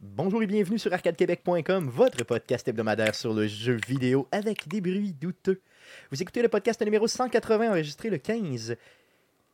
bonjour et bienvenue sur arcadequebec.com, votre podcast hebdomadaire sur le jeu vidéo avec des bruits douteux. Vous écoutez le podcast numéro 180 enregistré le 15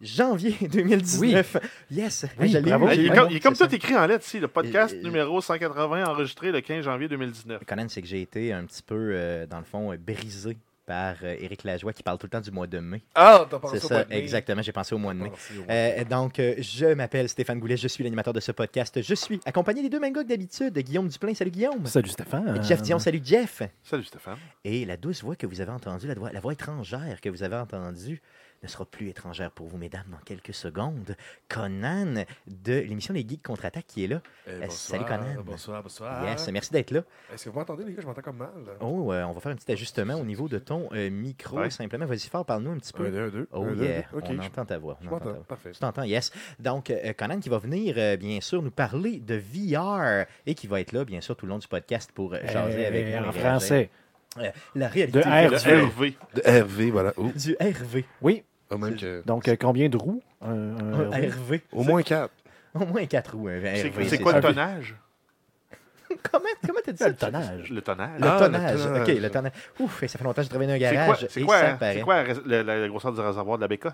janvier 2019. Yes, Oui, je l'ai eu, bravo. Oh, Hey, j'ai il, eu est un comme, mot, il est comme c'est tout écrit en lettres ici, le podcast Et- et- numéro 180 enregistré le 15 janvier 2019. Le Conan, c'est que j'ai été un petit peu, euh, dans le fond, euh, brisé par euh, Éric Lajoie qui parle tout le temps du mois de mai. Ah, t'as pensé C'est au ça, mois de mai. exactement, j'ai pensé au mois de mai. Pensé au mois de mai. Euh, donc, euh, je m'appelle Stéphane Goulet, je suis l'animateur de ce podcast. Je suis accompagné des deux mêmes gars que d'habitude, Guillaume Duplain, salut Guillaume. Salut Stéphane. euh, Et Jeff Dion, salut Jeff. Salut Stéphane. Et la douce voix que vous avez entendue, la, voix- la voix étrangère que vous avez entendue, ne sera plus étrangère pour vous, mesdames, dans quelques secondes. Conan de l'émission Les Geeks Contre-Attaque qui est là. Eh, euh, salut, Conan. Bonsoir, bonsoir. Yes, merci d'être là. Est-ce que vous m'entendez, les gars? Je m'entends comme mal. Oh, euh, on va faire un petit ajustement au niveau de ton euh, micro, Ouais. simplement. Vas-y, fort, parle-nous un petit peu. Un, deux, un, deux. Oh un, deux, yeah, deux. Ok, on je- entend ta voix. on je entend ta m'entends. voix. Parfait. Tu t'entends, yes. Donc, euh, Conan qui va venir, euh, bien sûr, nous parler de VR et qui va être là, bien sûr, tout le long du podcast pour euh, jaser Eh, avec nous. et En réagir. français. Euh, la réalité De virtuelle RV. Le RV. De RV, voilà. Oh, du RV. Oui. oh, même que- Donc, euh, combien de roues Un- un Un RV? RV. Au moins quatre. Au moins 4 roues, un C'est- RV. C'est quoi le ça. tonnage? Comment comment t'as dit ça? Le tonnage. Le tonnage. Le Ah, tonnage. le tonnage. OK, le tonnage. Ouf, et ça fait longtemps que je travaille dans un C'est quoi, garage. c'est et quoi- ça c'est paraît. quoi la, la- la grosseur du réservoir de la Bécosse?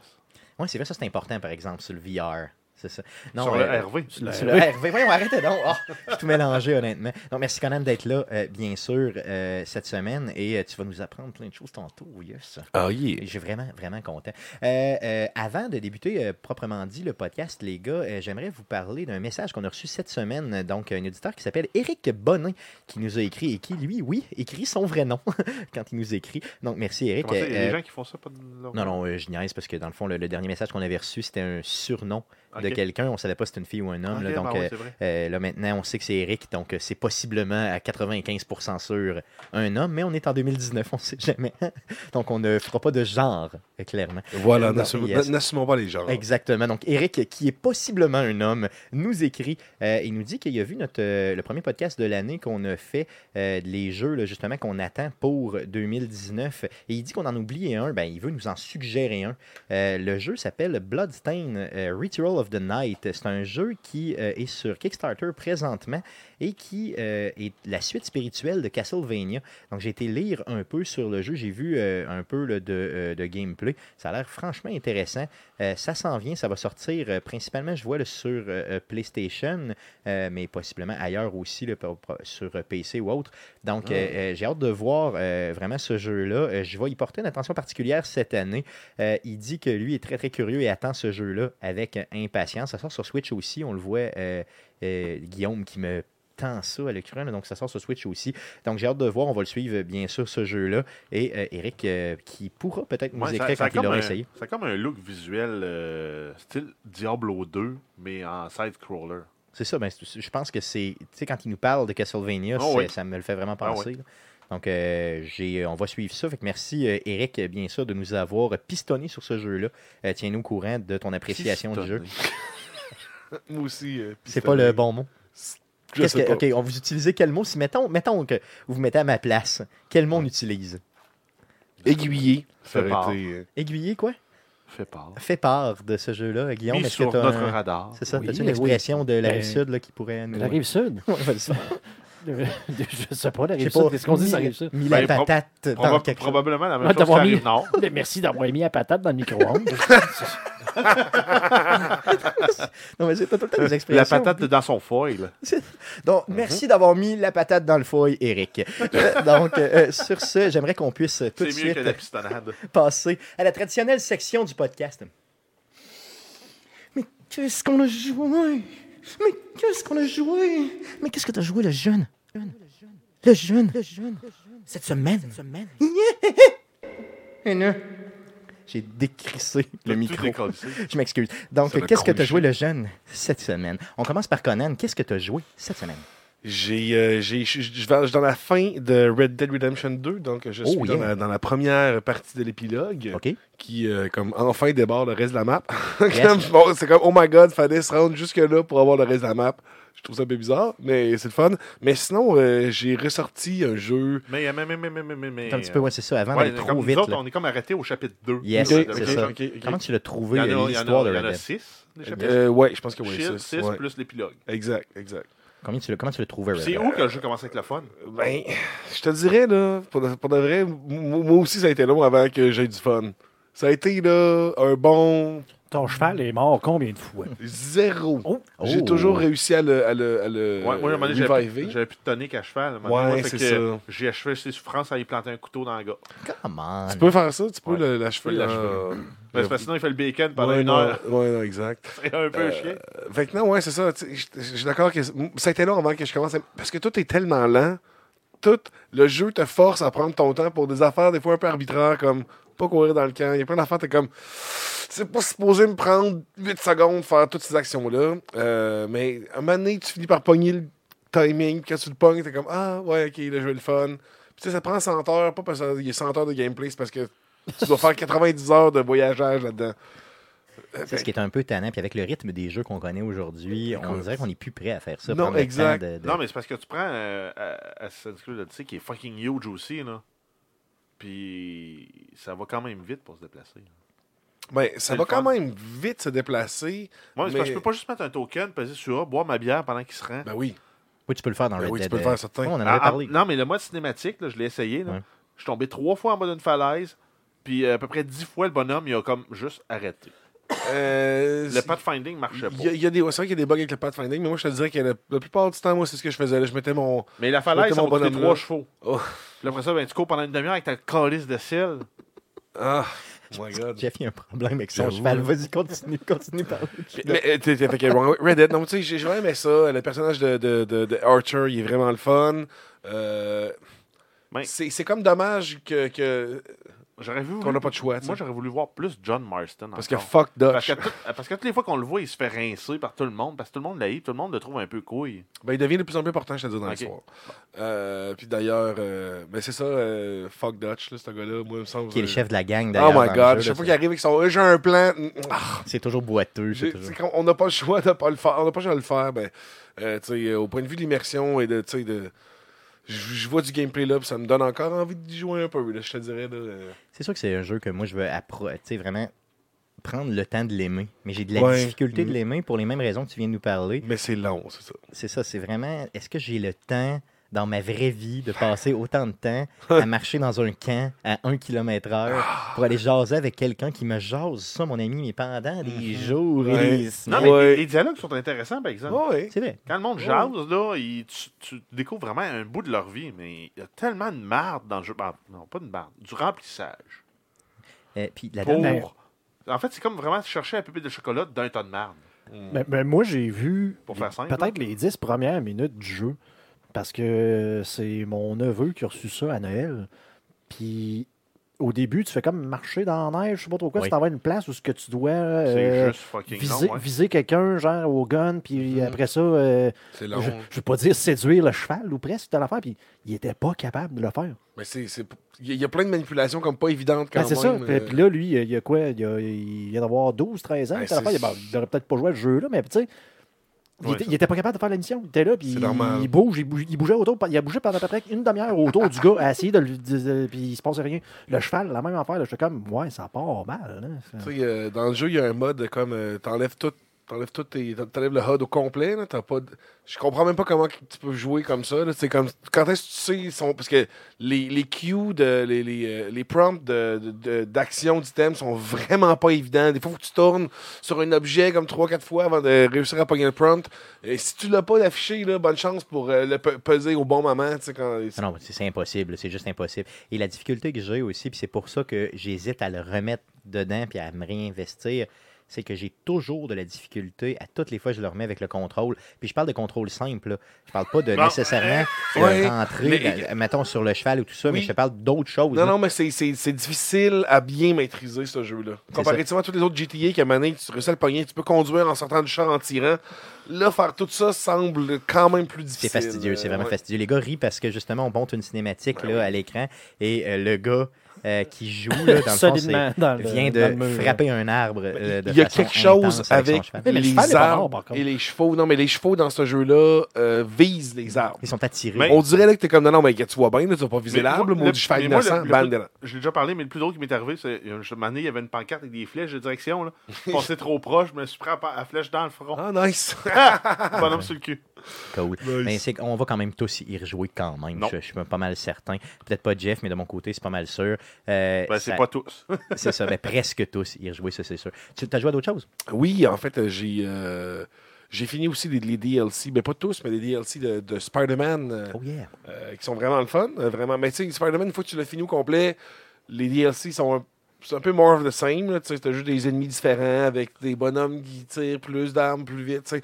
Ouais, c'est vrai, ça c'est important, par exemple, sur le VR. C'est ça. Non, Sur euh, le Ben, RV. Sur le RV. Voyons, arrêtez donc. Oh, je suis tout mélangé, honnêtement. Donc, merci quand même d'être là, euh, bien sûr, euh, cette semaine. Et euh, tu vas nous apprendre plein de choses tantôt, yes. Ah, Et yeah. Je suis vraiment, vraiment content. Euh, euh, avant de débuter euh, proprement dit le podcast, les gars, euh, j'aimerais vous parler d'un message qu'on a reçu cette semaine. euh, Donc, un auditeur qui s'appelle Eric Bonin, qui nous a écrit et qui, lui, oui, écrit son vrai nom quand il nous écrit. Donc, merci, Eric. Comment ça, Il y a Euh, des gens qui font ça pas de leur- non, non, euh, je niaise parce que dans le fond, le, le dernier message qu'on avait reçu, c'était un surnom Ok. de quelqu'un. On savait pas si c'était une fille ou un homme. Ok, là, ben donc, ouais, euh, c'est vrai. euh, là, maintenant, on sait que c'est Eric, donc euh, c'est possiblement à 95% sûr un homme, mais on est en 2019, on sait jamais. donc, on ne fera pas de genre, euh, clairement. Voilà, Non, n'assumons yes. n'assumons pas les gens. Exactement. Donc, Eric, qui est possiblement un homme, nous écrit euh, il nous dit qu'il a vu notre, euh, le premier podcast de l'année qu'on a fait, euh, les jeux là, justement qu'on attend pour 2019. Et il dit qu'on en oubliait un. Ben, il veut nous en suggérer un. Euh, le jeu s'appelle Bloodstain euh, Ritual of the Night. C'est un jeu qui euh, est sur Kickstarter présentement et qui euh, est la suite spirituelle de Castlevania. Donc, j'ai été lire un peu sur le jeu. J'ai vu euh, un peu là, de, euh, de gameplay. Ça a l'air franchement intéressant. Euh, ça s'en vient, ça va sortir euh, principalement, je vois, là, sur euh, euh, PlayStation, euh, mais possiblement ailleurs aussi, là, pour- pour- sur euh, PC ou autre. Donc, euh, euh, j'ai hâte de voir euh, vraiment ce jeu-là. Euh, je vais y porter une attention particulière cette année. Euh, il dit que lui est très, très curieux et attend ce jeu-là avec euh, impatience. Ça sort sur Switch aussi, on le voit, euh, euh, Guillaume qui me tend ça à l'écran, là, donc ça sort sur Switch aussi. Donc j'ai hâte de voir, on va le suivre euh, bien sûr ce jeu-là. Et euh, Eric euh, qui pourra peut-être nous Ouais, écrire ça a quand il comme l'aura un- essayé. ça a comme un look visuel euh, style Diablo 2, mais en side-crawler. C'est ça, ben, c'est- je pense que c'est. Tu sais, quand il nous parle de Castlevania, Ah c'est- oui. ça me le fait vraiment Ah penser. là. Donc, euh, j'ai- on va suivre ça. Fait que merci, euh, Eric, euh, bien sûr, de nous avoir pistonné sur ce jeu-là. Euh, Tiens-nous au courant de ton appréciation du jeu. Moi aussi. euh, C'est pistonné. pas le bon mot. Je Qu'est-ce sais que- pas. OK, on vous utilisez quel mot Si, mettons, mettons que vous vous mettez à ma place, quel mot on utilise Aiguillé. Ça Fait part. aurait été, euh, Aiguiller, quoi Fait part. Fait part de ce jeu-là, euh, Guillaume. Mis Est-ce que sur t'as notre un- radar. C'est ça, Oui, t'as-tu une oui. expression de la Ben, rive sud là, qui pourrait nous. La rive sud. Ouais, vas-y. je sais pas, la Je sais rive pas. sud. Qu'est-ce qu'on dit, ça mis- rive sud? Mis la Ben, prob- patate dans Proba- quelque chose. probablement la même Ah, chose d'avoir que mis- la Rive-Nord. Mais merci d'avoir mis la patate dans le micro-ondes. Non, mais c'est t'as tout le temps des La expressions. patate dans son foil. Donc, merci d'avoir mis la patate dans le foil, Eric. Euh, Donc, euh, euh, sur ce, j'aimerais qu'on puisse tout de C'est mieux suite que la pistonnade. passer à la traditionnelle section du podcast. Mais qu'est-ce qu'on a joué? Mais qu'est-ce qu'on a joué? Mais qu'est-ce que t'as joué, le jeune? Le jeune. Le jeune. Cette semaine. Et là, J'ai décrissé le Tout micro. décalissé. Je m'excuse. Donc, Ça m'a qu'est-ce que t'as crushé. joué, le jeune, cette semaine? On commence par Conan. Qu'est-ce que t'as joué cette semaine? J'ai, euh, j'ai, je- je je vais- je suis dans la fin de Red Dead Redemption 2, donc je suis Oh, dans, yeah. la, dans la première partie de l'épilogue, OK? qui euh, comme enfin débarre le reste de la map. Comme, bon, c'est comme, oh my god, fallait se rendre jusque-là pour avoir le reste de la map. Je trouve ça un peu bizarre, mais c'est le fun. Mais sinon, euh, j'ai ressorti un jeu. Mais, euh, mais, mais, mais, mais, mais, mais, mais. euh, un petit peu, ouais, c'est ça, avant Ouais, d'aller comme trop nous vite. autres, là. on est comme arrêté au chapitre 2. Yes, de c'est Red Dead ça. Redemption. ok, ok. Comment tu l'as trouvé, Il y en a- euh, il y en l'histoire a- de il y en Red a Dead? 6 des chapitres. Euh, ouais, je pense que oui. 6 ouais. plus l'épilogue. Exact, exact. Combien tu le- comment tu le trouvais, Red C'est Dead? où que le jeu commence avec le fun? Euh, Ben, je te dirais, là, pour de, pour de vrai, m- moi aussi, ça a été long avant que j'aie du fun. Ça a été, là, un bon Ton cheval est mort combien de fois? zéro. Oh. J'ai Oh. toujours réussi à le, à le, à le Ouais, moi, à un moment donné, j'avais reviver. plus- j'avais plus de tonique à cheval. à un moment Ouais, donné, moi, fait c'est que ça. J'ai achevé ses souffrances à y planter un couteau dans le gars. Come on. Tu peux faire ça, tu peux Ouais. le- l'achever. Tu peux l'achever. euh, Parce le- que sinon, il fait le bacon pendant Ouais, une non, heure. Ouais, non, exact. C'est un peu chiant. Euh, Fait que non, ouais, c'est ça. tu sais, Je je- je suis d'accord que c- ça a été long avant que je commence à- Parce que tout est tellement lent. Tout le jeu te force à prendre ton temps pour des affaires des fois un peu arbitraires, comme pas courir dans le camp. Il y a plein d'affaires, t'es comme. C'est pas supposé me prendre 8 secondes de faire toutes ces actions-là. Euh, mais à un moment donné, tu finis par pogner le timing. Quand tu le pognes, t'es comme Ah, ouais, ok, là, je vais le fun. Puis tu sais, ça prend 100 heures, pas parce qu'il y a 100 heures de gameplay, c'est parce que tu dois faire 90 heures de voyageage là-dedans. C'est ce qui est un peu tannant. Puis avec le rythme des jeux qu'on connaît aujourd'hui, on dirait qu'on n'est plus prêt à faire ça. Non, prendre le exact. temps de- de- Non, mais c'est parce que tu prends euh, euh, Assassin's Creed Odyssey qui est fucking huge aussi, là. Puis ça va quand même vite pour se déplacer. Ben, ça C'est va le quand fun. même vite se déplacer. Moi, c'est parce que Mais- je peux pas juste mettre un token, peser sur A, boire ma bière pendant qu'il se rend. Ben oui. Oui, tu peux le faire dans Ben Red oui, tu Dead. peux le euh, faire, certain. ouais, on en avait Ah, ah, parlé. non, mais le mode cinématique, là, je l'ai essayé. Là. Ouais. Je suis tombé trois fois en bas d'une falaise. Puis euh, à peu près dix fois, le bonhomme, il a comme juste arrêté. Euh, Le pathfinding marchait pas. il y a, il y a des, c'est vrai qu'il y a des bugs avec le pathfinding, mais moi je te dirais que la, la plupart du temps, moi c'est ce que je faisais. Là, je mettais mon. Mais la falaise, Mettez ça mon m'a coûté bonhomme trois là. chevaux. Oh. Puis après ça, ben, tu cours pendant une demi-heure avec ta calice de sel. Ah, oh my god. Jeff, il y a un problème avec son J'avoue, cheval. là. Vas-y, continue, continue par Mais euh, t'es- t'es- fait que Wrong- Red Dead, non, tu sais, j'ai j'ai vraiment aimé ça. Le personnage de, de, de, de Archer, il est vraiment le fun. Euh, Ben- c'est c'est comme dommage que que- J'aurais voulu. qu'on n'a pas de choix. tu sais. Moi, j'aurais voulu voir plus John Marston. Parce que encore. fuck Parce Dutch. que, tout- euh, parce que toutes les fois qu'on le voit, il se fait rincer par tout le monde. Parce que tout le monde l'haït, tout le monde le trouve un peu couille. Ben, il devient de plus en plus important, je te dis, dans Ok. l'histoire. Euh, puis d'ailleurs, euh, ben, c'est ça, euh, fuck Dutch, là, ce gars-là. Moi, il me semble. qui est le euh, chef de la gang d'ailleurs. Oh my dans le god, jeu, je sais là, pas ça. qu'il arrive avec son. Euh, J'ai un plan. Mm, ah, C'est toujours boiteux. c'est j'ai- toujours- c'est qu'on- On n'a pas le choix de pas le faire. On n'a pas le choix de le faire. Ben, euh, tu sais, euh, au point de vue de l'immersion et de. tu sais, de je je vois du gameplay là, puis ça me donne encore envie d'y jouer un peu, là, je te dirais. Là, euh. C'est sûr que c'est un jeu que moi, je veux appro- tu sais, vraiment prendre le temps de l'aimer. Mais j'ai de la Ouais. difficulté de Mm. l'aimer pour les mêmes raisons que tu viens de nous parler. Mais c'est long, c'est ça. C'est ça, c'est vraiment, est-ce que j'ai le temps dans ma vraie vie de passer autant de temps à marcher dans un camp à 1 km heure pour aller jaser avec quelqu'un qui me jase ça, mon ami, mais pendant des jours et Ouais. des Mhm. Non, semaines. mais Ouais. Oh. les, les dialogues sont intéressants, par exemple. Ouais. C'est vrai. Quand le monde jase, là, il- tu, tu découvres vraiment un bout de leur vie, mais il y a tellement de marde dans le jeu. Ah, non, pas de marde, du remplissage. Euh, puis la Pour... dernière- En fait, c'est comme vraiment chercher un pépite de chocolat d'un tas de marde. Mais, mais moi, j'ai vu Pour faire simple, peut-être les 10 premières minutes du jeu. Parce que c'est mon neveu qui a reçu ça à Noël. Puis au début, tu fais comme marcher dans la neige, je sais pas trop quoi. Oui. Tu t'en vas à une place où ce que tu dois C'est euh, juste fucking viser, long. ouais. viser quelqu'un, genre au gun. Puis Mhm. après ça, euh, C'est je long. ne veux pas dire séduire le cheval ou presque, tu l'affaire. Puis il était pas capable de le faire. Mais c'est. c'est- Il y a- il y a plein de manipulations comme pas évidentes quand Ben, c'est ça. même. Puis, euh. puis là, lui, il y a quoi Il, y a- il vient d'avoir 12, 13 ans. Ben, puis à la fin, c'est- il- ben, il aurait peut-être pas joué à ce jeu-là, mais tu sais. Il, Ouais, était, ça. il était pas capable de faire la mission. Il était là, puis C'est il, normal. il bouge, il bouge- il bougeait autour. Il a bougé pendant à peu près une demi-heure autour du gars à essayer de lui. de- de- puis il se passait rien. Le cheval, la même affaire. là, J'étais comme, ouais, ça part mal. hein. Tu sais, euh, dans le jeu, il y a un mode comme euh, t'enlèves tout. T'enlèves tout tes- t'enlèves le HUD au complet, là, t'as pas de- Je comprends même pas comment que tu peux jouer comme ça. là. C'est comme quand est-ce que tu sais ils sont. Parce que les, les cues de. les, les, euh, les prompts de- de- de- d'action d'item sont vraiment pas évidents. Des fois, faut que tu tournes sur un objet comme 3-4 fois avant de réussir à pogner le prompt. Et si tu l'as pas affiché, là, bonne chance pour euh, le pe- peser au bon moment. tu sais, Quand... Non, non, c'est c'est impossible, c'est juste impossible. Et la difficulté que j'ai aussi, puis c'est pour ça que j'hésite à le remettre dedans puis à me réinvestir, c'est que j'ai toujours de la difficulté à toutes les fois que je le remets avec le contrôle. Puis je parle de contrôle simple, là. je parle pas de Non. nécessairement euh, Ouais. rentrer, Mais- euh, mettons, sur le cheval ou tout ça, mais Oui. je te parle d'autres choses. là. Non, non, mais c'est- c'est c'est difficile à bien maîtriser ce jeu-là. C'est Comparativement à tous les autres GTA qui année, tu réussis à le pogner, tu peux conduire en sortant du champ en tirant. Là, faire tout ça semble quand même plus C'est difficile. fastidieux, c'est vraiment Ouais. Ben fastidieux. Les gars rient parce que justement, on monte une cinématique là, à l'écran et euh, le gars euh, qui joue là, dans le fond, c'est- solidement dans le- vient dans le de mur. frapper un arbre. euh, de Il y a façon quelque chose intense son avec cheval. Mais le les cheval est pas mort, arbres par contre. et les chevaux. Non, mais les chevaux dans ce jeu-là euh, visent les arbres. Ils sont attirés. Mais- On dirait là que t'es comme, non, non, mais que tu vois bien, là, tu vas pas viser Mais l'arbre, moi, mon le- du cheval mais moi, le- innocent, le- balle dedans. Je l'ai déjà parlé, mais le plus drôle qui m'est arrivé, c'est il y a une année, il y avait une pancarte avec des flèches de direction. Là. Je passais trop proche, je me suis pris à, pa- à flèche dans le front. Ah, nice! Bonhomme sur le cul. Cool. Mais c'est qu'on va quand même tous y rejouer quand même. Non. Je, je suis pas mal certain. Peut-être pas Jeff, mais de mon côté, c'est pas mal sûr. Euh, Ben, c'est ça- pas tous. c'est ça. ben, presque tous y rejouer, ça, c'est sûr. Tu as joué à d'autres choses? Oui, en fait, euh, j'ai euh, j'ai fini aussi les, les DLC, mais Ben, pas tous, mais les DLC de, de Spider-Man euh, Oh yeah. euh, qui sont vraiment le fun. euh, vraiment. Mais tu sais, Spider-Man, une fois que tu l'as fini au complet, les DLC sont un, c'est un peu more of the same. là, Tu sais, t'as juste des ennemis différents avec des bonhommes qui tirent plus d'armes plus vite. tu sais.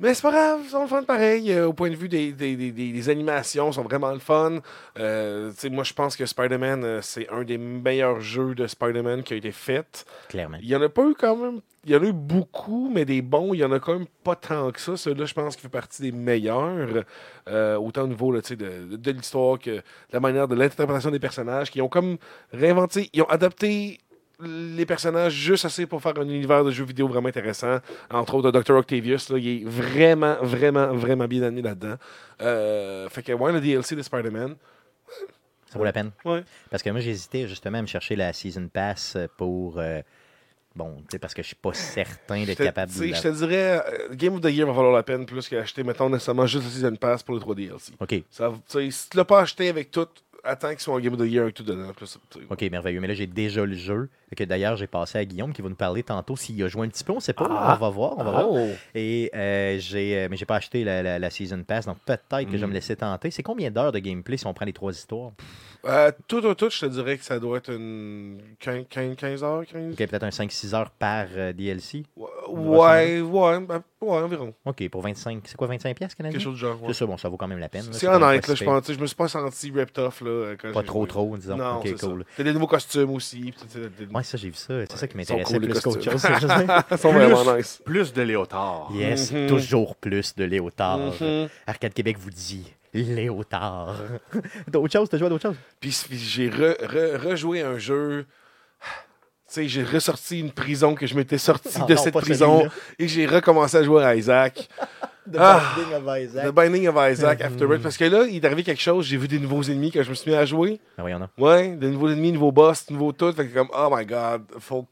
Mais c'est pas grave, ils sont le fun pareil. euh, au point de vue des, des, des, des- des animations, ils sont vraiment le fun. Euh, tu sais, moi, je pense que Spider-Man, euh, c'est un des meilleurs jeux de Spider-Man qui a été fait. Clairement. Il y en a pas eu quand même. Il y en a eu beaucoup, mais des bons, il y en a quand même pas tant que ça. Celui-là, je pense qu'il fait partie des meilleurs. euh, autant au niveau là, tu sais, de, de l'histoire que de la manière de l'interprétation des personnages, qui ont comme réinventé, ils ont adapté les personnages juste assez pour faire un univers de jeux vidéo vraiment intéressant. Entre autres, Dr. Octavius, là, il est vraiment, vraiment, vraiment bien amené là-dedans. Euh, fait que, ouais, le DLC de Spider-Man. Ça vaut la peine. Ouais. Parce que moi, j'hésitais justement à me chercher la Season Pass pour. euh, bon, tu sais, parce que je suis pas certain Je d'être te- capable tu sais, de. la- je te dirais, euh, Game of the Year va valoir la peine plus qu'acheter, mettons, nécessairement juste le Season Pass pour les 3 DLC. OK. Ça, tu sais, si tu l'as pas acheté avec tout, attends qu'ils soient en Game of the Year avec tout dedans. Plus, tu sais. OK, merveilleux. Mais là, j'ai déjà le jeu. Fait Que d'ailleurs, j'ai passé à Guillaume qui va nous parler tantôt s'il a joué un petit peu. On sait pas. Ah! On va voir. On va voir. Et euh, j'ai, euh, mais j'ai pas acheté la, la- la Season Pass, donc peut-être que je vais me Mm. laisser tenter. C'est combien d'heures de gameplay si on prend les trois histoires Euh, tout au tout, je te dirais que ça doit être une 15, 15, 15 heures, 15 Ok, Peut-être un 5-6 heures par euh, DLC. Ouais, ouais, ouais, ben, ouais, environ. Ok, pour 25. C'est quoi 25$ piastres canadiens Quelque chose du genre. ouais. C'est ça, bon, ça vaut quand même la peine. là, C'est quand même honnête, pas là, si je pire. pense. tu sais, Je me suis pas senti ripped off. Là, euh, quand Pas j'ai trop, joué. trop, disons. Non, ok, c'est ça. cool. T'as des nouveaux costumes aussi. puis t'as- t'as des- Ouais, ça, j'ai vu ça. C'est ça qui ils sont m'intéressait cool, les plus qu'autre costumes. chose. c'est juste- Ils sont vraiment nice. Plus de Léotard. yes, Mhm. toujours plus de Léotard. Mhm. Arcade Québec vous dit Léotard. d'autres choses, t'as joué à d'autres choses Puis, puis j'ai re- re- rejoué un jeu. Tu sais, j'ai ressorti une prison que je m'étais sorti Ah de non, cette pas prison celui-là. et j'ai recommencé à jouer à Isaac. Ah! Binding of Isaac. The Binding of Isaac Mm-hmm. Afterbirth. Parce que là, il est arrivé quelque chose, j'ai vu des nouveaux ennemis que je me suis mis à jouer. Ah, voyons donc. Ouais, des nouveaux ennemis, nouveaux boss, nouveaux tout. Fait que comme, oh my god, faut.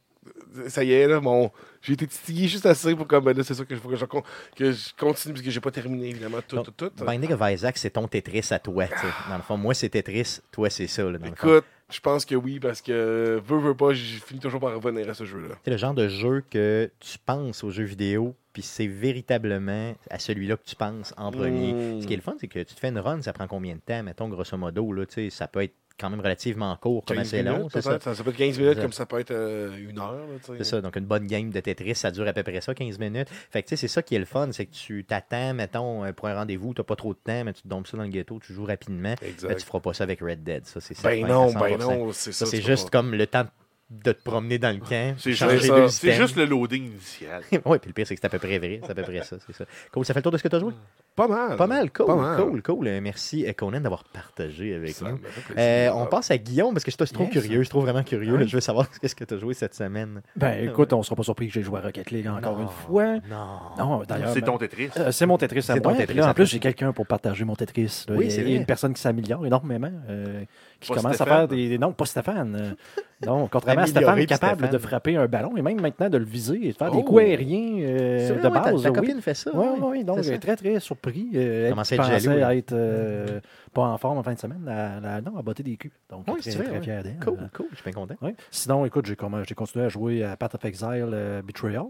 Ça y est, là, mon. J'ai été titillé juste assez pour comme, ben là, c'est sûr que je faut que je, con- que je continue parce que j'ai pas terminé, évidemment, tout, Non, tout, tout. Binding of Isaac, c'est ton Tetris à toi. tu sais. Dans le fond, moi, c'est Tetris, toi, c'est ça. là, dans le fond. Écoute, je pense que oui, parce que, veux, veux pas, j'ai fini toujours par revenir à ce jeu-là. C'est le genre de jeu que tu penses aux jeux vidéo, puis c'est véritablement à celui-là que tu penses en premier. Mm. Ce qui est le fun, c'est que tu te fais une run, ça prend combien de temps, mettons, grosso modo, là, tu sais, ça peut être quand même relativement court, comme 15 assez long, minutes, c'est ça? peut-être. Ça peut être 15 minutes, Exact. comme ça peut être euh, une heure. là, tu sais. C'est ça, donc une bonne game de Tetris, ça dure à peu près ça, 15 minutes. Fait que tu sais, c'est ça qui est le fun, c'est que tu t'attends, mettons, euh, pour un rendez-vous, t'as pas trop de temps, mais tu te dompes ça dans le ghetto, tu joues rapidement. Ben, tu Exact. feras pas ça avec Red Dead, ça c'est Ben certain, non, à ben 100%. non, c'est ça. Ça, c'est tu juste peux pas. comme le temps de te promener dans le camp, C'est changer juste- deux C'est items. juste le loading initial. oui, puis le pire, c'est que c'est à peu près vrai. C'est à peu près ça, c'est ça. Cool, ça fait le tour de ce que tu as joué? Pas mal. Pas mal, cool, Pas mal. cool, cool. Euh, Merci, euh, Conan, d'avoir partagé avec Ben, Ça nous. me fait plaisir. Ah, Euh, on passe à Guillaume, parce que je suis trop Yes. curieux, je suis trop vraiment curieux. là. Oui. je veux savoir ce que tu as joué cette semaine. Ben écoute, on sera pas surpris que j'ai joué à Rocket League encore Non. une fois. Non. Non, d'ailleurs. C'est ben- ton Tetris. Euh, c'est mon Tetris à C'est ton moi. Tetris Puis là, à en plus, toi. j'ai quelqu'un pour partager mon Tetris. là. Oui, il, y c'est a, il y a vrai. une personne qui s'améliore énormément, euh, qui Pas commence Stéphane. hein. à faire des, des- Non, pas Stéphane. euh, non, contrairement à Améliorer Stéphane, puis capable Stéphane. de frapper un ballon et même maintenant de le viser et de faire Oh. des coups aériens euh, C'est vrai, de ouais, ta- base. Ta, oui. copine fait ça. Oui, ouais. oui, donc c'est ça. euh, très, très surpris. Euh, elle Commence à être hein. pensait jaloux, là. être euh, pas en forme en fin de semaine. à- à- non, à botter des culs. Donc, Oui, très, c'est vrai, très ouais. fier d'elle. Cool, cool, je suis bien content. Ouais. Sinon, écoute, j'ai comm- j'ai continué à jouer à Path of Exile euh, Betrayal.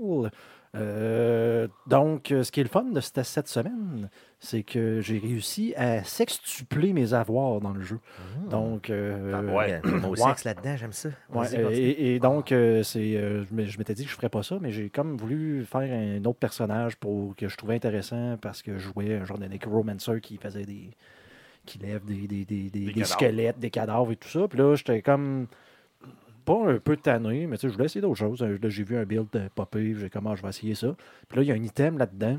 Euh, donc, euh, ce qui est le fun de cette, cette semaine, c'est que j'ai réussi à sextupler mes avoirs dans le jeu. Donc, euh, Ah, ouais. Il y a un mot Ouais. sexe là-dedans, j'aime ça. Ouais, Vas-y, euh, continue. et, et donc, euh, c'est, euh, je m'ai- je m'étais dit que je ne ferais pas ça, mais j'ai comme voulu faire un autre personnage pour que je trouvais intéressant parce que je jouais un genre de necromancer qui faisait des. qui lève des, des, des- des- des cadavres. squelettes, des cadavres et tout ça. Puis là, j'étais comme. pas un peu tanné, mais tu sais, je voulais essayer d'autres choses. Euh, là, J'ai vu un build euh, popper, puis j'ai comment je vais essayer ça. Puis là, il y a un item là-dedans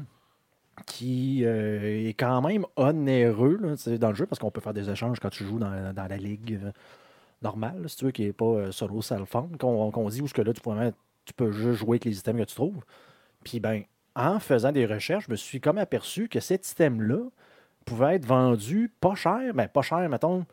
qui euh, est quand même onéreux là, tu sais, dans le jeu parce qu'on peut faire des échanges quand tu joues dans, dans la ligue. euh, normal, si tu veux, qui n'est pas euh, solo salphone, qu'on qu'on dit où ce que là, tu peux, vraiment- tu peux juste jouer avec les items que tu trouves. Puis ben, en faisant des recherches, je me suis comme aperçu que cet item-là pouvait être vendu pas cher, mais pas cher, mettons.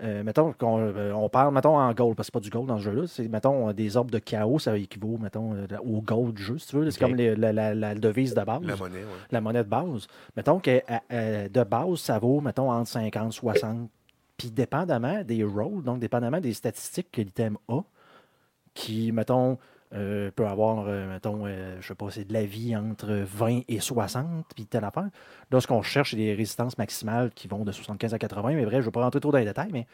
euh, mettons qu'on euh, on parle, mettons, en gold, parce que c'est pas du gold dans ce jeu-là, c'est, mettons, euh, des orbes de chaos, ça équivaut, mettons, euh, au gold du jeu, si tu veux. C'est Ok. comme les- la, la- la devise de base La monnaie, ouais. la monnaie de base. Mettons que à- à- de base, ça vaut, mettons, entre 50, 60. Puis dépendamment des rolls, donc dépendamment des statistiques que l'item a, qui, mettons, euh, peut avoir, euh, mettons, euh, je sais pas, c'est de la vie entre 20 et 60, puis telle affaire. Là, ce qu'on cherche, c'est des résistances maximales qui vont de 75 à 80, mais bref, je ne vais pas rentrer trop dans les détails, mais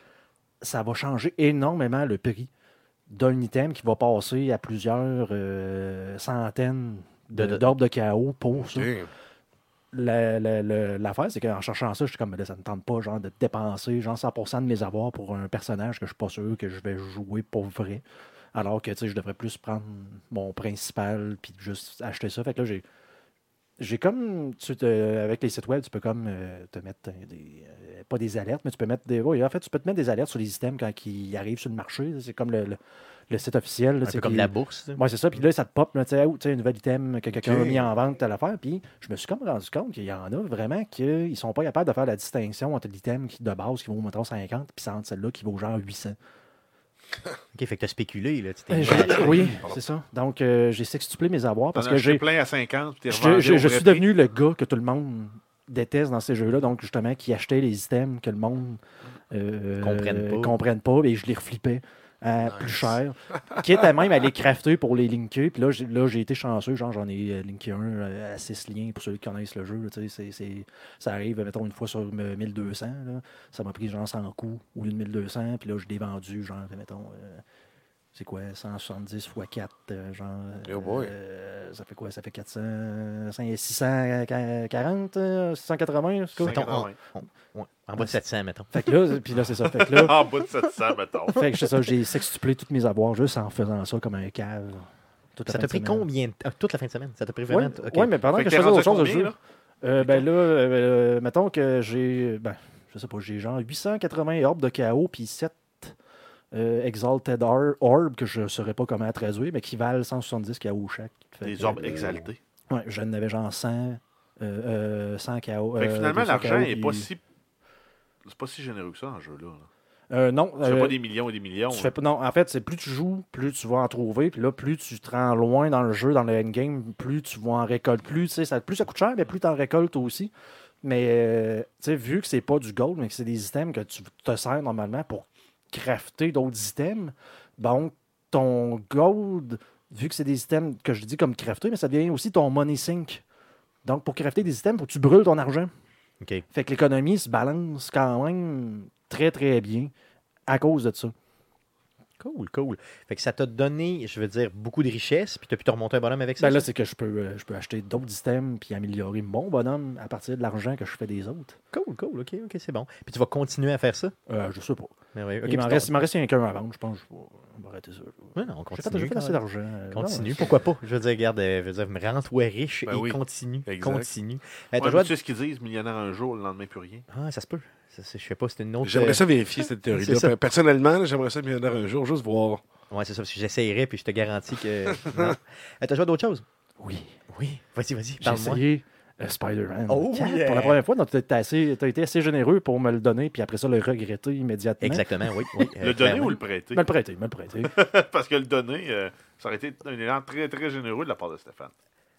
ça va changer énormément le prix d'un item qui va passer à plusieurs euh, centaines de- De- d'orbes de, chaos pour ça. Damn. La- la- la- L'affaire, c'est qu'en cherchant ça, je suis comme, là, ça ne tente pas genre, de dépenser genre 100% de mes avoirs pour un personnage que je ne suis pas sûr que je vais jouer pour vrai. Alors que tu sais, je devrais plus prendre mon principal puis juste acheter ça. Fait que là, j'ai. J'ai comme. Tu te- avec les sites web, tu peux comme euh, te mettre euh, des. euh, pas des alertes, mais tu peux mettre des. Oui, en fait, tu peux te mettre des alertes sur les items quand ils arrivent sur le marché. C'est comme le, le- le site officiel. là, Un tu peu sais, comme qui- la bourse. là. Ouais, c'est ça. Puis là, ça te pop, là, tu sais, ou, tu sais, un nouvel item que quelqu'un a Ok. mis en vente, telle affaire. Puis je me suis comme rendu compte qu'il y en a vraiment qu'ils ne sont pas capables de faire la distinction entre l'item qui- de base qui vaut, mettons, 50, puis entre celle-là qui vaut genre 800. OK, fait que t'as spéculé, là. tu t'es- Euh, j'ai- oui, c'est ça. Donc, euh, j'ai sextuplé mes avoirs parce que j'ai. plein à 50, puis t'es Je, revendu je- au je vrai suis prix. devenu le gars que tout le monde déteste dans ces jeux-là, donc justement qui achetait les items que le monde euh, Comprenne pas. comprenne pas, et je les reflippais à plus Nice. cher. Quitte à même à les crafter pour les linker. Puis là, j'ai- là, j'ai été chanceux, genre j'en ai euh, linké un euh, à 6 liens pour ceux qui connaissent le jeu. là, tu sais, c'est- c'est- ça arrive, mettons, une fois sur euh, 1200. là. Ça m'a pris genre 100 coups au lieu de 1200. Puis là, je l'ai vendu, genre, mettons, euh, c'est quoi, 170 x 4, euh, genre. Oh boy. euh, ça fait quoi? Ça fait 400, 500, 640, euh, 680, en tout cas. Mettons, on- 50. on- ouais, en bas de 700, mettons. Fait que là, euh, puis là, c'est ça. Fait que là, En bas Ah, de 700, mettons. fait que c'est ça, j'ai sextuplé toutes mes avoirs juste en faisant ça comme un cave. toute la Ça fin t'a de pris semaine. combien de temps? Toute la fin de semaine? Ça t'a pris Oui, vraiment... t- OK. ouais, mais pendant Fait que, que je t'es faisais rendu autre à chose, combien, je- là? Euh, ben là, euh, euh, mettons que j'ai, ben, je sais pas, j'ai genre 880 orbes de chaos, puis 7 euh, Exalted or- Orb, que je saurais pas comment traduire, mais qui valent 170 chaos chaque. Fait Des que, orbes euh, exaltés. Ouais, je n'avais genre 100, euh, euh, 100 chaos. Fait que euh, Ben, finalement, 200 l'argent chaos, n'est pas puis- si. C'est pas si généreux que ça en jeu, là. Euh, non, Tu fais euh, pas des millions et des millions. Tu là. fais pas- non, en fait, c'est plus tu joues, plus tu vas en trouver, puis là, plus tu te rends loin dans le jeu, dans le endgame, plus tu vas en récolter. Plus, tu sais, ça, plus ça coûte cher, mais plus tu en récoltes aussi. Mais euh, tu sais, vu que c'est pas du gold, mais que c'est des items que tu te sers normalement pour crafter d'autres items, donc ton gold, vu que c'est des items que je dis comme crafter, mais ça devient aussi ton money sink. Donc pour crafter des items, faut que tu brûles ton argent. OK. Fait que l'économie se balance quand même très très bien à cause de ça. Cool, cool. Fait que ça t'a donné, je veux dire, beaucoup de richesse, puis t'as pu te remonter un bonhomme avec ça. Ben là, ça? c'est que je peux, euh, je peux acheter d'autres items puis améliorer mon bonhomme à partir de l'argent que je fais des autres. cool, cool, OK, OK, c'est bon. Puis tu vas continuer à faire ça? Euh, je sais pas. Mais oui, OK, il m'en puis reste, il m'en reste rien qu'un à vendre, je pense. que Je vais, on va arrêter ça. ton- Ouais, non, on J'ai fait, j'ai continue. fait assez d'argent. euh, Continue, non, pourquoi pas? Je veux dire, regarde, euh, je veux dire, me rends-toi riche Ben et oui, continue, exact. continue. Euh, Ouais, t'as mais joué à- Tu sais ce qu'ils disent, millionnaire un jour, le lendemain plus rien. Ah, ça se peut. Ça, c'est- je sais pas, c'est une autre... J'aimerais euh, ça vérifier cette théorie-là. c'est ça. Pe- Personnellement, là, j'aimerais ça bien dire un jour, juste voir. Ouais, c'est ça, parce que j'essayerais, puis je te garantis que... non. Euh, t'as joué à d'autres choses? Oui, Oui, vas-y, vas-y, j'ai parle-moi. essayé euh, Spider-Man. Oh, quatre yeah! Pour la première fois, donc t'as t'as assez- t'as été assez généreux pour me le donner puis après ça le regretter immédiatement. Exactement, oui. oui euh, Le donner clairement. ou le prêter Me le prêter, me le prêter. Euh, Parce que le donner, euh, ça aurait été un élan très, très généreux de la part de Stéphane.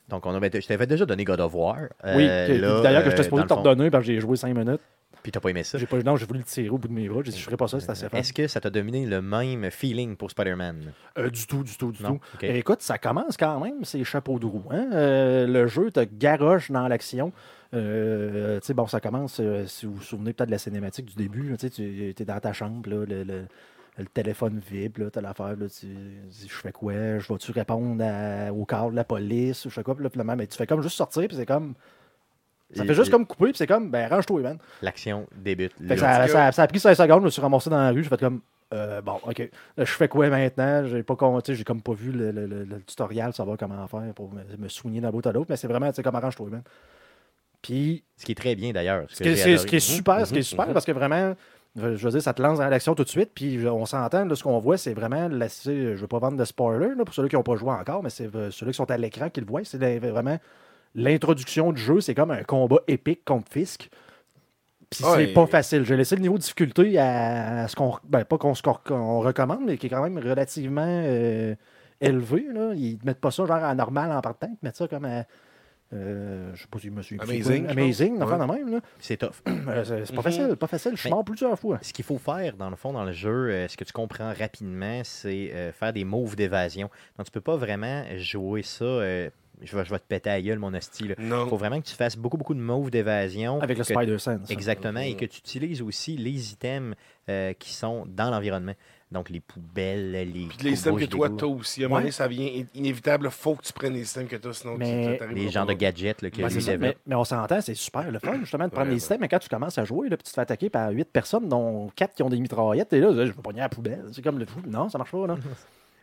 Donc, on a, ben, je t'avais déjà donné God of War. oui, euh, que- là, d'ailleurs que je euh, t'ai supposé dans le t'en fond. redonner parce que j'ai joué 5 minutes. Puis t'as Euh, pas aimé ça. J'ai pas, non, j'ai voulu le tirer au bout de mes bras. J'ai dit, je ferai pas ça, c'est assez fun. Est-ce que ça t'a donné le même feeling pour Spider-Man? Euh, du tout, du tout, du Non? tout. Euh, OK. Écoute, ça commence quand même, ces chapeaux de roue. hein. Euh, le jeu te garoche dans l'action. Euh, tu sais, bon, ça commence, euh, si vous vous souvenez peut-être de la cinématique du début, là, tu es dans ta chambre, là, le, le- le téléphone vibre, là, t'as l'affaire, là, tu dis, je fais quoi, je vais-tu répondre à- au corps de la police, je fais quoi, puis là, finalement, mais tu fais comme juste sortir, puis c'est comme, ça Et- fait juste et- comme couper, puis c'est comme, ben, range-toi, man. L'action débute. Fait que là. ça, ça- ça a pris 5 secondes, je me suis ramassé dans la rue, j'ai fait comme euh, bon, ok. Là, je fais quoi maintenant? J'ai pas con- tu sais, j'ai comme pas vu le, le- le- le tutoriel savoir comment faire pour me, me soigner d'un bout à l'autre, mais c'est vraiment tu sais, comme arrange toi Puis Ce qui est très bien d'ailleurs. ce qui j'ai est, c'est- ce adoré. qui est Mhm, super, ce qui est Mm-hmm, mhm, super, mhm. parce que vraiment, Je veux dire, ça te lance dans l'action tout de suite, puis on s'entend, là, ce qu'on voit, c'est vraiment, la- c'est- je ne veux pas vendre de spoiler là, pour ceux qui n'ont pas joué encore, mais c'est euh, ceux qui sont à l'écran qui le voient, c'est la- vraiment l'introduction du jeu, c'est comme un combat épique contre Fisk. Puis Ouais, c'est pas et- facile. J'ai laissé le niveau de difficulté à, à ce qu'on, ben, pas qu'on, se cor- qu'on recommande, mais qui est quand même relativement euh, élevé. Là. Ils mettent pas ça genre à normal en partant, ils mettent ça comme à, euh, je sais pas si je me suis Amazing, je pense. amazing, enfin Ouais. de même là. Mhm. C'est tough. Euh, c'est c'est pas Mhm. facile, pas facile. Je suis Mais- mort plusieurs fois. Ce qu'il faut faire, dans le fond, dans le jeu, euh, ce que tu comprends rapidement, c'est euh, faire des moves d'évasion. Donc, tu peux pas vraiment jouer ça. euh, je, vais, je vais te péter à gueule, mon hostie. Il Non. faut vraiment que tu fasses beaucoup, beaucoup de moves d'évasion. Avec le que- Spider-Sense. Exactement. Et que tu utilises aussi les items euh, qui sont dans l'environnement. Donc, les poubelles, les. Puis les systèmes couches que toi d'égouts, t'as aussi. À un moment Ouais. donné, ça vient in- inévitable. Faut que tu prennes les systèmes que t'as, sinon Mais- tu t'arrives Les pas genres de pour- gadgets là, que Ouais, lui Ben, c'est ça. développe. mais, mais on s'entend, c'est super le fun justement de prendre Ouais, des systèmes, mais quand tu commences à jouer, là, puis tu te fais attaquer par huit personnes, dont quatre qui ont des mitraillettes, et là, je vais pogner à la poubelle. C'est comme le fou. Non, ça marche pas, là.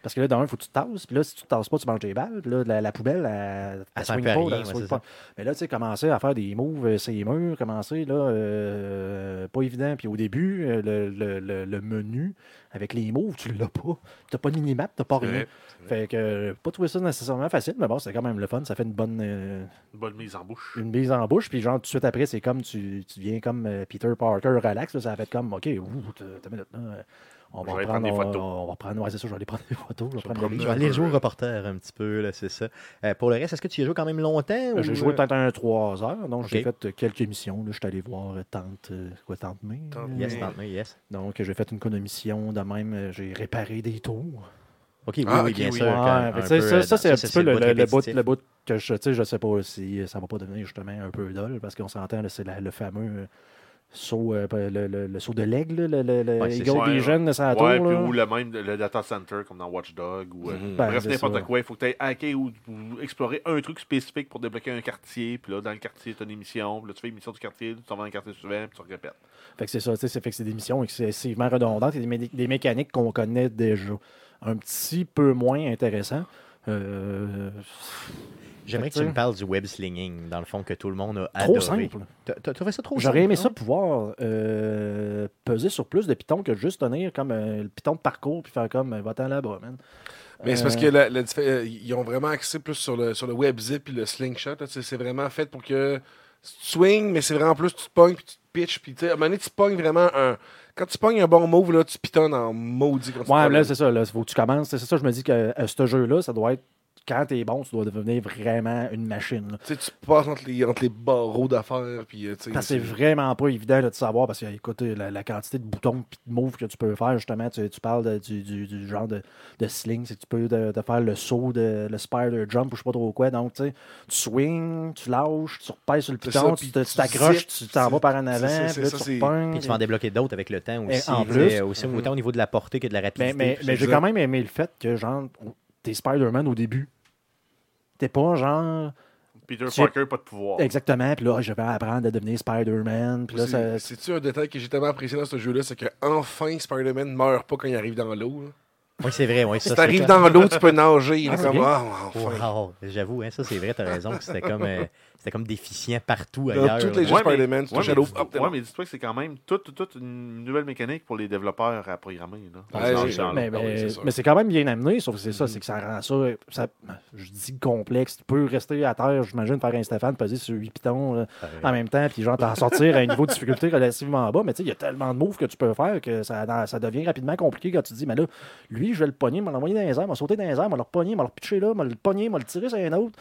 Parce que là, d'un, il faut que tu te tasses, puis là, si tu te tasses pas, tu manges des balles, puis là, la, la poubelle, elle, Elle elle sert swing plus à pas, rien, elle ouais, swing c'est pas. ça. Mais là, tu sais, commencer à faire des moves, euh, c'est murs, commencer, là, euh, pas évident. Puis au début, euh, le, le- le- le menu avec les moves, tu l'as pas. T'as pas de minimap, t'as pas C'est rien. vrai, c'est vrai. Fait que, euh, pas trouvé ça nécessairement facile, mais bon, c'est quand même le fun, ça fait une bonne. euh, Une bonne mise en bouche. une mise en bouche, puis genre tout de suite après, c'est comme tu, tu viens comme euh, Peter Parker relax, là, ça va être comme OK, ouh, t'as t'as minute, là, euh, on va Je vais aller reprendre prendre des on- photos. On, va prendre, ouais, c'est ça, je vais aller prendre des photos, je vais prendre prendre des- Je vais aller jouer au reporter un petit peu, là, c'est ça. Euh, pour le reste, est-ce que tu y as joué quand même longtemps? Ben, J'ai ou, joué euh, peut-être un 3 heures, donc OK. j'ai fait euh, quelques missions. Là, je suis allé voir euh, Tante, euh, quoi, Tante May. Tante euh, Yes, Mais- tente-moi, yes. Donc euh, j'ai fait une co- mission de même, euh, j'ai réparé des tours. OK, oui, Ah, oui, ok, bien oui. sûr. Ouais, quand- fait un que ça, peu, ça, euh, ça, c'est un petit c'est peu le, le- le bout, répétitif. le bout que je, tu sais, je sais pas si euh, ça va pas devenir justement un peu dol, parce qu'on s'entend, là, c'est la- le fameux euh, saut, euh, le, le- le saut de l'aigle, là, le, le, le Ouais, c'est Eagle ça. des Ouais, jeunes, ça la Ouais, tour, puis là. ou le même, le data center, comme dans Watch Dog, ou euh, Mhm. Ben, bref, c'est n'importe ça. quoi. Il faut que tu ailles hacker ou, ou explorer un truc spécifique pour débloquer un quartier. Puis là, dans le quartier, tu as une émission. Puis là, tu fais une émission du quartier, tu t'en vas dans le quartier suivant, puis tu répètes. Fait que c'est ça, tu sais, c'est fait que c'est des missions excessivement redondantes et des, mé- des mécaniques qu'on connaît déjà. Un petit peu moins intéressant. Euh, J'aimerais que tu me parles du web slinging, dans le fond, que tout le monde a trop adoré. simple. T'as t'as trouvé ça trop simple? J'aurais aimé ça hein? pouvoir euh, peser sur plus de pitons que juste tenir comme euh, le piton de parcours puis faire comme euh, va-t'en là-bas, man. Mais c'est parce Euh, que la- la diffé- euh, ils ont vraiment axé plus sur le, sur le web zip et le slingshot. là. C'est c'est vraiment fait pour que tu swing, mais c'est vraiment plus tu te pognes puis tu te pitches. Puis tu sais, à un moment donné, tu pognes vraiment un. Quand tu pognes un bon move, là, tu pitonnes en maudit. Quand tu Ouais, pognes. là, c'est ça. Là, faut que tu commences. C'est ça, je me dis que euh, ce jeu-là, ça doit être. Quand t'es bon, tu dois devenir vraiment une machine. là. Tu sais, tu passes entre les, entre les barreaux d'affaires. Puis, euh, tu sais, Parce que c'est vraiment pas évident là, de savoir, parce que, écoute, la, la quantité de boutons et de moves que tu peux faire, justement, tu, tu parles de- du, du- du genre de, de sling, c'est que tu peux de, de faire le saut, de, le spider jump ou je sais pas trop quoi. Donc, tu sais, tu swings, tu lâches, tu repasses sur le C'est piton, ça, tu puis te- tu tu t'accroches, tu zippes, t'en vas par en c'est- avant, c'est- puis là, ça, tu c'est- repognes. Puis tu vas en débloquer d'autres avec le temps aussi. en tu sais, plus. aussi, autant au niveau de la portée que de la Mais, rapidité. mais, mais j'ai exact. quand même aimé le fait que, genre, t'es Spider-Man au début. T'es pas genre. Peter Tu- Parker, pas de pouvoir. Exactement, puis là, je vais apprendre à devenir Spider-Man. Puis là, ça. C'est- C'est-tu un détail que j'ai tellement apprécié dans ce jeu-là, c'est qu'enfin Spider-Man ne meurt pas quand il arrive dans l'eau. là. Oui, c'est vrai. Oui, ça, Si c'est t'arrives ça. dans l'eau, tu peux nager. Il Ah, est c'est comme, bien. ah, enfin. Wow, j'avoue, hein, ça c'est vrai, t'as raison. que C'était comme, euh, c'était comme déficient partout Dans ailleurs. toutes là. les jeux- Ouais, mais- Spider-Man, tu ouais, touches à mais l'eau, dis- hop, t'es ouais, mort. mais dis-toi que c'est quand même toute, toute, toute une nouvelle mécanique pour les développeurs à programmer. Là. On Ouais, se lance oui, dans le- Mais, Ah oui, mais- c'est Mm-hmm. sûr. mais c'est quand même bien amené, sauf que c'est ça, c'est que ça rend ça, ça- Je dis complexe. Tu peux rester à terre, j'imagine, faire un Stéphane, peser sur 8 pitons là, en même temps, puis genre t'en sortir à un niveau de difficulté relativement bas. Mais tu sais, il y a tellement de moves que tu peux faire que ça, dans- ça devient rapidement compliqué quand tu te dis, mais là, lui, je vais le pogner, je vais l'envoyer dans les airs, je vais sauter dans les airs, je vais le pogner, je vais le pitcher là, je vais le pogner, je vais le tirer sur un autre.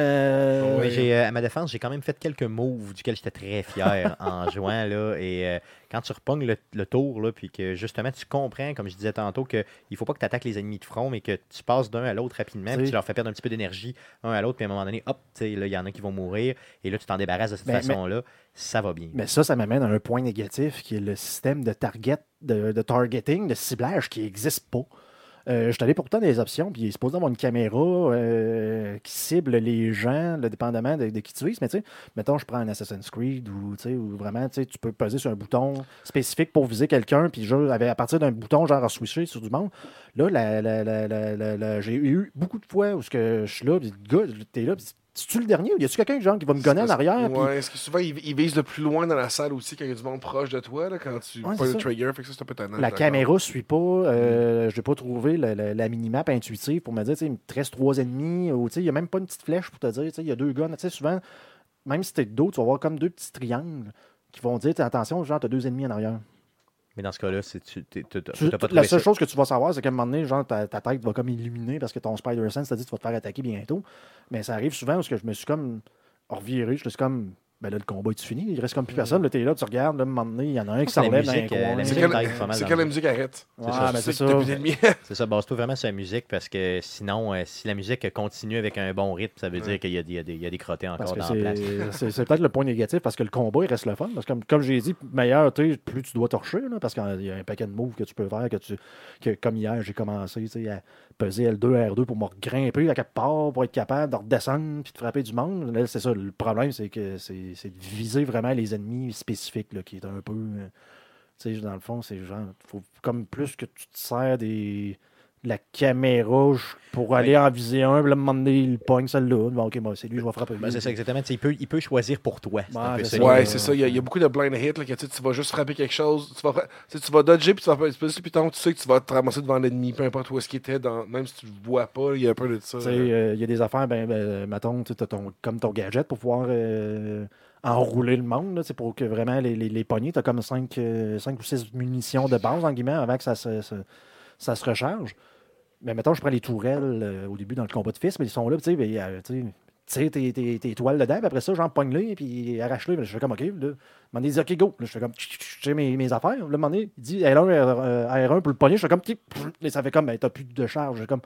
Euh, Mais j'ai, euh, à ma défense, j'ai quand même fait quelques moves duquel j'étais très fier en jouant. Là, et euh, quand tu repognes le, le tour, là, puis que justement tu comprends, comme je disais tantôt, qu'il ne faut pas que tu attaques les ennemis de front, mais que tu passes d'un à l'autre rapidement, puis Oui. tu leur fais perdre un petit peu d'énergie un à l'autre, puis à un moment donné, hop, tu sais, là, il y en a qui vont mourir, et là tu t'en débarrasses de cette Ben, Mais- mais- façon-là, ça va bien. Mais ça, ça m'amène à un point négatif qui est le système de target, de, de targeting, de ciblage qui n'existe pas. Euh, je suis allé pourtant des options, puis il est supposé avoir une caméra euh, qui cible les gens, le dépendamment de, de qui tu es. Mais tu sais, mettons, je prends un Assassin's Creed ou tu sais, où vraiment, tu sais, tu peux peser sur un bouton spécifique pour viser quelqu'un, puis je, avec- à partir d'un bouton, genre à switcher sur du monde. Là, la- la- la- la- la- la- j'ai eu beaucoup de fois où ce que je suis là, puis le gars, t'es là, puis C'est-tu le dernier ou y a-tu quelqu'un genre, qui va me gonner en Parce- arrière? puis- Ouais, parce que souvent, ils, ils visent le plus loin dans la salle aussi quand il y a du monde proche de toi, là, quand tu Ouais, pas c'est le ça. trigger, fait que ça, c'est un peu tannant. La d'accord. caméra ne suit pas. euh, Je n'ai pas trouvé la, la, la minimap intuitive pour me dire, tu sais, il me reste trois ennemis. Ou, tu sais, il n'y a même pas une petite flèche pour te dire, tu sais, il y a deux guns. Tu sais, souvent, même si tu es de dos, tu vas avoir comme deux petits triangles qui vont dire, tu sais, attention, genre, tu as deux ennemis en arrière. Mais dans ce cas-là, c'est- tu Tu- n'as Ben, pas la trouvé ça. seule chose que tu vas savoir, c'est qu'à un moment donné, genre, ta, ta tête va comme illuminer parce que ton Spider Sense t'a dit que tu vas te faire attaquer bientôt. Mais ça arrive souvent parce que je me suis comme reviré, je me suis comme. Ben là, le combat est fini, il reste comme plus personne. Là, t'es là, tu regardes, là, à un moment donné, il y en a un Hmm. qui C'est la s'enlève dans un musique, euh, la coin. C'est musique quand, Musique live, pas mal c'est dans quand le la musique arrête. Ouais, c'est ça. ben, c'est Tu sais ça. que t'as plus d'ennemis. C'est ça, base-toi vraiment sur la musique parce que sinon, euh, si la musique continue avec un bon rythme, ça veut dire qu'il y a, des- il y a des- il y a des crottés Parce encore que dans la place. c'est- c'est c'est peut-être le point négatif parce que le combat il reste le fun. Parce que comme, comme j'ai dit, meilleur, tu sais, plus tu dois torcher, là, parce qu'il y a un paquet de moves que tu peux faire, que tu que comme hier, j'ai commencé tu sais, à peser L2, R2 pour me grimper à quelque part, pour être capable de redescendre puis de frapper du monde. Là, c'est ça. Le problème, c'est que c'est c'est de viser vraiment les ennemis spécifiques là, qui est un peu. euh, tu sais, dans le fond, c'est genre. Faut comme plus que tu te sers des. de La caméra pour Ben, aller en viser un, puis là, me demander le pogne, celle-là. Bon, ok, moi, c'est lui, je vais frapper. Ben, lui. c'est ça, exactement. Tu sais, Il peut, il peut choisir pour toi. C'est un Ouais, peu ça. c'est ça. Ouais, c'est ça. Il y, a- il y a beaucoup de blind hits. Là, que, tu, sais, tu vas juste frapper quelque chose. Tu vas, fra- tu sais, tu vas dodger, puis tu vas faire tu sais, puis ton- tu sais que tu vas te ramasser devant l'ennemi, peu importe où est-ce qu'il était, dans, même si tu le vois pas, il y a un peu de ça. Tu sais, là. euh, il y a des affaires, ben, ben, mettons, tu sais, t'as ton, comme ton gadget pour pouvoir euh, enrouler le monde, là, tu sais, pour que vraiment les, les, les pogner. Tu as comme 5, ou 6 munitions de base, en guillemets, avant que ça se, se- ça se recharge. Mais mettons, je prends les tourelles euh, au début dans le combat de fils, mais ils sont là, tu sais, ben, euh, tu sais, tire tes, tes, tes toiles dedans, puis après ça, j'en pogne-les, puis arrache-les. Ben, Je fais comme, OK, là. Un moment donné, il dit, OK, go. Là, je fais comme, tch, tch, tch, j'ai mes, mes affaires. Là, un moment donné, il dit L1, R, 1 pour le pogner. Je fais comme, tch, pff, et ça fait comme, ben, t'as plus de charge. Je fais comme,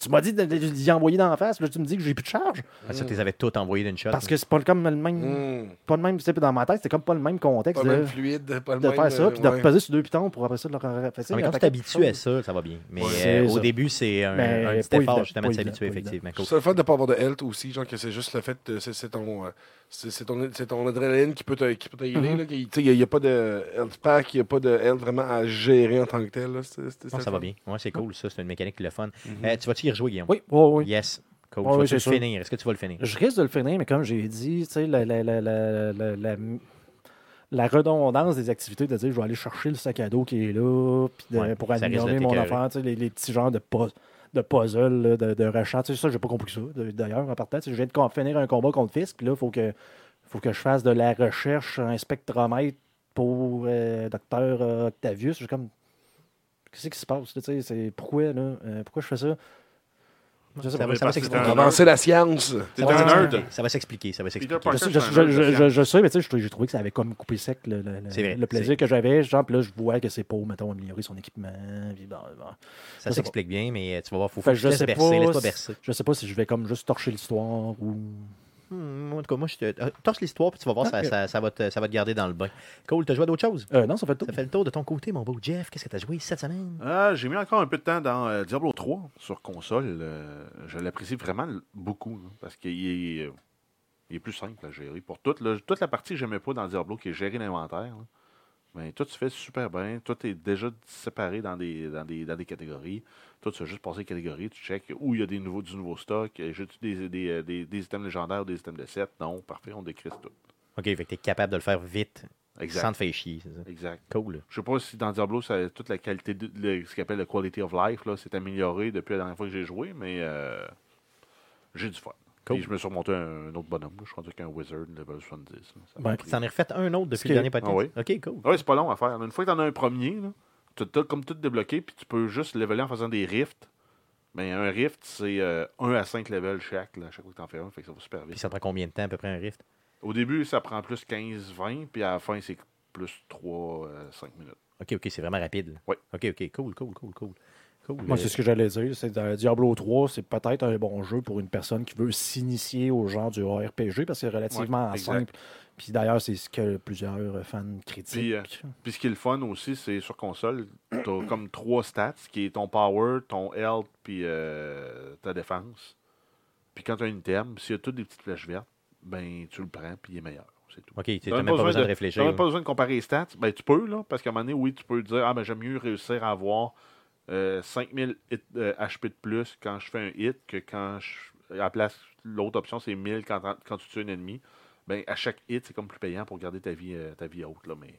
tu m'as dit de, de- de l'y envoyer dans la face, là, tu me dis que j'ai plus de charge. Ah, Ça, tu les avais toutes envoyées d'une shot. Parce que c'est pas comme le même. Hmm. Pas le même. tu sais, dans ma tête, c'est comme pas le même contexte Pas de, le même fluide, pas le de même. faire ça, euh, puis de ouais. peser sur deux pitons pour après ça de leur faire Non, mais quand tu t'habitues à ça, ça va bien. Mais Ouais, euh, c'est au ça. début, c'est un, Mais un petit pas effort évident, justement pas de s'habituer, évident, pas effectivement. Je trouve ça le fun de pas avoir de health aussi, genre que c'est juste le fait de. C'est c'est ton, euh, c'est- c'est ton, c'est ton adrénaline qui peut te- qui peut t'aider. Mhm. là, qui- Tu sais, il n'y a, pas de health pack, il n'y a pas de health vraiment à gérer en tant que tel. là, c'est- c'est- Non, c'est Ah, ça le va fun. bien. Ouais, c'est cool, ça. C'est une mécanique, le fun. Mhm. Euh, tu vas-tu y rejouer, Guillaume? Oui, oui, oui. Yes. Cool. Ouais, oui, tu vas c'est le finir? Est-ce que tu vas le finir? Je risque de le finir, mais comme j'ai dit, tu sais, la, la- la- la- la- la- la redondance des activités de dire je vais aller chercher le sac à dos qui est là, puis de- Ouais, pour ça risque de améliorer mon t'écoeurer. affaire, tu sais, les, les petits genres de, pu- de puzzle, là, de, de recharge. Tu sais, ça, j'ai pas compris ça. de- D'ailleurs, en partant, tu sais, je viens de com- finir un combat contre Fisk, puis là, faut que, faut que je fasse de la recherche, un spectromètre pour euh, Docteur Octavius. Je suis comme. Qu'est-ce qui se passe? là, tu sais, c'est pourquoi, là? Euh, pourquoi je fais ça? Je sais Ça pas. va- ça va parce que s'expliquer. c'est un- Avancer la science. T'es Ouais. un nerd. Ça va s'expliquer. Ça va s'expliquer. Je Parker, sais, je, c'est un je- homme je- de science. je sais, mais tu sais, je- j'ai trouvé que ça avait comme coupé sec le, le- le- C'est vrai, le plaisir que j'avais. Genre, puis là, je vois que c'est pour, mettons, améliorer son équipement. puis bon, bon. Ça je sais s'explique bien, mais euh, tu vas voir, faut faut Fait que tu que je te laisses sais bercer. pas Laisse-toi si- bercer. Je sais pas si je vais comme juste torcher l'histoire ou. Hmm, en tout cas, moi, je te... euh, torche l'histoire, puis tu vas voir, ça, Ok. ça, ça va te, ça va te garder dans le bain. Cool. T'as joué à d'autres choses? Euh, non, ça fait tout. Ça fait le tour de ton côté, mon beau Jeff. Qu'est-ce que t'as joué cette semaine? Ah, j'ai mis encore un peu de temps dans euh, Diablo 3 sur console. euh, je l'apprécie vraiment l- beaucoup là, parce qu'il est, euh, il est plus simple à gérer. Pour toute, là, toute la partie que j'aimais pas dans Diablo, qui est gérer l'inventaire, là, ben, tout se fait super bien. Tout est déjà séparé dans des, dans des, dans des catégories. Toi, tu vas juste passer les catégories, tu checkes où il y a des nouveaux, du nouveau stock. euh, J'ai-tu des, des, euh, des- des items légendaires ou des items de 7? Non, parfait, on décrit tout. OK, fait que t'es capable de le faire vite, sans Exact. te faire chier. c'est ça. Exact. Cool. Je sais pas si dans Diablo, ça, toute la qualité, de, le- ce qu'on appelle le quality of life, là, s'est amélioré depuis la dernière fois que j'ai joué, mais euh, j'ai du fun. Cool. Puis je me suis remonté un, un autre bonhomme. là. Je suis rendu avec un wizard level 70. là. Ça m'a Ouais. Tu pris- t'en es refait un autre depuis que- le dernier podcast? Ah OK, cool. Ouais, c'est pas long à faire. Une fois que t'en as un premier, là, t'as- t'as comme tout débloqué, puis tu peux juste leveler en faisant des rifts. Mais un rift, c'est 1 à 5 levels chaque, là, à chaque fois que t'en fais un, fait que ça va super Puis vite. ça prend combien de temps à peu près un rift? Au début, ça prend plus 15-20, puis à la fin, c'est plus 3-5 minutes. OK, OK, c'est vraiment rapide. là. Ouais. OK, OK, cool, cool, cool, cool. cool Moi, Euh, c'est ce que j'allais dire. C'est dans Diablo 3, c'est peut-être un bon jeu pour une personne qui veut s'initier au genre du RPG parce que c'est relativement Ouais, exact. simple. Puis d'ailleurs, c'est ce que plusieurs euh, fans critiquent. Puis, euh, Puis ce qui est le fun aussi, c'est sur console, t'as comme trois stats, qui est ton power, ton health, puis euh, ta défense. Puis quand t'as un item, s'il y a toutes des petites flèches vertes, ben tu le prends, puis il est meilleur. C'est tout. OK, tu T'as n'as même pas besoin de t'as réfléchir. même pas là. besoin de comparer les stats. Ben tu peux, là, parce qu'à un moment donné, oui, tu peux dire, ah, ben j'aime mieux réussir à avoir euh, 5000 hit- euh, HP de plus quand je fais un hit que quand je, à la place, l'autre option, c'est 1000 quand, quand tu tues un ennemi. Ben, à chaque hit, c'est comme plus payant pour garder ta vie, euh, ta vie haute. Là, mais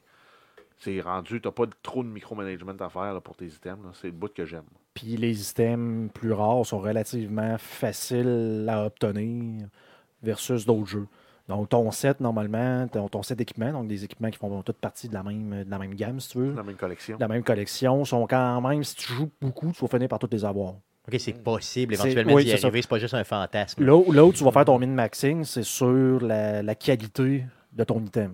c'est rendu, t'as pas de- trop de micromanagement à faire là, pour tes items. là. C'est le bout que j'aime. Puis les items plus rares sont relativement faciles à obtenir versus d'autres jeux. Donc ton set, normalement, ton, ton set d'équipements, donc des équipements qui font toute partie de la même, de la même gamme, si tu veux, Dans la même collection. de la même collection, sont quand même, si tu joues beaucoup, tu vas finir par toutes les avoir. OK, c'est possible C'est- éventuellement oui, d'y c'est ça. arriver. C'est pas juste un fantasme. Là où, là où tu vas faire ton min-maxing, c'est sur la, la qualité de ton item.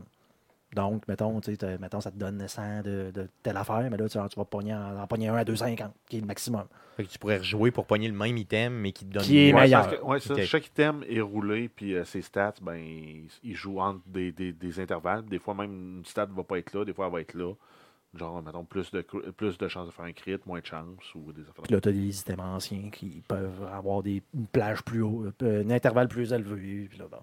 Donc, mettons, tu sais, t'as- mettons, ça te donne 100 de, de telle affaire, mais là, tu, vas- tu vas pogner en, en pogner un à 2,50, qui est le maximum. Fait que tu pourrais rejouer pour pogner le même item, mais qui te donne Qui est moins. Ouais, meilleur. parce que- ouais, ça, Ok. Chaque item est roulé, puis euh, ses stats, ben, il, il joue entre des, des- des intervalles. Des fois, même une stat ne va pas être là, des fois, elle va être là. Genre, mettons, plus de, cr- plus de chances de faire un crit, moins de chances, ou des affaires. Puis là, tu as des items anciens qui peuvent avoir des, une plage plus haute, euh, un intervalle plus élevé. Puis là, bon.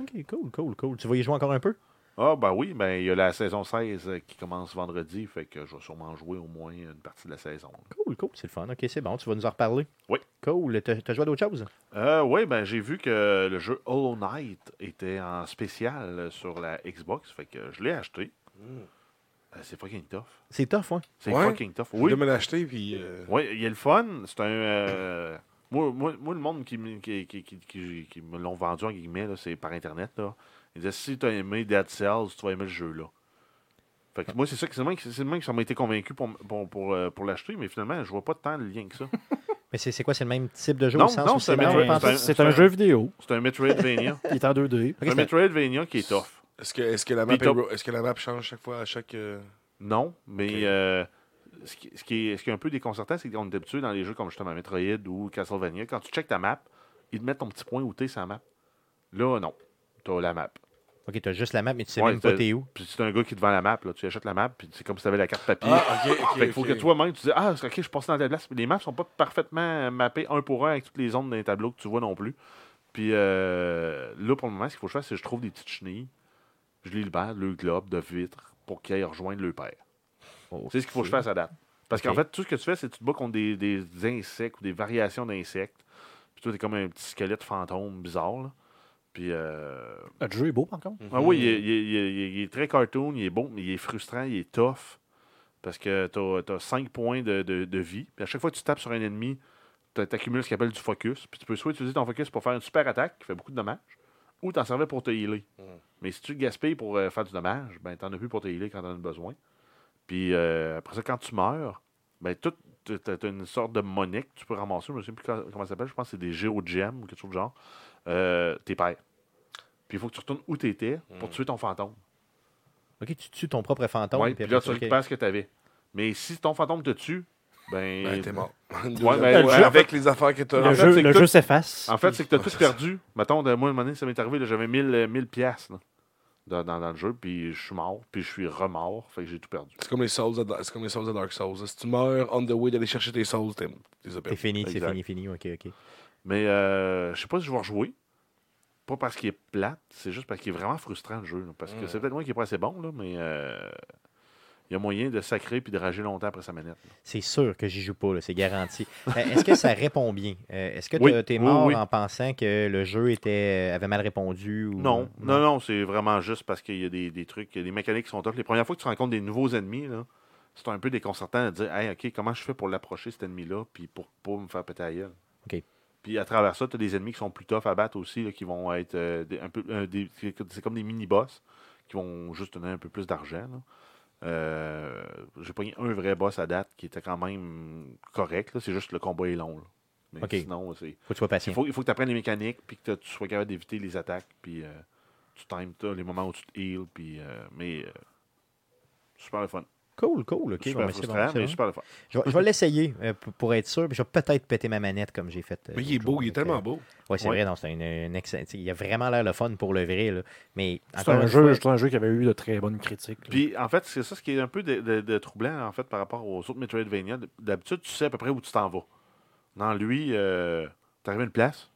OK, cool, cool, cool. Tu vas y jouer encore un peu? Ah, ben oui, ben, il y a la saison 16 euh, qui commence vendredi, fait que je vais sûrement jouer au moins une partie de la saison. Cool, cool, c'est le fun. OK, c'est bon. Tu vas nous en reparler? Oui. Cool. T'as t'as joué à d'autres choses? Euh, oui, ben, j'ai vu que le jeu Hollow Knight était en spécial euh, sur la Xbox, fait que je l'ai acheté. Euh, C'est fucking tough. C'est tough, hein? C'est Hmm. Ouais. fucking tough. Je Oui, vais me l'acheter, puis. euh, Oui, il y a le fun. C'est un. euh, moi, moi, moi, le monde qui, me- qui, qui, qui, qui- qui me l'ont vendu, en guillemets, là, c'est par Internet. Là. Ils disaient si tu as aimé Dead Cells, tu vas aimer le jeu. là. Fait que moi, c'est ça que c'est le même qui c'est le même qui m'a été convaincu pour, m- pour, pour, euh, pour l'acheter, mais finalement, je vois pas tant le lien que ça. Mais c'est c'est quoi? C'est le même type de jeu Non, au sens non, où c'est c'est un- même c'est un- Ah, C'est un jeu vidéo. C'est un Metroidvania. Il est en 2D. un Metroidvania qui est tough. Est-ce que, est-ce que la map Puis t'as- est ro- est-ce que la map change chaque fois à chaque. euh, Non, mais Ok. euh, ce, qui, ce, qui est, ce qui est un peu déconcertant, c'est qu'on est habitué dans les jeux comme justement Metroid ou Castlevania, quand tu checkes ta map, ils te mettent ton petit point où t'es sur la map. Là, non. T'as la map. OK, t'as juste la map, mais tu sais Ouais, même pas t'as- t'es où. Puis c'est un gars qui te vend la map, là. tu achètes la map, puis c'est comme si tu avais la carte papier. Ah, ok, ok. fait qu'il faut ok. que toi-même, tu dis Ah, ok, je suis passé dans la place. Les maps sont pas parfaitement mappées un pour un avec toutes les zones d'un tableau que tu vois non plus. Puis euh, là, pour le moment, ce qu'il faut que je fasse, c'est que je trouve des petites chenilles, je les libère, le globe de vitre, pour qu'elles rejoignent le père. C'est ce qu'il faut que je fasse à date. Parce qu'en Ok. fait, tout ce que tu fais, c'est que tu te bats contre des, des insectes ou des variations d'insectes. Puis toi, t'es comme un petit squelette fantôme bizarre. là. Puis euh, Le jeu est beau, par contre. ah Mm-hmm. oui, il est, il est- il est- il est- il est très cartoon, il est beau, mais il est frustrant, il est tough. Parce que tu as 5 points de, de- de vie. Puis à chaque fois que tu tapes sur un ennemi, tu accumules ce qu'on appelle du focus. Puis tu peux soit utiliser ton focus pour faire une super attaque qui fait beaucoup de dommages, ou t'en servais pour te healer. Mais si tu le gaspilles pour euh, faire du dommage, ben t'en as plus pour te healer quand t'en as besoin. Puis euh, après ça, quand tu meurs, ben tout t'as- t'as une sorte de monnaie que tu peux ramasser. Je me souviens plus ca- comment ça s'appelle. Je pense que c'est des géogems ou quelque chose de genre. Euh, tes pères. Puis il faut que tu retournes où tu étais Hmm. pour tuer ton fantôme. OK, tu tues ton propre fantôme. Ouais, puis là, tu après ça, OK. récupères ce que tu avais. Mais si ton fantôme te tue, ben. Ben, t'es mort. Ouais, ben, Ouais, ouais, en avec les affaires que Le t'as. fait, jeu, c'est le que- jeu s'efface. En fait, c'est que tu as tout perdu. Mettons, de, moi, à un moment donné, ça m'est arrivé, là, j'avais 1000, euh, 1000 piastres là, dans, dans- dans le jeu, puis je suis mort, puis je suis remort, fait que j'ai tout perdu. C'est comme les Souls de, c'est comme les Souls de Dark Souls. Si tu meurs on the way d'aller chercher tes Souls, t'es t'es C'est opéré. fini, c'est Exact. fini, fini. OK, OK. Mais euh, je sais pas si je vais rejouer. Pas parce qu'il est plate, c'est juste parce qu'il est vraiment frustrant le jeu. là, parce Hmm. que c'est peut-être moi qui est pas assez bon, là, mais euh, il y a moyen de sacrer puis de rager longtemps après sa manette. là. C'est sûr que j'y joue pas, là, c'est garanti. Euh, Est-ce que ça répond bien? Euh, Est-ce que Oui, t'as- t'es oui, mort oui. en pensant que le jeu était, euh, avait mal répondu? Ou... euh, Non, non, non, c'est vraiment juste parce qu'il y a des, des trucs, il y a des mécaniques qui sont top. Les premières fois que tu rencontres des nouveaux ennemis, là, c'est un peu déconcertant de dire Hey, OK, comment je fais pour l'approcher cet ennemi-là puis pour pas me faire péter la gueule. OK. Puis à travers ça, tu as des ennemis qui sont plus tough à battre aussi, là, qui vont être euh, des- un peu. euh, des- c'est comme des mini-boss qui vont juste donner un peu plus d'argent. là. Euh, J'ai pogné un vrai boss à date qui était quand même correct. là. C'est juste le combat est long. là. Mais OK. sinon, c'est. Faut que tu sois patient. Il faut, il faut que tu apprennes les mécaniques, puis que t'as- tu sois capable d'éviter les attaques, puis euh, tu times t'as les moments où tu te heals, puis. euh, mais. euh, super le fun. Cool, cool. OK, bon, super ben, c'est bon, frustrant, c'est mais bon. super le fun. Je vais, je vais l'essayer euh, p- pour être sûr. puis Je vais peut-être péter ma manette comme j'ai fait. euh, Mais il est l'autre beau, jour. il est Donc, euh, tellement beau. Oui, c'est Ouais. vrai, non, c'est un, un excellent. tu sais, Il a vraiment l'air le fun pour le vrai. là. Mais C'est encore un, une jeu- fois, c'est un jeu qui avait eu de très bonnes critiques. là. Puis, en fait, c'est ça ce qui est un peu de, de- de troublant, en fait, par rapport aux autres Metroidvania. D'habitude, tu sais à peu près où tu t'en vas. Dans lui, euh, t'arrives à une place,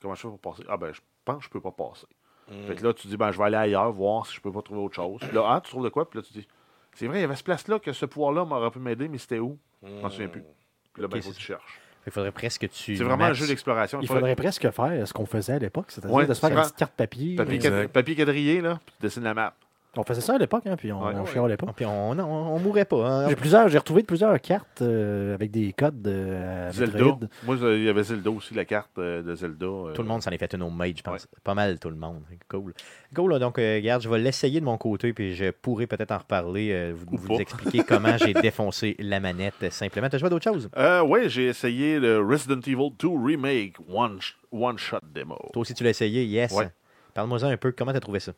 comment je fais pour passer Ah, ben, je pense que je peux pas passer. Mm. Fait que là, tu dis, ben, je vais aller ailleurs, voir si je peux pas trouver autre chose. Puis là, ah, tu trouves de quoi Puis là, tu dis, c'est vrai, il y avait cette place-là que ce pouvoir-là m'aurait pu m'aider, mais c'était où Je m'en souviens plus. Puis là, Mm. Ok, ben, il faut que c'est tu cherches. Il faudrait presque que tu. C'est vraiment un matches- jeu d'exploration. Il faudrait presque faire ce qu'on faisait à l'époque, c'est-à-dire Ouais, de se faire c'est une vrai. petite carte papier. Papier, euh, quad- papier quadrillé, là, puis tu dessines la map. On faisait ça à l'époque, hein, puis on, Ouais. on chialait pas. Ah, puis on, non, on mourrait pas. hein. J'ai plusieurs, j'ai retrouvé plusieurs cartes euh, avec des codes euh, à Zelda. Metroid. Moi, je- il y avait Zelda aussi, la carte euh, de Zelda. euh, Tout le monde s'en est fait une au mage, je pense. Pas mal tout le monde. Cool. Cool, là, donc, euh, regarde, je vais l'essayer de mon côté, puis je pourrais peut-être en reparler, euh, vous, Ou vous pas. expliquer comment j'ai défoncé la manette euh, simplement. T'as joué à d'autres choses? Euh, ouais, j'ai essayé le Resident Evil 2 Remake One, sh- one Shot Demo. Toi aussi, tu l'as essayé, yes. Ouais. Parle-moi un peu, comment t'as trouvé ça?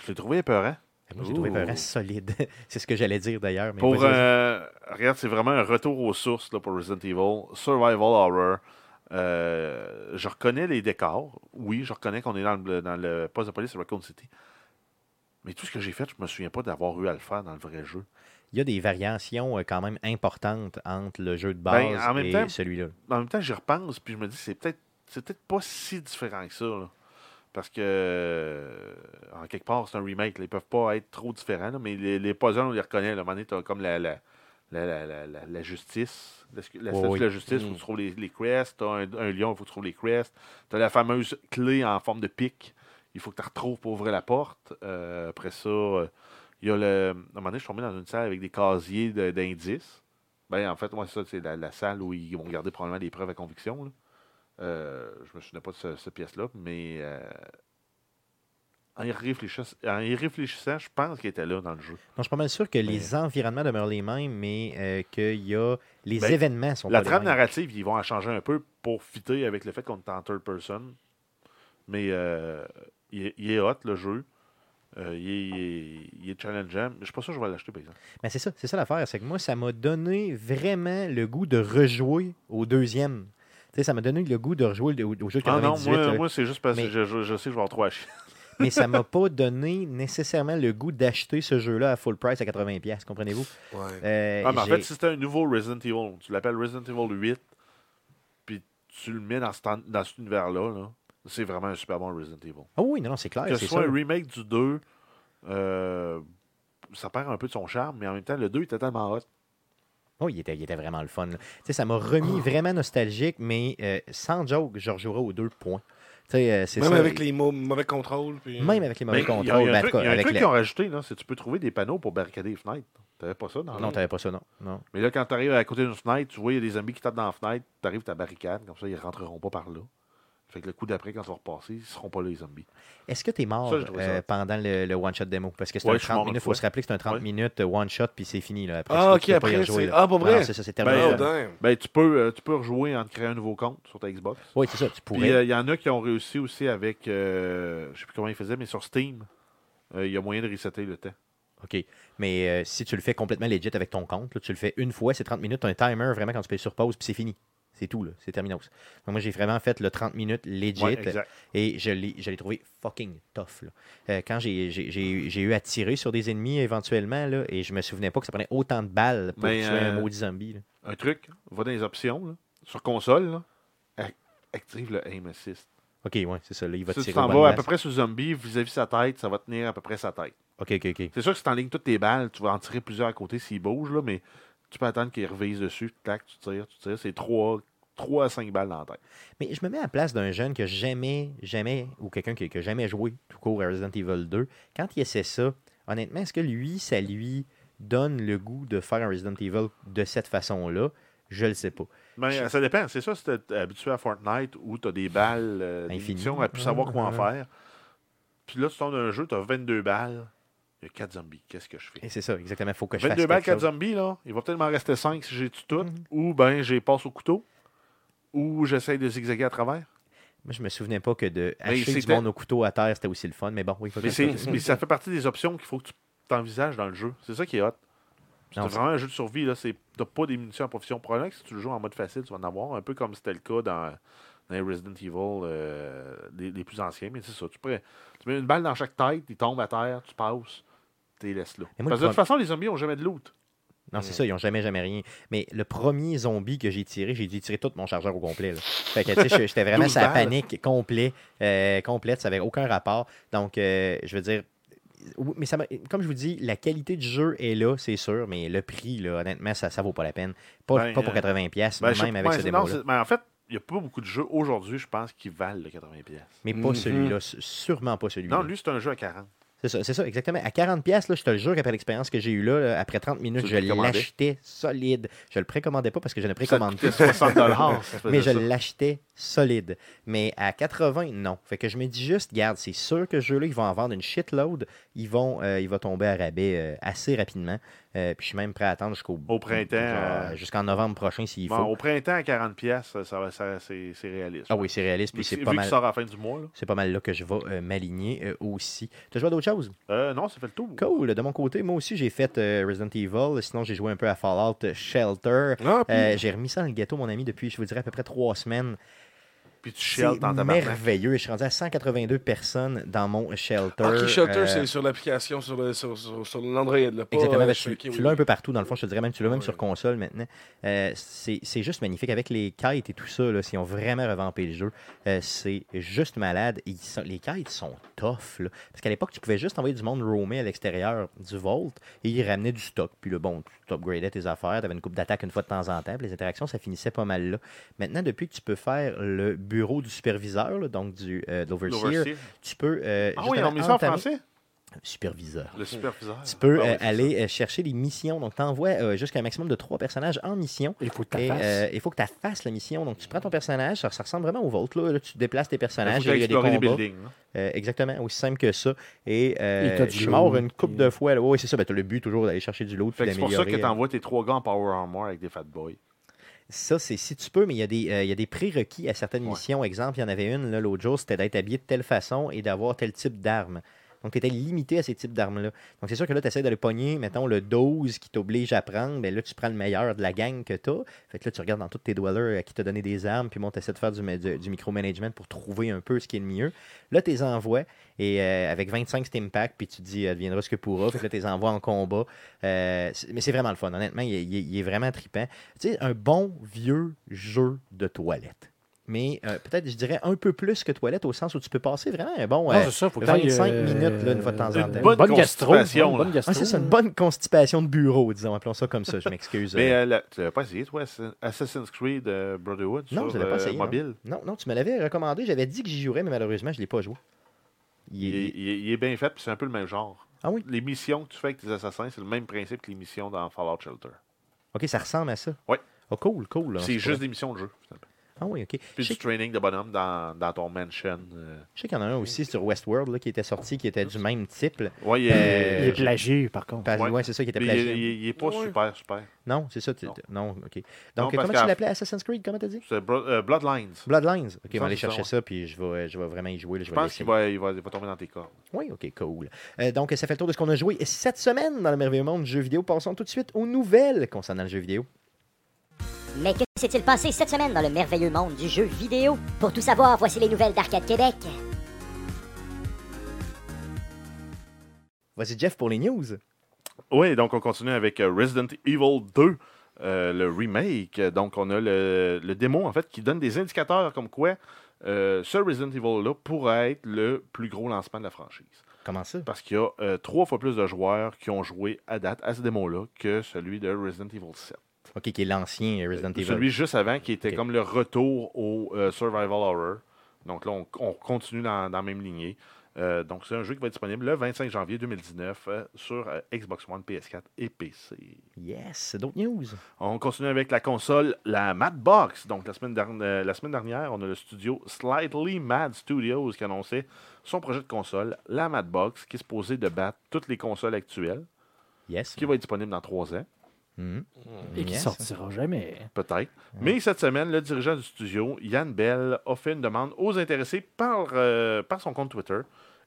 Je l'ai trouvé épeurant. Moi, j'ai trouvé Ouh. vraiment solide. C'est ce que j'allais dire d'ailleurs. mais Pour, vas-y, vas-y. euh, regarde, c'est vraiment un retour aux sources là, pour Resident Evil. Survival Horror. Euh, je reconnais les décors. Oui, je reconnais qu'on est dans le, dans le poste de police de Raccoon City. Mais tout ce que j'ai fait, je me souviens pas d'avoir eu à le faire dans le vrai jeu. Il y a des variations euh, quand même importantes entre le jeu de base Ben, en même et temps- celui-là. en même temps, j'y repense, puis je me dis, c'est peut-être c'est peut-être pas si différent que ça. là. Parce que, euh, en quelque part, c'est un remake. là. Ils peuvent pas être trop différents, là, mais les, les puzzles, on les reconnaît. Là. À un moment donné, t'as comme la, la, la, la, la, la- la justice, la, scu- la Oui, statue oui. de la justice, où Mm. tu trouves les, les crests. T'as un, un lion, il faut que tu trouves les crests. T'as la fameuse clé en forme de pic. Il faut que tu retrouves pour ouvrir la porte. Euh, après ça, euh, il y a le. À un moment donné, je suis tombé dans une salle avec des casiers de- d'indices. Ben, en fait, moi, ça, c'est la, la salle où ils vont garder probablement des preuves à conviction. là. Euh, je me souviens pas de ce- cette pièce-là, mais euh, en, y réfléchissant, en y réfléchissant, je pense qu'il était là dans le jeu. Non, je suis pas mal sûr ben, que les environnements demeurent les mêmes, mais euh, que y a... les Ben, événements sont La pas les trame mêmes. narrative, ils vont en changer un peu pour fitter avec le fait qu'on est en third person. Mais euh, il, est, il est hot, le jeu. Euh, il, est, il est- il est challengeant. Je suis pas sûr que je vais l'acheter, par exemple. Mais Ben, c'est ça, c'est ça l'affaire. C'est que moi, ça m'a donné vraiment le goût de rejouer au deuxième. Tu sais, ça m'a donné le goût de rejouer au, au jeu de Ah non, 98. moi, là. moi, c'est juste parce que hein. Mais- je, je- je sais que je vais avoir trop à chier. Mais ça m'a pas donné nécessairement le goût d'acheter ce jeu-là à full price à 80$, piastres, comprenez-vous? Ouais. Euh, Ah, mais en j'ai- fait, si c'était un nouveau Resident Evil, tu l'appelles Resident Evil 8, puis tu le mets dans, cet en- dans cet univers-là, là, c'est vraiment un super bon Resident Evil. Ah oui, non, non, c'est clair. que c'est ce soit ça. un remake du 2, euh, ça perd un peu de son charme, mais en même temps, le 2 était tellement hot. Oh, il était, il était vraiment le fun. là. Tu sais, ça m'a remis Ah. vraiment nostalgique, mais euh, sans joke, je rejouerai aux deux points. Tu sais, euh, c'est Même ça. avec les mots, mauvais contrôle. Puis... Même avec les mauvais Mais il y a- contrôles. Il y a ben, un en tout truc, cas, il y a un avec truc la- qu'ils ont rajouté, là, c'est que tu peux trouver des panneaux pour barricader les fenêtres. T'avais pas ça dans le Ah, Non, t'avais pas ça, non. non. Mais là, quand tu arrives à côté d'une fenêtre, tu vois, il y a des zombies qui tapent dans la fenêtre, tu arrives ta barricade, comme ça, ils rentreront pas par là. Fait que le coup d'après, quand tu vas repasser, ils seront pas là, les zombies. Est-ce que tu es mort Ça, je trouvais ça. euh, pendant le, le one-shot démo? Parce que c'est Ouais, un je suis mort 30 une minutes. Il faut fois. se rappeler que c'est un 30 Ouais. minutes euh, one shot, puis c'est fini. Là, après, Ah, Tu peux- tu ok, peux pas y après, rejouer, c'est- là. ah, pour Non, vrai? non, c'est ça, c'est terminé. Ben, Oh, là. damn. Ben, tu peux, euh, tu peux rejouer en te créant un nouveau compte sur ta Xbox. oui, c'est ça, tu pourrais. Puis euh, il y en a qui ont réussi aussi avec, euh, je sais plus comment ils faisaient, mais sur Steam, euh, il y a moyen de resetter le temps. OK. Mais euh, si tu le fais complètement legit avec ton compte, là, tu le fais une fois, c'est 30 minutes, t'as un timer vraiment quand tu payes sur pause, puis c'est fini. C'est tout, là. C'est terminos. Donc, moi, j'ai vraiment fait le 30 minutes legit. Ouais, exact. Et je l'ai je l'ai trouvé fucking tough. là. Euh, quand j'ai- j'ai j'ai- j'ai eu à tirer sur des ennemis éventuellement, là, et je me souvenais pas que ça prenait autant de balles pour Mais, tuer un euh, maudit zombie. là. un truc, va dans les options, là, sur console, là, ac- active le aim assist. OK, ouais, c'est ça. Là, il va Si tu tirer au t'en bon vas à place. peu près sur le zombie, vis-à-vis sa tête, ça va tenir à peu près sa tête. OK, OK, OK. C'est sûr que si t'enlignes toutes tes balles, tu vas en tirer plusieurs à côté s'il bouge, là, mais tu peux attendre qu'il revise dessus, tac, tu tires, tu tires, c'est 3, à 5 balles dans la tête. Mais je me mets à la place d'un jeune que jamais, jamais, ou quelqu'un qui, qui a jamais joué tout court à Resident Evil 2. Quand il essaie ça, honnêtement, est-ce que lui, ça lui donne le goût de faire un Resident Evil de cette façon-là? Je le sais pas. Mais Je- euh, ça dépend, c'est ça si t'es habitué à Fortnite où t'as des balles, euh, des Infini. missions, à plus savoir Ah, quoi en ah. faire. Puis là, tu tombes dans un jeu, t'as 22 balles, il y a 4 zombies, qu'est-ce que je fais? Et c'est ça, exactement. Faut que je fasse 22 balles, quelque 4 chose. zombies, là. Il va peut-être m'en rester 5 si j'ai tout tout. Mhm. Ou ben j'ai passe au couteau. Ou j'essaye de zigzaguer à travers. Moi, je me souvenais pas que de hacher du c'était- monde au couteau à terre, c'était aussi le fun. Mais bon, oui, faut que Mais, je c'est- fasse ça. mais ça fait partie des options qu'il faut que tu t'envisages dans le jeu. C'est ça qui est hot. C'est Non, vraiment un jeu de survie, là. C'est- T'as pas des munitions en profession. Probablement que si tu le joues en mode facile, tu vas en avoir. Un peu comme c'était le cas dans, dans les Resident Evil euh, les, les plus anciens. Mais c'est ça. Tu, prends- tu mets une balle dans chaque tête, ils tombent à terre, tu passes, tu les laisses là. Mais moi, Parce que le de toute façon, les zombies ont jamais de loot. Non, c'est ça, ils ont jamais, jamais rien. Mais le premier zombie que j'ai tiré, j'ai dû tirer tout mon chargeur au complet. là. Fait que, tu sais, je- j'étais vraiment 12 sa balles. panique complet, euh, complète, ça n'avait aucun rapport. Donc, euh, je veux dire, oui, mais ça m'a- comme je vous dis, la qualité du jeu est là, c'est sûr, mais le prix, là, honnêtement, ça ne vaut pas la peine. Pas, Ben, pas pour euh, 80$, pièces, Ben, je sais même avec pas, ben, ce c'est- non, démo-là. c'est- ben, en fait, il n'y a pas beaucoup de jeux aujourd'hui, je pense, qui valent le 80$. pièces. Mais pas Mhm. celui-là, s- sûrement pas celui-là. Non, lui, c'est un jeu à 40. C'est ça, c'est ça, exactement. À 40$, piastres, là, je te le jure qu'après l'expérience que j'ai eue là, là, après 30 minutes, Tu je le précommandais? l'achetais solide. Je le précommandais pas parce que je ne Ça te précommande coûtait pas. 60 dollars. si tu faisais Mais je ça. l'achetais solide. Mais à 80, non. Fait que je me dis juste, garde, c'est sûr que ce jeu-là, ils vont en vendre une shitload. Ils vont, euh, il va tomber à rabais euh, assez rapidement. Euh, puis je suis même prêt à attendre jusqu'au Au printemps, genre, euh, jusqu'en novembre prochain s'il Bon, faut. au printemps, à 40$, piastres, ça, ça, va- ça- c'est c'est réaliste. Ah oui, c'est réaliste. Puis Vu c'est qu'il- pas vu mal. qu'il sort à la fin du mois, là. C'est pas mal là que je vais euh, m'aligner euh, aussi. Tu as joué à d'autres choses? Euh, non, ça fait le tour. Cool. De mon côté, moi aussi, j'ai fait euh, Resident Evil. Sinon, j'ai joué un peu à Fallout euh, Shelter. Ah, puis- Euh, j'ai remis ça dans le gâteau, mon ami, depuis, je vous dirais, à peu près trois semaines. Puis tu C'est chiales dans ta barbe. merveilleux. Je suis rendu à 182 personnes dans mon shelter. Ok, Ah, Shelter, Euh, c'est sur l'application, sur le- sur- sur- sur l'Android. là, pas, Exactement, euh, parce que sur- tu, ok, tu oui. l'as un peu partout, dans le fond, je te dirais même, tu l'as même Ouais. sur console maintenant. Euh, c'est c'est juste magnifique. Avec les kites et tout ça, là, ils ont vraiment revampé le jeu. Euh, c'est juste malade. Ils sont- les kites sont tough. là. Parce qu'à l'époque, tu pouvais juste envoyer du monde roamer à l'extérieur du Vault et ils ramenaient du stock. Puis le bon, tu upgradais tes affaires, tu avais une coupe d'attaque une fois de temps en temps. puis les interactions, ça finissait pas mal là. Maintenant, depuis que tu peux faire le bureau du superviseur, là, donc du, euh, de l'overseer, L'overseer. tu peux. euh, Ah oui, justement on met ça en entamer- français? Superviseur. Le superviseur. Tu peux Ah oui, euh, c'est aller euh, chercher des missions. Donc, tu envoies jusqu'à un maximum de trois personnages en mission. Il faut que Et tu euh, il faut que tu fasses la mission. Donc, tu prends ton personnage, ça, ça ressemble vraiment au Vault. Là. Là, tu déplaces tes ça. Il personnages, Ben, faut aller il y a des explorer des combats. buildings. hein. là. Euh, exactement, aussi simple que ça. Et euh, Et t'as je du suis loot. mort une coupe Et- de fois. là. Oui, c'est ça. Ben, tu le but toujours d'aller chercher du loot. Fait puis que c'est pour ça que d'améliorer, euh, t'envoies tes trois gars en Power Armor avec des Fat Boys. Ça, c'est si tu peux, mais il y a des, euh, il y a des prérequis à certaines Ouais. missions. Exemple, il y en avait une là, l'autre jour, c'était d'être habillé de telle façon et d'avoir tel type d'arme. Donc, tu étais limité à ces types d'armes-là. Donc, c'est sûr que là, tu essaies d'aller pogner, mettons, le 12 qui t'oblige à prendre. Mais là, tu prends le meilleur de la gang que tu as. Fait que là, tu regardes dans toutes tes dwellers à qui t'a donné des armes. Puis, bon, tu essaies de faire du, ma- du, du micromanagement pour trouver un peu ce qui est le mieux. Là, tu les envoies et, euh, avec 25 Steam Packs. Puis, tu te dis, adviendra ce que pourra. Fait que là, tu les envoies en combat. Euh, c'est- mais c'est vraiment le fun. Honnêtement, il, est- il est- il est vraiment trippant. Tu sais, un bon vieux jeu de toilette. Mais euh, peut-être, je dirais, un peu plus que toilette au sens où tu peux passer vraiment un bon. euh, c'est ça, faut que 25 t'ailles, minutes, là, une fois de temps en temps. Une Bonne bonne, gastro. constipation, une bonne gastro. ah, c'est ça, une bonne constipation de bureau, disons, appelons ça comme ça, je m'excuse. Mais Euh, euh, la- tu l'avais pas essayé, toi, Ass- Assassin's Creed euh, Brotherhood Non, je sur l'ai pas euh, essayé, hein. non. mobile? Non, non, tu me l'avais recommandé, j'avais dit que j'y jouerais, mais malheureusement, je ne l'ai pas joué. Il est- Il, est- il est- il est bien fait, puis c'est un peu le même genre. Ah oui? Les missions que tu fais avec tes assassins, c'est le même principe que les missions dans Fallout Shelter. Ok, ça ressemble à ça. Ouais. Oh, cool, cool. là, on c'est se juste pourrait- des missions de jeu. finalement. Ah oui, ok. Je Puis sais, du training de bonhomme dans, dans ton mansion. euh. je sais qu'il y en a un aussi sur Westworld là, qui était sorti, qui était du même type. là. Ouais, il Ben, Il est, est plagié, par contre. Parce- Ouais. ouais, c'est ça qui était mais il est- plagié. il est- il est pas Ouais. super, super. Non, c'est ça. tu- Non. Non, ok. Non, Donc, parce comment tu qu'à- l'appelais Assassin's Creed Comment t'as dit C'est Bro- euh, Bloodlines. Bloodlines. Ok, Il me on va aller semble que chercher c'est ça, puis je vais, je vais vraiment y jouer. là, Je vais pense l'essayer. qu'il va, il va, il va tomber dans tes corps. Oui, ok, cool. Euh, donc, ça fait le tour de ce qu'on a joué cette semaine dans le merveilleux monde du jeu vidéo. Passons tout de suite aux nouvelles concernant le jeu vidéo. Mais que s'est-il passé cette semaine dans le merveilleux monde du jeu vidéo Pour tout savoir, voici les nouvelles d'Arcade Québec. Voici Jeff pour les news. Oui, donc on continue avec euh, Resident Evil 2, euh, le remake. Donc on a le, le démo en fait qui donne des indicateurs comme quoi euh, ce Resident Evil-là pourrait être le plus gros lancement de la franchise. Comment ça? Parce qu'il y a euh, trois fois plus de joueurs qui ont joué à date à ce démo-là que celui de Resident Evil 7. OK, qui est l'ancien Resident Evil. Euh, Celui juste avant qui était Ok. comme le retour au euh, Survival Horror. Donc là, on, on continue dans, dans la même lignée. Euh, donc c'est un jeu qui va être disponible le 25 janvier 2019 euh, sur euh, Xbox One, PS4 et PC. Yes, d'autres news. On continue avec la console, la Madbox. Donc, la semaine, dernière, euh, la semaine dernière, on a le studio Slightly Mad Studios qui annonçait son projet de console, la Madbox, qui est supposée de battre toutes les consoles actuelles, Yes. qui va être disponible dans trois ans, Mhm. Et qui Yes. sortira jamais. peut-être. Mais cette semaine, le dirigeant du studio, Yann Bell, a fait une demande aux intéressés par, euh, par son compte Twitter.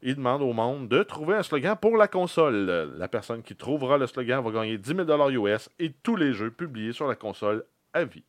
Il demande au monde de trouver un slogan pour la console. Euh, La personne qui trouvera le slogan va gagner 10 000 US et tous les jeux publiés sur la console à vie.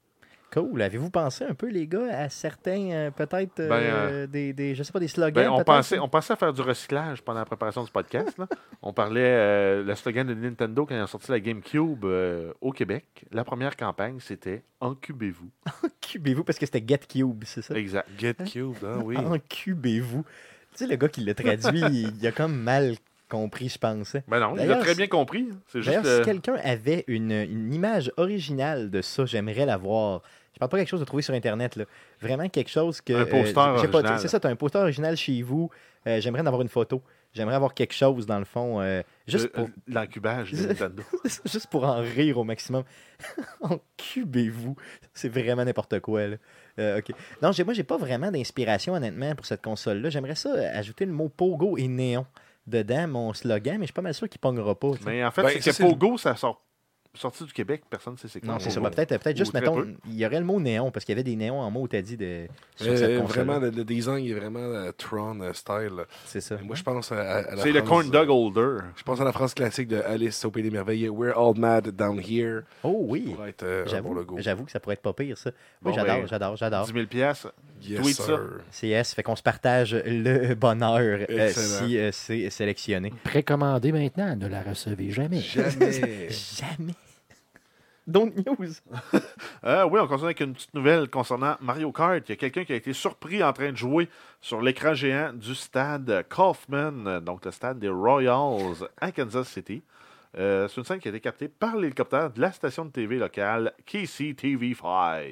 Cool. Avez-vous pensé un peu, les gars, à certains, euh, peut-être, euh, Ben, euh, des, des- je sais pas, des slogans? Ben, on, peut-être? hein? pensait, on pensait à faire du recyclage pendant la préparation du podcast. là. on parlait euh, le slogan de Nintendo quand ils ont sorti la GameCube euh, au Québec. La première campagne, c'était Encubez-vous. Encubez-vous, parce que c'était Get Cube, c'est ça? Exact. Ah, Get Cube, hein, oui. Encubez-vous. Tu sais, le gars qui l'a traduit, il, il a comme mal compris, je pense. Ben non, il a D'ailleurs, très si- bien compris. C'est D'ailleurs, juste. si euh, quelqu'un avait une, une image originale de ça, j'aimerais la voir. Je parle pas quelque chose de trouvé sur Internet. Là. Vraiment quelque chose que. Un euh, poster je sais pas, original. C'est ça, tu as un poster original chez vous. Euh, j'aimerais en avoir une photo. J'aimerais avoir quelque chose, dans le fond, euh, juste, le- euh, pour, L'encubage de Nintendo. juste pour en rire au maximum. Encubez-vous. C'est vraiment n'importe quoi. Là. Euh, ok. Non, j'ai- moi, j'ai pas vraiment d'inspiration, honnêtement, pour cette console-là. J'aimerais ça euh, ajouter le mot pogo et néon dedans, mon slogan, mais je suis pas mal sûr qu'il pongera pas. tu sais. Mais en fait, Ben, ça, c'est que c'est le- Pogo, ça sort. Sorti du Québec, personne ne sait c'est quoi. Non, c'est Pogo. sûr. Ben, Peut-être peut Ou juste, très mettons, peu. il y aurait le mot néon, parce qu'il y avait des néons en mots, t'as dit, de, sur Euh, cette console. vraiment, le, le design est vraiment euh, Tron euh, style. là. C'est ça. Et Moi, je pense à, à- à la C'est le phrase- corn dog holder. Je pense à la phrase classique de Alice au Pays des Merveilles. We're all mad down here. Oh oui, Pour être euh, un bon j'avoue, logo. j'avoue que ça pourrait être pas pire, ça. Oui, Bon, j'adore, ben, j'adore, 10 j'adore. 000 piastres. Yes, tweet ça. sir. CS, fait qu'on se partage le bonheur euh, Excellent. si euh, c'est sélectionné. Précommandez maintenant, ne la recevez jamais. Jamais. Jamais. Don't news. Euh, oui, on continue avec une petite nouvelle concernant Mario Kart. Il y a quelqu'un qui a été surpris en train de jouer sur l'écran géant du stade Kaufman, euh, donc le stade des Royals à Kansas City. Euh, C'est une scène qui a été captée par l'hélicoptère de la station de TV locale KCTV5.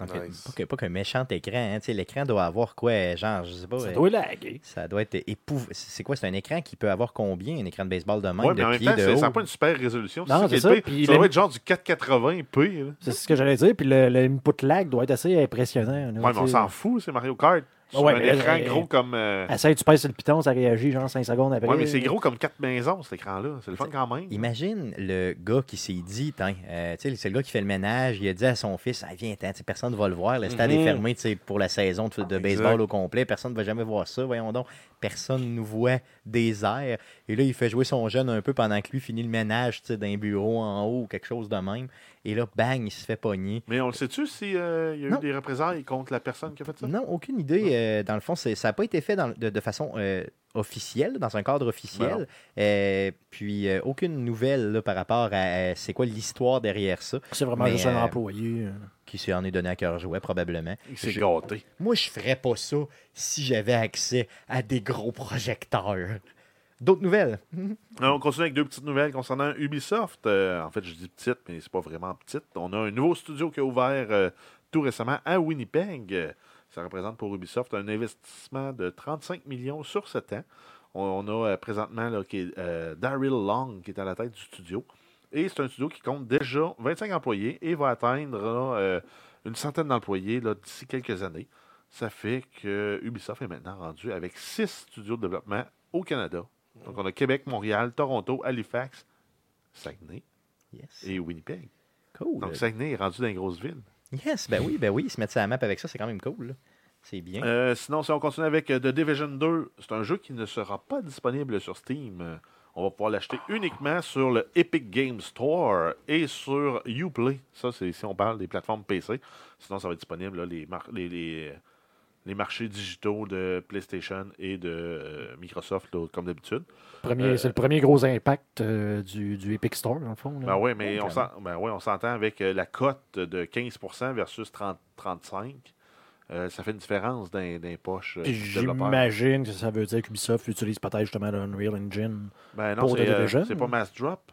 Donc, Nice. Pas, que- pas qu'un méchant écran, hein. Tu sais, l'écran doit avoir quoi, euh, genre, je sais pas. euh, Ça doit laguer. ça doit être épouvantable. C'est quoi, c'est un écran qui peut avoir combien Un écran de baseball de même, Oui, mais en de même pied, temps, de c'est- ça n'a haut. pas une super résolution. Non, qui c'est est ça, pire. puis ça le- doit être genre du 480p. là. C'est ce que j'allais dire. Puis le, le input lag doit être assez impressionnant. là, Ouais, mais on tu sais. s'en fout, c'est Mario Kart. Sur Ouais, un mais- écran gros comme. euh, Essaye, tu pèses sur le piton, ça réagit genre 5 secondes après. ouais, mais c'est gros comme quatre maisons, cet écran-là. C'est le fun quand même. Imagine le gars qui s'est dit, Tiens, euh, tu sais, c'est le gars qui fait le ménage, il a dit à son fils, ah, viens, attends, tu sais, personne ne va le voir, le stade Mhm. est fermé tu sais, pour la saison de, de baseball au complet, personne ne va jamais voir ça, voyons donc, personne ne nous voit des airs. Et là, il fait jouer son jeune un peu pendant que lui finit le ménage tu sais, d'un bureau en haut ou quelque chose de même. Et là, bang, il se fait pogner. Mais on le sait-tu s'il y a Non. eu des représailles contre la personne qui a fait ça? Non, aucune idée. euh, dans le fond, c'est- ça n'a pas été fait dans- de, de façon euh, officielle, dans un cadre Ben non. officiel. Euh, puis, euh, aucune nouvelle là, par rapport à euh, c'est quoi l'histoire derrière ça. C'est vraiment Mais, juste un euh, employé. euh. qui s'en est donné à cœur jouet, probablement. Il s'est Je- gâté. Moi, je ferais pas ça si j'avais accès à des gros projecteurs. D'autres nouvelles? Alors, Euh, on continue avec deux petites nouvelles concernant Ubisoft. Euh, en fait, je dis petite, mais c'est pas vraiment petite. On a un nouveau studio qui a ouvert euh, tout récemment à Winnipeg. Euh, Ça représente pour Ubisoft un investissement de 35 millions sur 7 ans. On, on a euh, présentement là, qui est, euh, Daryl Long qui est à la tête du studio. Et c'est un studio qui compte déjà 25 employés et va atteindre là, euh, une centaine d'employés là, d'ici quelques années. Ça fait que Ubisoft est maintenant rendu avec 6 studios de développement au Canada. Donc, on a Québec, Montréal, Toronto, Halifax, Saguenay Yes. et Winnipeg. Cool. Donc, Saguenay est rendu dans une grosse ville. Yes, ben oui, ben oui, se mettre ça à la map avec ça, c'est quand même cool. là. C'est bien. Euh, sinon, si on continue avec euh, The Division 2, c'est un jeu qui ne sera pas disponible sur Steam. Euh, On va pouvoir l'acheter uniquement sur le Epic Games Store et sur Uplay. Ça, c'est si on parle des plateformes PC. Sinon, ça va être disponible là, les, mar- les, les, les marchés digitaux de PlayStation et de euh, Microsoft, là, comme d'habitude. Premier- euh, c'est le premier gros impact euh, du, du Epic Store, dans le fond. là. Ben oui, mais Ouais, on s'en- ben ouais, on s'entend avec euh, la cote de 15 versus 30 35 Euh, ça fait une différence dans, les- dans les poches euh, Puis du développeur. J'imagine que ça veut dire qu'Ubisoft utilise peut-être justement le Unreal Engine. Ben non, pour c'est The euh, Division. c'est pas Mass Drop.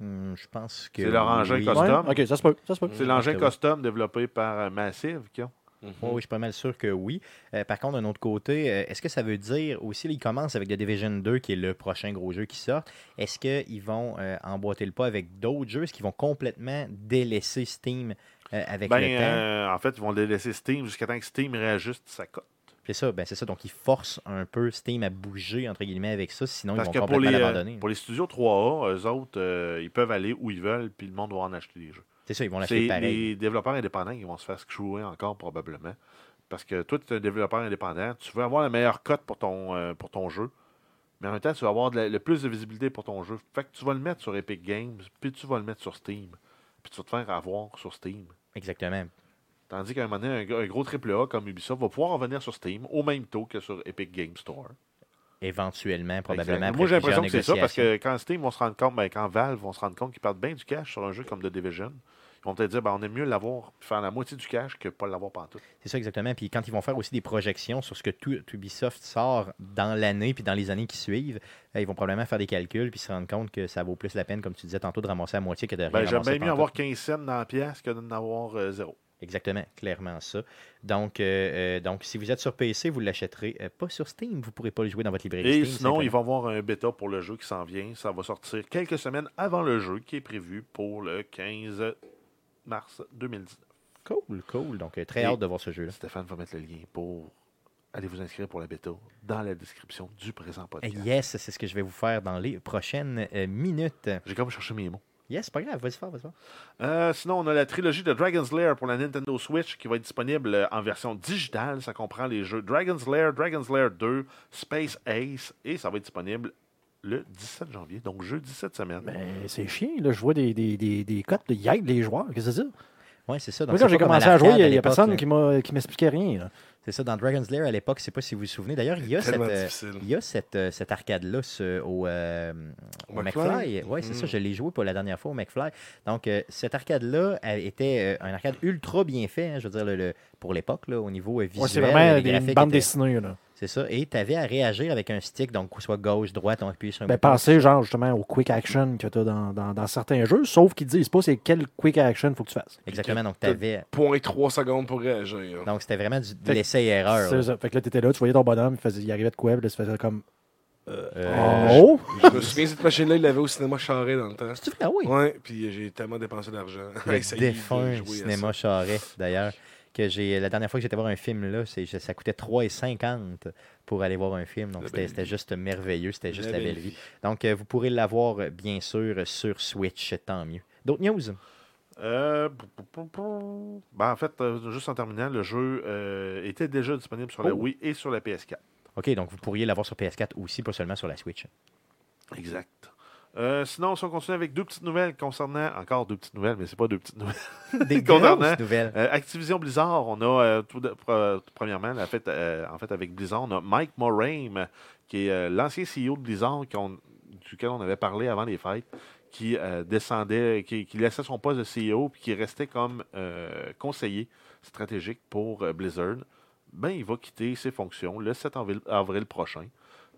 Hmm, je pense que. C'est leur engin oui. cosmique. Custom? Ouais, ok, ça se peut. Ça se peut. C'est l'engin Mm. oui. custom développé par euh, Massive. qui ont. Oh Oui, oui, je suis pas mal sûr que oui. Euh, par contre, d'un autre côté, euh, est-ce que ça veut dire aussi, là, ils commencent avec The Division 2, qui est le prochain gros jeu qui sort, est-ce qu'ils vont euh, emboîter le pas avec d'autres jeux? Est-ce qu'ils vont complètement délaisser Steam euh, avec Ben, le temps? euh, en fait, ils vont les laisser Steam jusqu'à temps que Steam réajuste sa cote. C'est ça, ben c'est ça. Donc, ils forcent un peu Steam à bouger, entre guillemets, avec ça, sinon Parce ils que vont pour complètement les, euh, l'abandonner. pour les studios 3A, eux autres, euh, ils peuvent aller où ils veulent, puis le monde va en acheter des jeux. C'est ça, ils vont C'est l'acheter pareil. les développeurs indépendants qui vont se faire screwer encore probablement. Parce que toi, tu es un développeur indépendant, tu veux avoir la meilleure cote pour ton, euh, pour ton jeu, mais en même temps, tu vas avoir de la- le plus de visibilité pour ton jeu. Fait que tu vas le mettre sur Epic Games, puis tu vas le mettre sur Steam, puis tu vas te faire avoir sur Steam. Exactement. Tandis qu'à un moment donné, un, gros- un gros AAA comme Ubisoft va pouvoir revenir sur Steam au même taux que sur Epic Games Store. éventuellement, probablement. Exact. après Moi, j'ai l'impression que plusieurs c'est ça, parce négociations. que quand Steam, on se rend compte, ben, quand Valve, on se rend compte qu'ils perdent bien du cash sur un jeu comme The Division, ils vont peut-être dire, ben, on aime mieux l'avoir, puis faire la moitié du cash que pas l'avoir pantoute. C'est ça, exactement. Puis quand ils vont faire aussi des projections sur ce que tout, tout Ubisoft sort dans l'année puis dans les années qui suivent, euh, ils vont probablement faire des calculs puis se rendre compte que ça vaut plus la peine, comme tu disais tantôt, de ramasser à moitié que de rien Ben, j'aime ramasser bien mieux pantoute. avoir 15 cents dans la pièce que d'en avoir euh, zéro. Exactement, clairement ça. Donc, euh, euh, donc si vous êtes sur PC, vous l'achèterez euh, pas sur Steam. Vous ne pourrez pas le jouer dans votre librairie. Steam, Et sinon, simplement. ils vont avoir un bêta pour le jeu qui s'en vient. Ça va sortir quelques semaines avant le jeu qui est prévu pour le 15 mars 2019. Cool, cool. Donc, euh, très Et- hâte de voir ce jeu-là. Stéphane va mettre le lien pour aller vous inscrire pour la bêta dans la description du présent podcast. Eh, Yes, c'est ce que je vais vous faire dans les prochaines euh, minutes. J'ai comme cherché mes mots. Yes, c'est pas grave, vas-y faire, vas-y faire. Euh, sinon, on a la trilogie de Dragon's Lair pour la Nintendo Switch qui va être disponible euh, en version digitale. Ça comprend les jeux Dragon's Lair, Dragon's Lair 2, Space Ace et ça va être disponible le 17 janvier, donc jeudi cette semaine. Ben, c'est chiant, là. Je vois des, des, des, des cotes de yag des joueurs. Qu'est-ce que c'est ça? Ouais, c'est ça. Donc, Moi, quand c'est j'ai pas comme commencé à jouer, l'arcade il n'y a l'époque, euh, personne là. qui m'a- qui m'expliquait rien. là. C'est ça, dans Dragon's Lair à l'époque, je sais pas si vous vous souvenez. D'ailleurs, il y a cette, Tellement euh, difficile. il y a cette, euh, cette arcade-là ce- au, euh, au McFly? McFly. Oui, c'est Mm. Hmm. ça, je l'ai joué pour la dernière fois au McFly. Donc, euh, cette arcade-là elle était euh, un arcade ultra bien fait, hein, je veux dire, le, le- pour l'époque, là, au niveau euh, visuel. Ouais, c'est vraiment les des, une graphiques bande étaient- dessinée. Là. C'est ça. Et tu avais à réagir avec un stick, donc soit gauche, droite, on appuie sur un Ben, bouton. pensez, genre, justement, au quick action que tu as dans, dans, dans certains jeux, sauf qu'ils disent pas c'est quel quick action faut que tu fasses. Exactement, donc t'avais... 0.3 secondes pour réagir. Donc, c'était vraiment du, de Fait- l'essai-erreur. C'est là. ça. Fait que là, t'étais là, tu voyais ton bonhomme, il, faisait, il arrivait de quoi, puis là, tu faisais comme. Euh, oh! Je me souviens, cette machine-là, il l'avait au cinéma Charret dans le temps. C'est-tu vrai? Ah oui! Ouais, puis j'ai tellement dépensé d'argent. à le essayer de défunt jouer à cinéma Charret, d'ailleurs, que j'ai la dernière fois que j'étais voir un film là, c'est- ça coûtait 3,50 pour aller voir un film. Donc La c'était belle c'était juste merveilleux, c'était ça. juste La la belle vie. Donc euh, vous pourrez l'avoir euh, bien sûr euh, sur Switch, tant mieux. D'autres news Euh, pou- pou- pou- pou. Ben, en fait, euh, juste en terminant, le jeu euh, était déjà disponible sur la Oh. Wii et sur la PS4. OK, donc vous pourriez l'avoir sur PS4 aussi, pas seulement sur la Switch. Exact. Euh, sinon, si on continue avec deux petites nouvelles concernant. Encore deux petites nouvelles, mais c'est pas deux petites nouvelles. Des Concernant- hein? grosses nouvelles. Euh, Activision Blizzard, on a euh, tout de- pr- euh, premièrement, la fête, euh, en fait, avec Blizzard, on a Mike Morhaime, qui est euh, l'ancien CEO de Blizzard, qu'on- duquel on avait parlé avant les fêtes, qui euh, descendait, qui, qui laissait son poste de CEO puis qui restait comme euh, conseiller stratégique pour euh, Blizzard. Ben, il va quitter ses fonctions le 7 avril, avril prochain.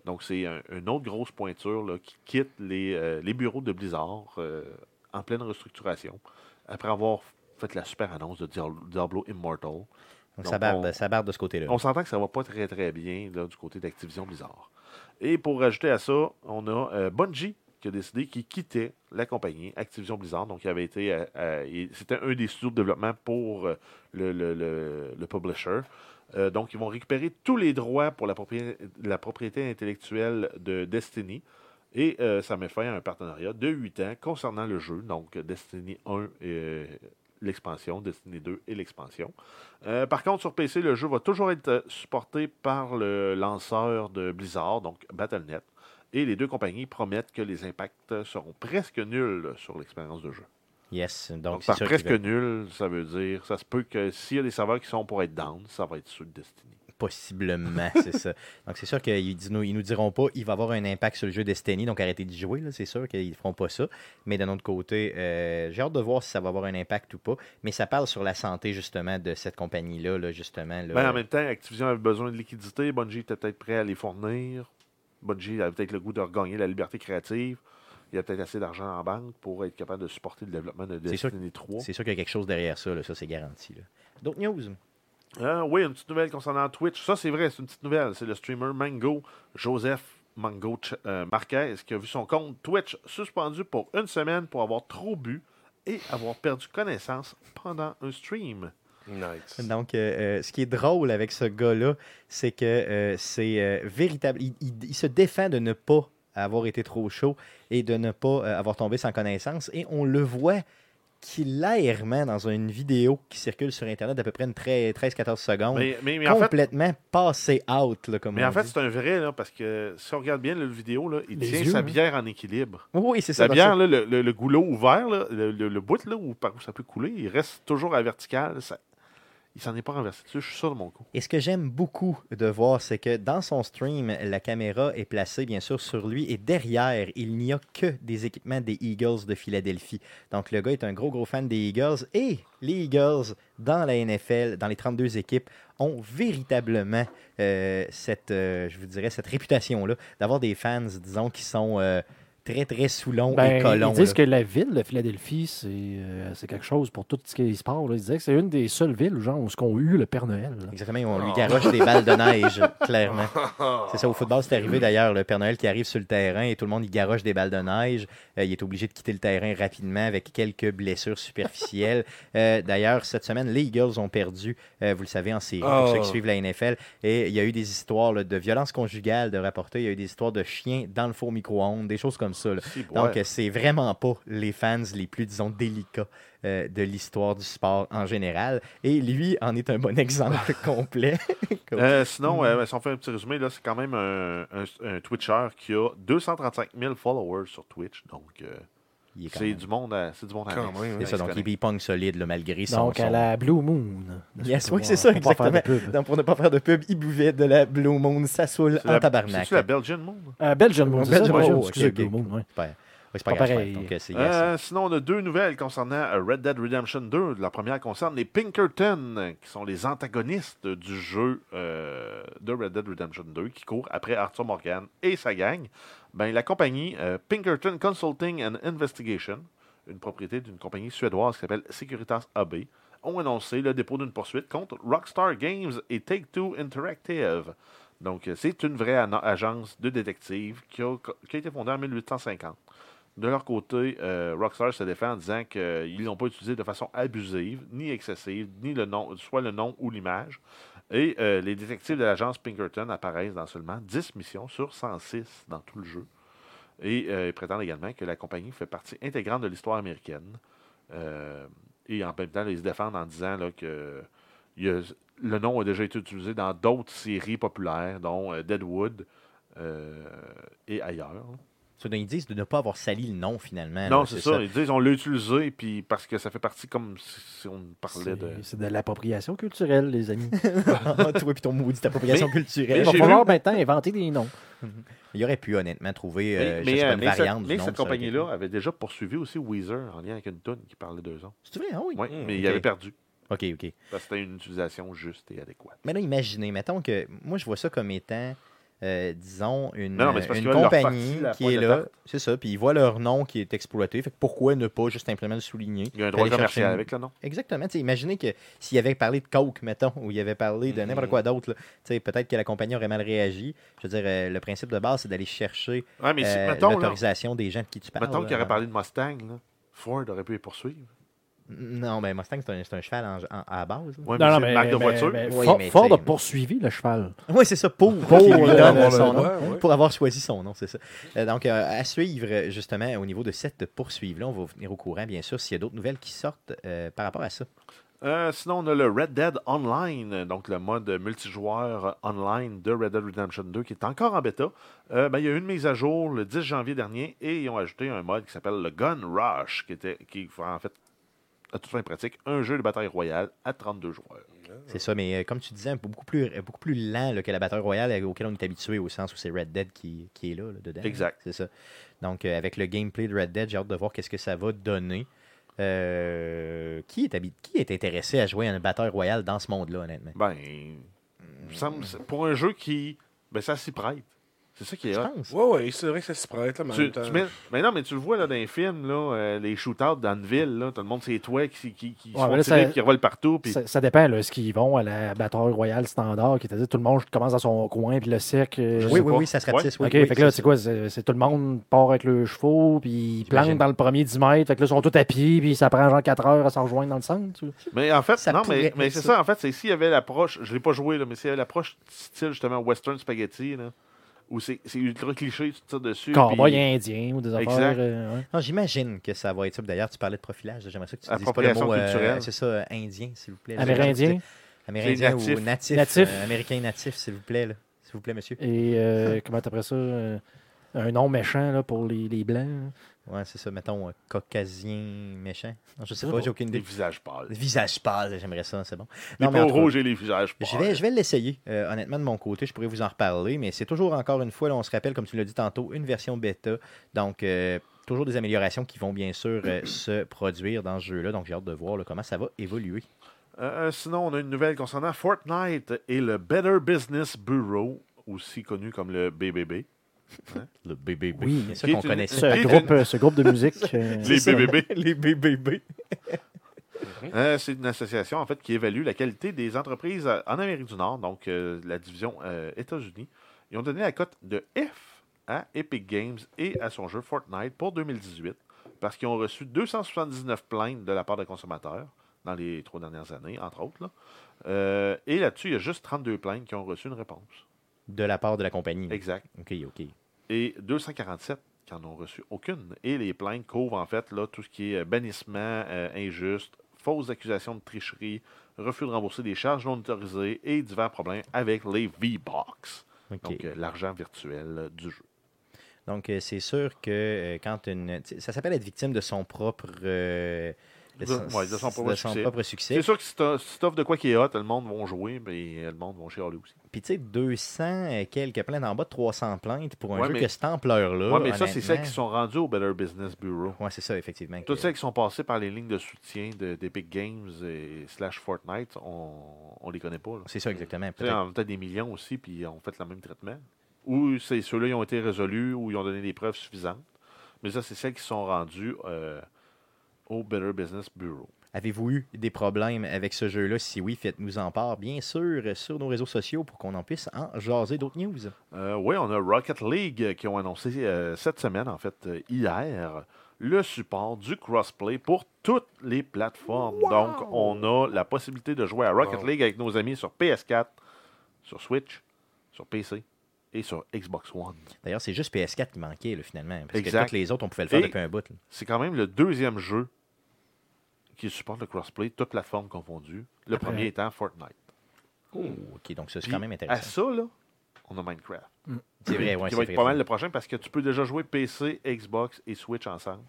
Donc, c'est un- une autre grosse pointure là, qui quitte les, euh, les bureaux de Blizzard euh, en pleine restructuration après avoir fait la super annonce de Diablo, Diablo Immortal. Donc, donc, ça, barre, on- ça barre de ce côté-là. On s'entend que ça va pas très très bien là, du côté d'Activision Blizzard. Et pour rajouter à ça, on a euh, Bungie qui a décidé qu'il quittait la compagnie Activision Blizzard. Donc, il avait été, euh, euh, il- c'était un des studios de développement pour euh, le, le- le- le publisher. Euh, donc, ils vont récupérer tous les droits pour la, propri- la propriété intellectuelle de Destiny. Et euh, ça met fin à un partenariat de 8 ans concernant le jeu, donc Destiny 1 et euh, l'expansion, Destiny 2 et l'expansion. Euh, par contre, sur PC, le jeu va toujours être euh, supporté par le lanceur de Blizzard, donc Battle.net. Et les deux compagnies promettent que les impacts seront presque nuls sur l'expérience de jeu. Yes, Donc, donc c'est par sûr presque qu'ils veulent nul, ça veut dire, ça se peut que s'il y a des serveurs qui sont pour être down, ça va être sur Destiny. possiblement, c'est ça. Donc c'est sûr qu'ils dis- nous, ils nous diront pas il va avoir un impact sur le jeu Destiny, donc arrêtez d'y jouer, là, c'est sûr qu'ils feront pas ça. Mais d'un autre côté, euh, j'ai hâte de voir si ça va avoir un impact ou pas. Mais ça parle sur la santé justement de cette compagnie-là, là, justement. là. Ben, en même temps, Activision avait besoin de liquidités, Bungie était peut-être prêt à les fournir, Bungie avait peut-être le goût de regagner la liberté créative, il y a peut-être assez d'argent en banque pour être capable de supporter le développement de C'est sûr- Destiny 3. c'est sûr qu'il y a quelque chose derrière ça, là, ça c'est garanti. là. D'autres news? Euh, oui, une petite nouvelle concernant Twitch. Ça, c'est vrai, c'est une petite nouvelle. C'est le streamer Mango, Joseph Mango Ch- euh, Marquez, qui a vu son compte Twitch suspendu pour une semaine pour avoir trop bu et avoir perdu connaissance pendant un stream. Nice. Donc, euh, euh, ce qui est drôle avec ce gars-là, c'est que euh, c'est euh, véritable. Il, il- il se défend de ne pas avoir été trop chaud et de ne pas euh, avoir tombé sans connaissance. Et on le voit qu'il aèrement dans une vidéo qui circule sur Internet d'à peu près une 13-14 secondes. Mais, mais- mais en fait, complètement passé out, là, comme mais on en fait, dit. c'est un vrai, là, parce que si on regarde bien la vidéo, là, il Les tient yeux, sa hein. bière en équilibre. Oui, c'est ça. La donc bière, là, le, le- le goulot ouvert, là, le, le- le bout là, où, par où ça peut couler, il reste toujours à la verticale. ça- Il s'en est pas renversé dessus, je suis sûr de mon coup. Et ce que j'aime beaucoup de voir, c'est que dans son stream, la caméra est placée bien sûr sur lui et derrière, il n'y a que des équipements des Eagles de Philadelphie. Donc le gars est un gros gros fan des Eagles et les Eagles dans la NFL, dans les 32 équipes, ont véritablement euh, cette, euh, je vous dirais, cette réputation-là d'avoir des fans, disons, qui sont euh, très très soulons Ben, et colons. ils disent là. que la ville de Philadelphie, c'est euh, c'est quelque chose pour tout ce qui est sport. là. Ils disaient que c'est une des seules villes où, genre, où ce qu'on eu le Père Noël. là. Exactement, on lui garoche des balles de neige, clairement. Ah. C'est ça, au football, c'est arrivé d'ailleurs, le Père Noël qui arrive sur le terrain et tout le monde, il garoche des balles de neige. Euh, il est obligé de quitter le terrain rapidement avec quelques blessures superficielles. Euh, d'ailleurs, cette semaine, les Eagles ont perdu, euh, vous le savez, en série, pour Oh. ceux qui suivent la NFL. Et il y a eu des histoires là, de violence conjugale de rapporter, il y a eu des histoires de chiens dans le four micro-ondes, des choses comme ça. là. Si, ouais. Donc, euh, c'est vraiment pas les fans les plus, disons, délicats euh, de l'histoire du sport en général. Et lui en est un bon exemple complet. Euh, Hmm. sinon, euh, si on fait un petit résumé, là, c'est quand même un, un- un Twitcher qui a 235 000 followers sur Twitch. Donc, euh, Il est quand c'est même- du monde à, c'est du monde à Quand mettre. même, C'est ça, donc il est pong solide là, malgré son... Donc, à son- la Blue Moon. Yes, Pour oui, pas- c'est ça, pour pas faire de exactement. pub. Donc, pour ne pas faire de pub, il buvait de la Blue Moon, ça saoule C'est en la- tabarnak. C'est-tu la Belgian Moon? Euh, Belgium Moon, c'est ça, Belgium, Belgium, oh, excusez, ok, ok. Blue Moon, ouais. Ouais. Ouais, c'est pas Pas grave, c'est pareil. pas- donc, euh, c'est- Euh, sinon, on a deux nouvelles concernant euh, Red Dead Redemption 2. La première concerne les Pinkerton, euh, qui sont les antagonistes du jeu euh, de Red Dead Redemption 2, qui courent après Arthur Morgan et sa gang. Ben, la compagnie euh, Pinkerton Consulting and Investigation, une propriété d'une compagnie suédoise qui s'appelle Securitas AB, ont annoncé le dépôt d'une poursuite contre Rockstar Games et Take-Two Interactive. Donc, euh, c'est une vraie ana- agence de détectives qui a, qui a été fondée en 1850. De leur côté, euh, Rockstar se défend en disant qu'ils ne l'ont pas utilisé de façon abusive, ni excessive, ni le nom, soit le nom ou l'image. Et euh, les détectives de l'agence Pinkerton apparaissent dans seulement 10 missions sur 106 dans tout le jeu. Et euh, ils prétendent également que la compagnie fait partie intégrante de l'histoire américaine. Euh, et en même temps, là, ils se défendent en disant là, que il y a- le nom a déjà été utilisé dans d'autres séries populaires, dont euh, Deadwood euh, et ailleurs. c'est- donc, Ils disent de ne pas avoir sali le nom, finalement. Non, là, c'est ça. Ils disent on l'a utilisé puis parce que ça fait partie comme si si on parlait de. C'est- C'est de l'appropriation culturelle, les amis. Ah, Toi et ton maudit appropriation Il culturelle. va j'ai falloir maintenant inventer des noms. Il aurait pu, honnêtement, trouver Mais- euh, je mais, sais pas, euh, une mais cette- variante mais du nom. cette de ça, ok. compagnie-là avait déjà poursuivi aussi Weezer en lien avec une toune qui parlait d'eux autres. C'est vrai, ah oui. Oui, Mm, mais il ok. avait perdu. OK, OK. Parce que c'était une utilisation juste et adéquate. Mais là, imaginez, mettons que moi, je vois ça comme étant, euh, disons, une, Non, non, mais c'est parce une qu'ils veulent leur compagnie partie, la qui pointe est de là. tarte. C'est ça. Puis ils voient leur nom qui est exploité. Fait que pourquoi ne pas juste simplement le souligner? Il y a un puis droit aller chercher commercial une- avec le nom. Exactement. tu sais, imaginez que s'il avait parlé de Coke, mettons, ou il avait parlé de Mhm. n'importe quoi d'autre, là, tu sais, peut-être que la compagnie aurait mal réagi. Je veux dire, euh, le principe de base, c'est d'aller chercher Ouais, mais si- euh, mettons, là, l'autorisation euh, des gens de qui tu parles. mettons qu'il là. aurait parlé de Mustang, là, Ford aurait pu les poursuivre. Non, mais Mustang, c'est un, c'est un cheval en- en- à la base. Ouais, mais c'est une marque de voiture. mais Oui, Ford- mais Ford a t'sais- poursuivi le cheval. Oui, c'est ça, pour, qu'il lui euh, donne avoir son le nom. droit, ouais. Pour avoir choisi son nom, c'est ça. Euh, donc, euh, à suivre, euh, justement, au niveau de cette poursuive-là, on va vous tenir au courant, bien sûr, s'il y a d'autres nouvelles qui sortent euh, par rapport à ça. Euh, sinon, on a le Red Dead Online, euh, donc le mode multijoueur euh, online de Red Dead Redemption 2 qui est encore en bêta. Euh, ben, il y a eu une mise à jour le 10 janvier dernier et ils ont ajouté un mode qui s'appelle le Gun Rush, qui était qui est en fait, à toute fin pratique, un jeu de bataille royale à 32 joueurs. C'est ça, mais euh, comme tu disais, un peu- beaucoup plus, euh, beaucoup plus lent là, que la bataille royale euh, auquel on est habitué, au sens où c'est Red Dead qui, qui est là, là, dedans. Exact. C'est ça. Donc, euh, avec le gameplay de Red Dead, j'ai hâte de voir qu'est-ce que ça va donner. Euh, qui, est habi- qui est intéressé à jouer à une bataille royale dans ce monde-là, honnêtement? Ben, il me semble- c'est- pour un jeu qui, ben, ça s'y prête. C'est ça qui est Je hot. pense. Ouais, ouais, c'est vrai que ça s'y prête, là, mais en Tu, même temps- tu mets- mais non, mais tu le vois là, dans les films, là, euh, les shootouts dans une ville, là, tout le monde, c'est toi qui, qui, qui se Ouais, font mais là, tirer ça- puis qui revolent partout. puis- Ça, ça dépend, là, ce qu'ils vont à la bataille royale standard, qui c'est-à-dire tout le monde commence dans son coin, puis le cirque. Oui, euh, sais oui, pas. oui, ça se ratisse. OK, oui, oui, fait que là, c'est c'est quoi? C'est c'est tout le monde part avec le chevaux, puis ils J'imagine. plantent dans le premier 10 mètres. Fait que là, ils sont tous à pied, puis ça prend genre 4 heures à s'en rejoindre dans le centre. ou- Mais en fait, Ça non, pourrait mais, mais être c'est ça. ça. En fait, c'est s'il y avait l'approche, je l'ai pas joué, là, mais s'il y avait l'approche style justement western spaghetti, là, où c'est c'est ultra cliché, tu te tires dessus. Cowboy puis indien ou des Exact. affaires. euh, ouais. Non, j'imagine que ça va être ça. D'ailleurs, tu parlais de profilage. J'aimerais ça que tu dises pas le Appropriation mot euh, culturelle. c'est ça, euh, indien, s'il vous plaît. Amérindien. Amérindien C'est ou natif. Natif. euh, américain natif, s'il vous plaît. là. S'il vous plaît, monsieur. Et euh, comment t'appelles ça? euh, un nom méchant là, pour les, les Blancs. hein. là. Ouais, c'est ça, mettons, euh, caucasien méchant. Non, je sais Ah pas, bon. j'ai aucune Des idée. visages pâles. Visage pâle, j'aimerais ça, c'est bon. mais Les en peaux tout cas, rouges et les visages pâles. Je vais, je vais l'essayer. Euh, honnêtement, de mon côté, je pourrais vous en reparler, mais c'est toujours, encore une fois, là, on se rappelle, comme tu l'as dit tantôt, une version bêta. Donc, euh, toujours des améliorations qui vont bien sûr Mm. euh, se produire dans ce jeu-là. Donc, j'ai hâte de voir là, comment ça va évoluer. Euh, euh, sinon, on a une nouvelle concernant Fortnite et le Better Business Bureau, aussi connu comme le BBB. Hein? Le BBB. Oui, C'est ça Qui est qu'on une- connaît. une- ce groupe, euh, ce groupe de musique. euh, Les BBB. Les BBB. Euh, c'est une association en fait qui évalue la qualité des entreprises euh, en Amérique du Nord, donc euh, la division euh, États-Unis. Ils ont donné la cote de F à Epic Games et à son jeu Fortnite pour 2018 parce qu'ils ont reçu 279 plaintes de la part de consommateurs dans les trois dernières années, entre autres. là. Euh, et là-dessus, il y a juste 32 plaintes qui ont reçu une réponse. De la part de la compagnie. Exact. OK, OK. Et 247 qui n'en ont reçu aucune. Et les plaintes couvrent en fait là, tout ce qui est euh, bannissement euh, injuste, fausses accusations de tricherie, refus de rembourser des charges non autorisées et divers problèmes avec les V-Box, OK. donc euh, l'argent virtuel euh, du jeu. Donc, euh, c'est sûr que euh, quand une. tu sais, Ça s'appelle être victime de son propre. euh, De- ouais, de son propre succès. propre succès. C'est sûr que si t'as- si t'offres de quoi qui est hot, le monde vont jouer, mais le monde vont chialer aussi. Puis, tu sais, 200 et quelques plaintes en bas de 300 plaintes pour un Ouais, jeu mais- que cette ampleur-là. ouais, mais ça, c'est celles Euh, honnêtement- qui sont rendues au Better Business Bureau. Ouais, c'est ça, effectivement. Toutes que- celles qui sont passées par les lignes de soutien de- d'Epic Games et slash Fortnite, on, on les connaît pas. là. C'est ça, exactement. Tu sais, Peut-être- en peut-être des millions aussi, puis on fait le même traitement. Ou c'est ceux-là ils ont été résolus ou ils ont donné des preuves suffisantes. Mais ça, c'est celles qui sont rendues euh, au Better Business Bureau. Avez-vous eu des problèmes avec ce jeu-là? Si oui, faites-nous en part, bien sûr, euh, sur nos réseaux sociaux pour qu'on en puisse en jaser d'autres news. Euh, oui, on a Rocket League euh, qui ont annoncé euh, cette semaine, en fait, euh, hier, le support du crossplay pour toutes les plateformes. Donc, on a la possibilité de jouer à Rocket Wow. League avec nos amis sur PS4, sur Switch, sur PC et sur Xbox One. D'ailleurs, c'est juste PS4 qui manquait, là, finalement. Parce que Exact. toutes les autres, on pouvait le faire Et- depuis un bout. là. c'est quand même le deuxième jeu qui supporte le crossplay, toute plateforme confondue. Le Après- premier étant Fortnite. OK, donc ça, c'est Puis, quand même À intéressant. ça, là, on a Minecraft. C'est vrai, ouais, c'est qui va vrai. être pas mal le prochain parce que tu peux déjà jouer PC, Xbox et Switch ensemble.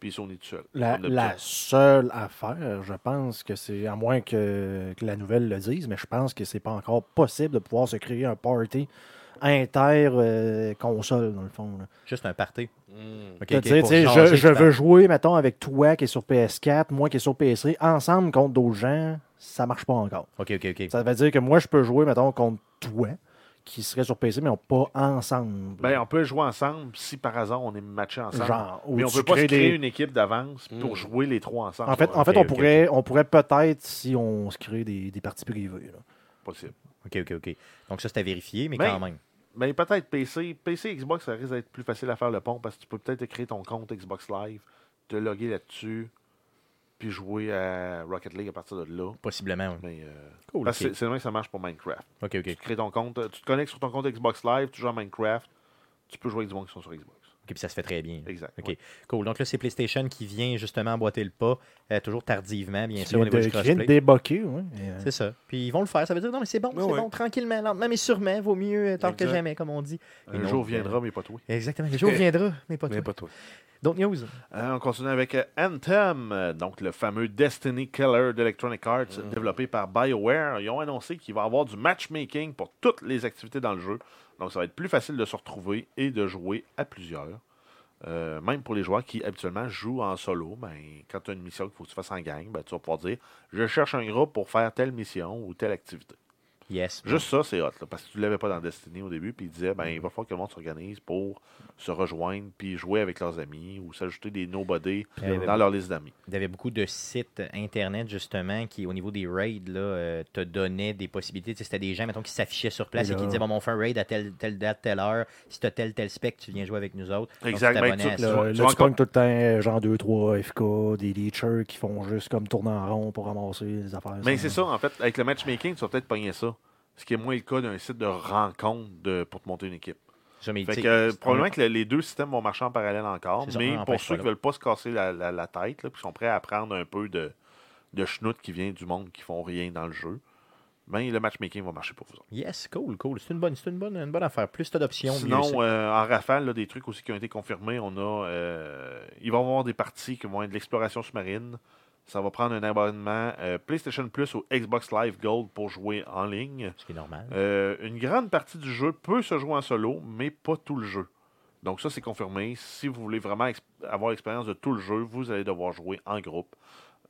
Puis Sony tout seul. La, On a la tout seul. seule affaire, je pense que c'est, à moins que, que la nouvelle le dise, mais je pense que c'est pas encore possible de pouvoir se créer un party inter-console, dans le fond. là. Juste un party. OK, De OK, dire, pour tu sais, jaser, je, tu je parles. veux jouer, mettons, avec toi qui est sur PS4, moi qui est sur PS3, ensemble contre d'autres gens, ça marche pas encore. OK, OK, OK. Ça veut dire que moi, je peux jouer, mettons, contre toi qui serait sur PC, mais on pas ensemble. Ben, on peut jouer ensemble si par hasard on est matché ensemble. Genre, ou mais on tu peut pas se crées créer des- une équipe d'avance pour Mm. jouer les trois ensemble. en fait, C'est en fait ok, on, ok, pourrait, on pourrait peut-être, si on se crée des, des parties privées. là. possible. OK, OK, OK. Donc ça, c'est à vérifier, mais Mais- quand même. Mais Ben, peut-être PC, PC, Xbox, ça risque d'être plus facile à faire le pont parce que tu peux peut-être te créer ton compte Xbox Live, te loguer là-dessus, puis jouer à Rocket League à partir de là. Possiblement, oui. Mais euh, Cool. parce OK, que c'est- c'est le même que ça marche pour Minecraft. OK. ok. Tu te crées ton compte, euh, tu te connectes sur ton compte Xbox Live, tu joues à Minecraft, tu peux jouer avec du monde qui sont sur Xbox. OK, puis ça se fait très bien. Exact. OK. ouais. Cool. Donc là, c'est PlayStation qui vient justement boiter le pas, euh, toujours tardivement, bien Qui sûr, au vient niveau de- du qui vient de crossplay. déboquer, oui. Et, euh, C'est ça. Puis ils vont le faire. Ça veut dire, non, mais c'est bon, Ouais, c'est ouais. bon, tranquillement, lentement, mais sûrement, vaut mieux euh, tard que Exact. jamais, comme on dit. Et Un non, euh, jour viendra, mais pas toi. Exactement. Le jour viendra, mais pas Mais tout. pas toi. D'autres news. Euh, on continue avec euh, Anthem, euh, donc le fameux Destiny Killer d'Electronic Arts, développé par BioWare. Ils ont annoncé qu'il va y avoir du matchmaking pour toutes les activités dans le jeu. Donc, ça va être plus facile de se retrouver et de jouer à plusieurs. Euh, même pour les joueurs qui habituellement jouent en solo, ben, quand tu as une mission qu'il faut que tu fasses en gang, ben, tu vas pouvoir dire Je cherche un groupe pour faire telle mission ou telle activité. Yes. Juste ça, c'est hot, là, parce que tu ne l'avais pas dans Destiny au début, puis il disait ben, il va falloir que le monde s'organise pour se rejoindre, puis jouer avec leurs amis, ou s'ajouter des nobody il y avait dans leur liste d'amis. Il y avait beaucoup de sites Internet, justement, qui, au niveau des raids, là, euh, te donnaient des possibilités. Tu sais, C'était des gens, mettons, qui s'affichaient sur place et, Et qui là- disaient, bon, on fait un raid à telle, telle date, telle heure. Si tu as tel, tel spec, tu viens jouer avec nous autres. Donc, Exact, tu ben, t'abonnais à tu- ça. vois- Là, là, tu tu vois encore- pognes tout le temps, euh, genre 2-3 FK, des leechers qui font juste comme tourner en rond pour ramasser les affaires. Mais c'est ça, en fait, avec le matchmaking, tu vas peut-être pogner ça. Ce qui est moins le cas d'un site de rencontre de- pour te monter une équipe. Ça, mais, tu Fait sais, que, euh, c'est- probablement que le- les deux systèmes vont marcher en parallèle encore, C'est ça, mais un pour empêche ceux pas qui veulent pas se casser la, la- la tête, là, puis qui sont prêts à prendre un peu de, de schnout qui vient du monde qui font rien dans le jeu, ben, le matchmaking va marcher pour vous. autres. Yes, cool, cool. C'est une bonne, c'est une bonne, une bonne affaire. Plus t'as d'options, mieux c'est. Sinon, euh, en rafale, là, des trucs aussi qui ont été confirmés, on a. euh, il va y avoir des parties qui vont être de l'exploration sous-marine. Ça va prendre un abonnement euh, PlayStation Plus ou Xbox Live Gold pour jouer en ligne. Ce qui est normal. Euh, une grande partie du jeu peut se jouer en solo, mais pas tout le jeu. Donc ça, c'est confirmé. Si vous voulez vraiment exp- avoir l'expérience de tout le jeu, vous allez devoir jouer en groupe.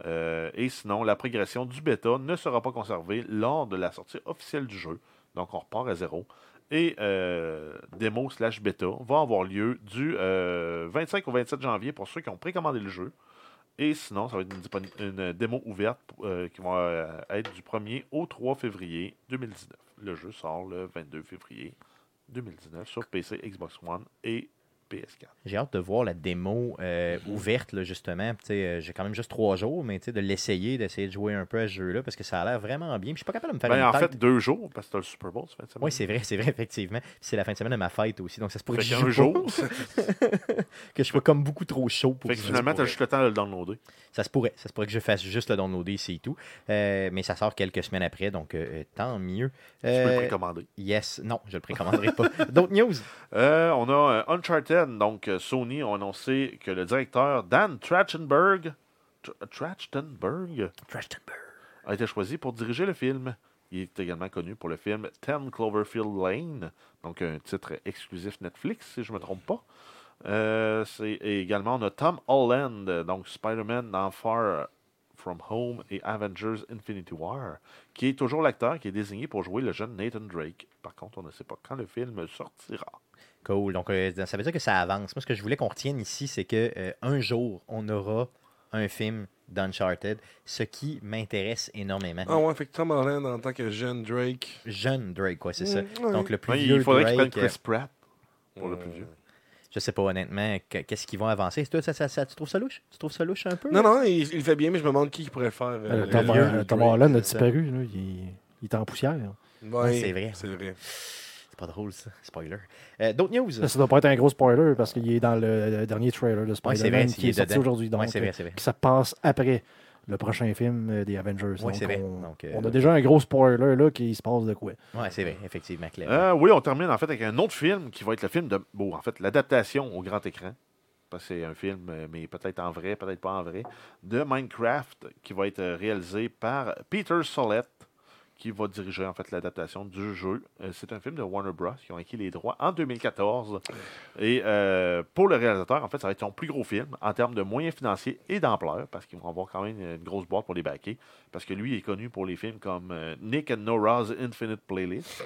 Euh, et sinon, la progression du bêta ne sera pas conservée lors de la sortie officielle du jeu. Donc on repart à zéro. Et euh, démo slash bêta va avoir lieu du euh, 25 au 27 janvier pour ceux qui ont précommandé le jeu. Et sinon, ça va être une, disponi- une démo ouverte euh, qui va euh, être du 1er au 3 février 2019. Le jeu sort le 22 février 2019 sur PC, Xbox One et PS4. J'ai hâte de voir la démo euh, ouverte, là, justement. Tu sais, euh, J'ai quand même juste trois jours, mais tu sais, de l'essayer, d'essayer de jouer un peu à ce jeu-là, parce que ça a l'air vraiment bien. Puis Je suis pas capable de me faire Ben, en une tête. fait, deux jours, parce que t'as le Super Bowl cette fin de semaine. Oui, c'est vrai, c'est vrai, effectivement. Puis C'est la fin de semaine de ma fête aussi, donc ça se pourrait que Fait je qu'un joue pas, jour, fait que je sois comme beaucoup trop chaud pour que ça. finalement, t'as juste le temps de le downloader. Ça se pourrait. Ça se pourrait que je fasse juste le downloader, c'est tout. Euh, mais ça sort quelques semaines après, donc euh, euh, tant mieux. Tu peux le Euh, précommander. yes, non, je le précommanderai pas. D'autres news? Euh, on a euh, Uncharted, donc euh, Sony a annoncé que le directeur Dan Trachtenberg, Tr- Trachtenberg a été choisi pour diriger le film. Il est également connu pour le film 10 Cloverfield Lane, donc un titre exclusif Netflix, si je ne me trompe pas. Euh, c'est et également, on a Tom Holland, donc Spider-Man dans Far From Home et Avengers Infinity War, qui est toujours l'acteur qui est désigné pour jouer le jeune Nathan Drake. Par contre, on ne sait pas quand le film sortira. Cool. Donc, euh, ça veut dire que ça avance. Moi, ce que je voulais qu'on retienne ici, c'est que euh, un jour, on aura un film d'Uncharted, ce qui m'intéresse énormément. Ah ouais, fait que Tom Holland en tant que jeune Drake. Jeune Drake, ouais, c'est ça. Mm, ouais. Donc, le plus Ouais, vieux il faudrait qu'il Drake, prenne euh, Chris Pratt pour le plus vieux. je sais pas honnêtement que- qu'est-ce qu'ils vont avancer. Toi, ça, ça- ça- tu trouves ça louche? Tu trouves ça louche un peu? Non, non, il, il le fait bien, mais je me demande qui pourrait le faire. euh, Euh, le Tom, vieux. euh, Tom Drake, Holland a c'est ça. disparu. là. Il, il est en poussière. Ouais, c'est vrai. C'est vrai. C'est pas drôle, ça. Spoiler. Euh, D'autres news? Ça, ça doit pas être un gros spoiler parce qu'il est dans le, le dernier trailer de Ouais, c'est Spider-Man vrai, qui il est, est sorti dedans. aujourd'hui. Donc, Ouais, c'est vrai, c'est vrai. euh, que ça passe après le prochain film euh, des Avengers. Ouais, Donc, c'est vrai. On, Donc, euh, on a déjà un gros spoiler là qui se passe de quoi. Ouais, c'est vrai, effectivement, Claire. Euh, oui, on termine en fait avec un autre film qui va être le film de. Bon, en fait, l'adaptation au grand écran. Parce que c'est un film, euh, mais peut-être en vrai, peut-être pas en vrai. De Minecraft, qui va être euh, réalisé par Peter Solette, qui va diriger en fait l'adaptation du jeu. Euh, C'est un film de Warner Bros. qui ont acquis les droits en 2014. Et euh, pour le réalisateur, en fait, ça va être son plus gros film en termes de moyens financiers et d'ampleur, parce qu'ils vont avoir quand même une grosse boîte pour les baquer. Parce que lui il est connu pour les films comme euh, Nick and Nora's Infinite Playlist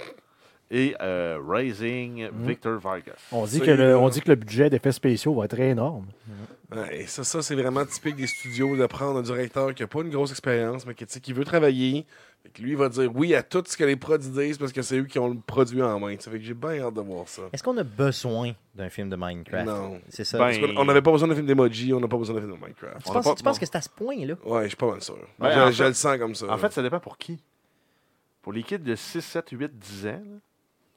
et euh, Raising Victor Vargas. On dit, C'est, que le, euh, on dit que le budget d'effets spéciaux va être énorme. Ouais, et ça, ça c'est vraiment typique des studios de prendre un directeur qui n'a pas une grosse expérience, mais qui, tu sais, qui veut travailler. Fait que lui, il va dire oui à tout ce que les produits disent parce que c'est eux qui ont le produit en main. Ça fait que j'ai bien hâte de voir ça. Est-ce qu'on a besoin d'un film de Minecraft? Non. C'est ça. Ben, tu Parce qu'on- On n'avait pas besoin d'un film d'emoji, on n'a pas besoin d'un film de Minecraft. on penses, a pas- tu penses bon. que c'est à ce point-là? Ouais, je suis pas mal sûr. Ben, je, en je fait- le sens comme ça. En fait, ça dépend pour qui. Pour les kids de 6, 7, 8, 10 ans, là,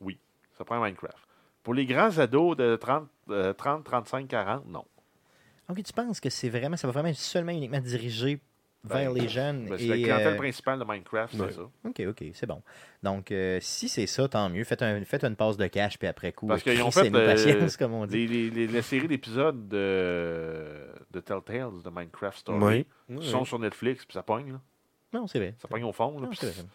oui, ça prend Minecraft. Pour les grands ados de 30, euh, 30 35, 40, non. Ok, tu penses que c'est vraiment, ça va vraiment être seulement uniquement dirigé vers les jeunes? Ben, c'est et, la clientèle euh, principale de Minecraft, c'est ouais. ça. Ok, ok, c'est bon. Donc, euh, si c'est ça, tant mieux. Faites, un- faites une passe de cash, puis après coup, Parce qu'ils ont crissez-nous fait, euh, patience, comme on dit. Les, les- les- la série d'épisodes de, de Telltales, de Minecraft Story, Ouais. sont sur Netflix, puis ça pogne. là. Non, c'est vrai. Ça pogne au fond. là, Non, puis Ah, c'est vrai.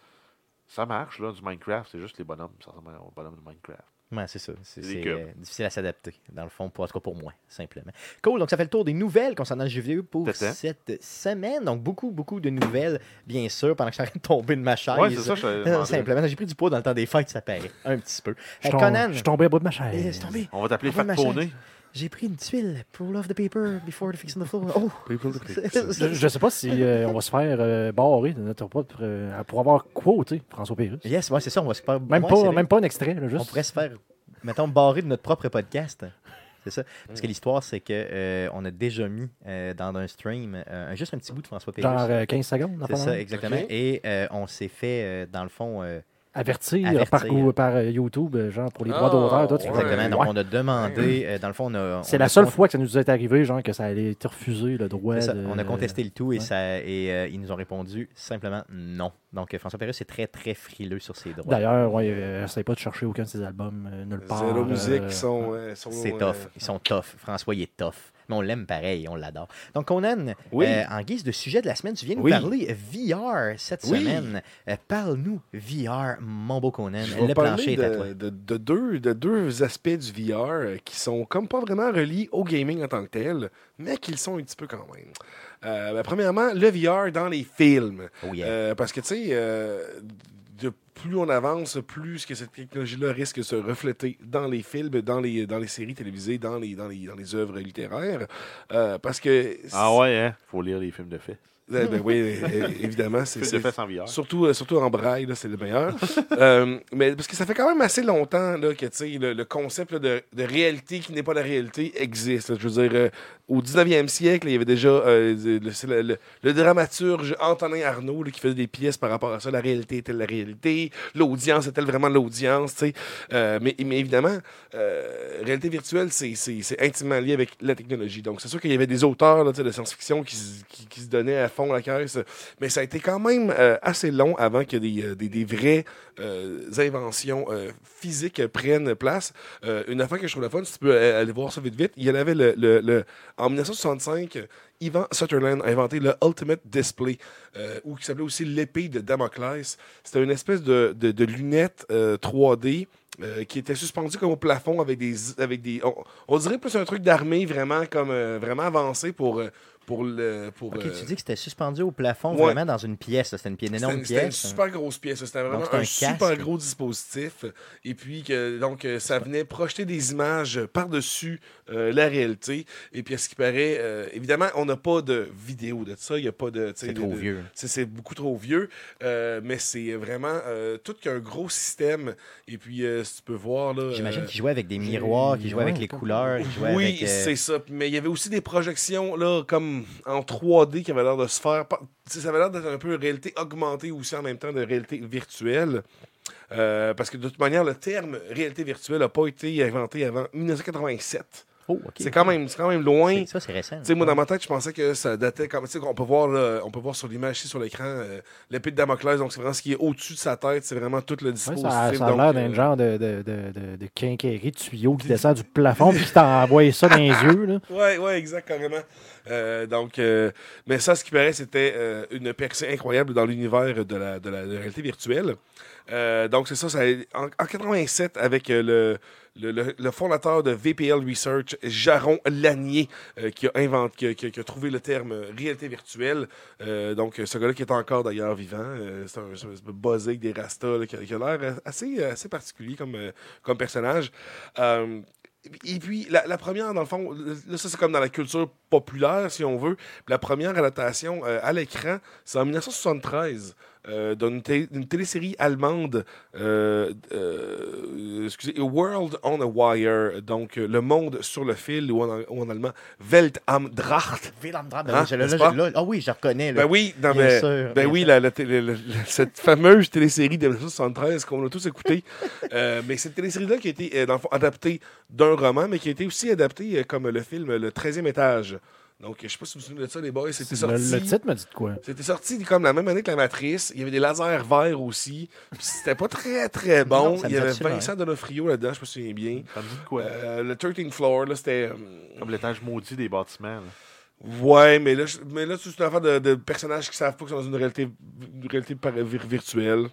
ça marche, là, du Minecraft. C'est juste les bonhommes. Ça ressemble aux bonhommes de Minecraft. Ouais, c'est ça. C'est Des c'est, cubes. euh, difficile à s'adapter, dans le fond, pour, en tout cas pour moi, simplement. Cool, donc ça fait le tour des nouvelles concernant le jeu vidéo pour Tata. cette semaine. Donc, beaucoup, beaucoup de nouvelles, bien sûr, pendant que je suis en train de tomber de ma chaise. Ouais, c'est ça, je te Non, demandais. simplement, j'ai pris du poids dans le temps des fêtes, ça paraît un petit peu. Je Euh, tombe- Conan, je suis tombé à bout de ma Eh, chaise. laisse tomber. On va t'appeler Envoie Fat ma Poney. chaise. J'ai pris une tuile pour love the paper before the fix on the floor. Oh! Je, je sais pas si euh, on va se faire euh, barrer de notre propre euh, pour avoir quoté François Pérus. Yes, ouais, c'est ça, on va se faire. Même, ouais, c'est pas, vrai. même pas un extrait, là, On juste. pourrait se faire, mettons, barrer de notre propre podcast. C'est ça. Parce que l'histoire, c'est que euh, on a déjà mis euh, dans un stream euh, juste un petit bout de François Pérus. Genre euh, 15 secondes. c'est pendant- ça, exactement. Ok. Et euh, on s'est fait, euh, dans le fond, euh, avertir, Avertir. par, ou par euh, YouTube, euh, genre pour les droits Ah, d'auteur. tout ça. ouais. Exactement. Donc, Ouais. on a demandé, euh, dans le fond, on a. C'est on la a seule con- fois que ça nous est arrivé, genre, que ça allait être refusé le droit. c'est ça. de- On a contesté le tout et, ouais. ça, et euh, ils nous ont répondu simplement non. Donc, euh, François Pérus est très, très frileux sur ses droits. D'ailleurs, ouais, euh, essaye pas de chercher aucun de ses albums euh, nulle part. Zéro euh, musique qui sont. euh, sont, C'est euh, tough. Ils sont tough. François, il est tough. Mais on l'aime pareil, on l'adore. Donc, Conan, Oui. euh, en guise de sujet de la semaine, tu viens Oui. nous parler VR cette Oui. semaine. Euh, Parle-nous VR, mon beau Conan. Je vais Le plancher parler est à toi. de, de- de deux, de deux aspects du VR euh, qui sont comme pas vraiment reliés au gaming en tant que tel, mais qui le sont un petit peu quand même. Euh, ben, premièrement, le VR dans les films. Oh yeah. Euh, parce que, tu sais, euh, de plus on avance, plus que cette technologie-là risque de se refléter dans les films, dans les, dans les séries télévisées, dans les, dans les, dans les œuvres littéraires. Euh, parce que... Ah ouais, hein? Faut lire les films de faits. Euh, ben oui, euh, évidemment, c'est... Films de c'est- faits sans VR. Surtout, euh, surtout en braille, là, c'est le meilleur. Euh, mais parce que ça fait quand même assez longtemps là, que tu sais, le, le concept là, de, de réalité qui n'est pas la réalité existe. là. Je veux dire, euh, au 19e siècle, il y avait déjà euh, le, c'est le- le- le dramaturge Antonin Arnaud là, qui faisait des pièces par rapport à ça. La réalité est-elle la réalité? L'audience est-elle vraiment l'audience? tu sais? Euh, mais, mais évidemment, euh, réalité virtuelle, c'est- c'est c'est intimement lié avec la technologie. Donc, c'est sûr qu'il y avait des auteurs là, tu sais, de science-fiction qui, se- qui- qui se donnaient à fond la caisse mais ça a été quand même euh, assez long avant que des, euh, des, des vraies euh, inventions euh, physiques euh, prennent place. Euh, une affaire que je trouve la fun, si tu peux euh, aller voir ça vite vite, il y en avait le, le- le- en 1965, euh, Ivan Sutherland a inventé le Ultimate Display, euh, ou qui s'appelait aussi l'épée de Damoclès. C'était une espèce de, de, de lunette euh, 3D. euh, qui était suspendue comme au plafond avec des avec des on, on dirait plus un truc d'armée vraiment comme euh, vraiment avancé pour euh, pour le pour Ok, euh, tu dis que c'était suspendu au plafond, ouais. vraiment dans une pièce. là. C'était une, pi- une c'était énorme une- C'était une pièce. hein. super grosse pièce. C'était vraiment c'était un, un super casque. gros dispositif. Et puis, que, donc, euh, ça venait projeter des images par-dessus euh, la réalité. Et puis, à ce qui paraît, euh, évidemment, on n'a pas de vidéo de ça. Il n'y a pas de. tu sais, C'est de- trop de- vieux. c'est- C'est beaucoup trop vieux, euh, mais c'est vraiment euh, tout qu'un gros système. Et puis, euh, si tu peux voir. là, J'imagine euh, qu'ils jouaient avec des j'ai- miroirs, qu'ils jouaient avec ouais, les comme- couleurs, qu'ils jouaient oui, avec. euh, c'est ça. Mais il y avait aussi des projections là, comme en 3D qui avaient l'air de se faire. par- tu sais, Ça avait l'air d'être un peu réalité augmentée aussi en même temps de réalité virtuelle. Euh, parce que de toute manière, le terme réalité virtuelle n'a pas été inventé avant 1987. Oh, ok. C'est quand même, c'est quand même loin. C'est- Ça, c'est récent. Tu sais, moi, dans ma tête, je pensais que ça datait comme. Tu sais, qu'on peut voir, là, on peut voir sur l'image ici, sur l'écran, euh, l'épée de Damoclès. Donc, c'est vraiment ce qui est au-dessus de sa tête. C'est vraiment tout le Ouais, dispositif. ça, ça a donc, l'air d'un euh, genre de, de, de, de, de quincaillerie de tuyau qui descend du plafond puis qui t'envoie ça dans les yeux. Là. Ouais, ouais, exact, carrément. Euh, donc, euh, mais ça, ce qui paraît, c'était euh, une percée incroyable dans l'univers de la, de la- de la réalité virtuelle. Euh, donc, c'est ça, ça a- en, en 87, avec euh, le, le, le- le fondateur de VPL Research, Jaron Lanier, euh, qui, a invent- qui, a- qui a- qui a trouvé le terme euh, réalité virtuelle. Euh, donc, ce gars-là qui est encore d'ailleurs vivant, euh, c'est un, c'est un buzzé avec des rastas, là, qui a, qui a l'air euh, assez, assez particulier comme, euh, comme personnage. Euh, et puis, la, la première, dans le fond, là, ça, c'est comme dans la culture populaire, si on veut. La première adaptation euh, à l'écran, c'est en 1973, euh, dans une, télé- une télésérie allemande, euh, euh, excusez, World on a Wire, donc euh, Le Monde sur le fil, ou en, ou en allemand, Welt am Dracht. Ah, Hein, je- là, n'est-ce je- pas? là- ah oui, je reconnais. là. Ben oui, dans Bien le- sûr, ben bien oui, sûr. la- la télé- la- la- cette fameuse télésérie de 1973 qu'on a tous écoutée. Euh, mais cette télésérie-là qui a été euh, dans le fond, adaptée d'un roman, mais qui a été aussi adaptée euh, comme le film Le 13e étage. Donc, je sais pas si vous vous souvenez de ça, les boys, c'était Le, sorti. le titre me dit de quoi? C'était sorti comme la même année que la Matrice. Il y avait des lasers verts aussi. Puis C'était pas très, très bon. Non, ça hein? me Il y avait dit absolument Vincent Donofrio là-dedans, je me souviens bien. Ça me dit de quoi? Euh, le 13th floor, là, c'était. euh, Comme l'étage maudit des bâtiments. là. Ouais, mais là, je- mais là c'est une affaire de, de personnages qui savent pas qu'ils sont dans une réalité, une réalité par- vir- virtuelle.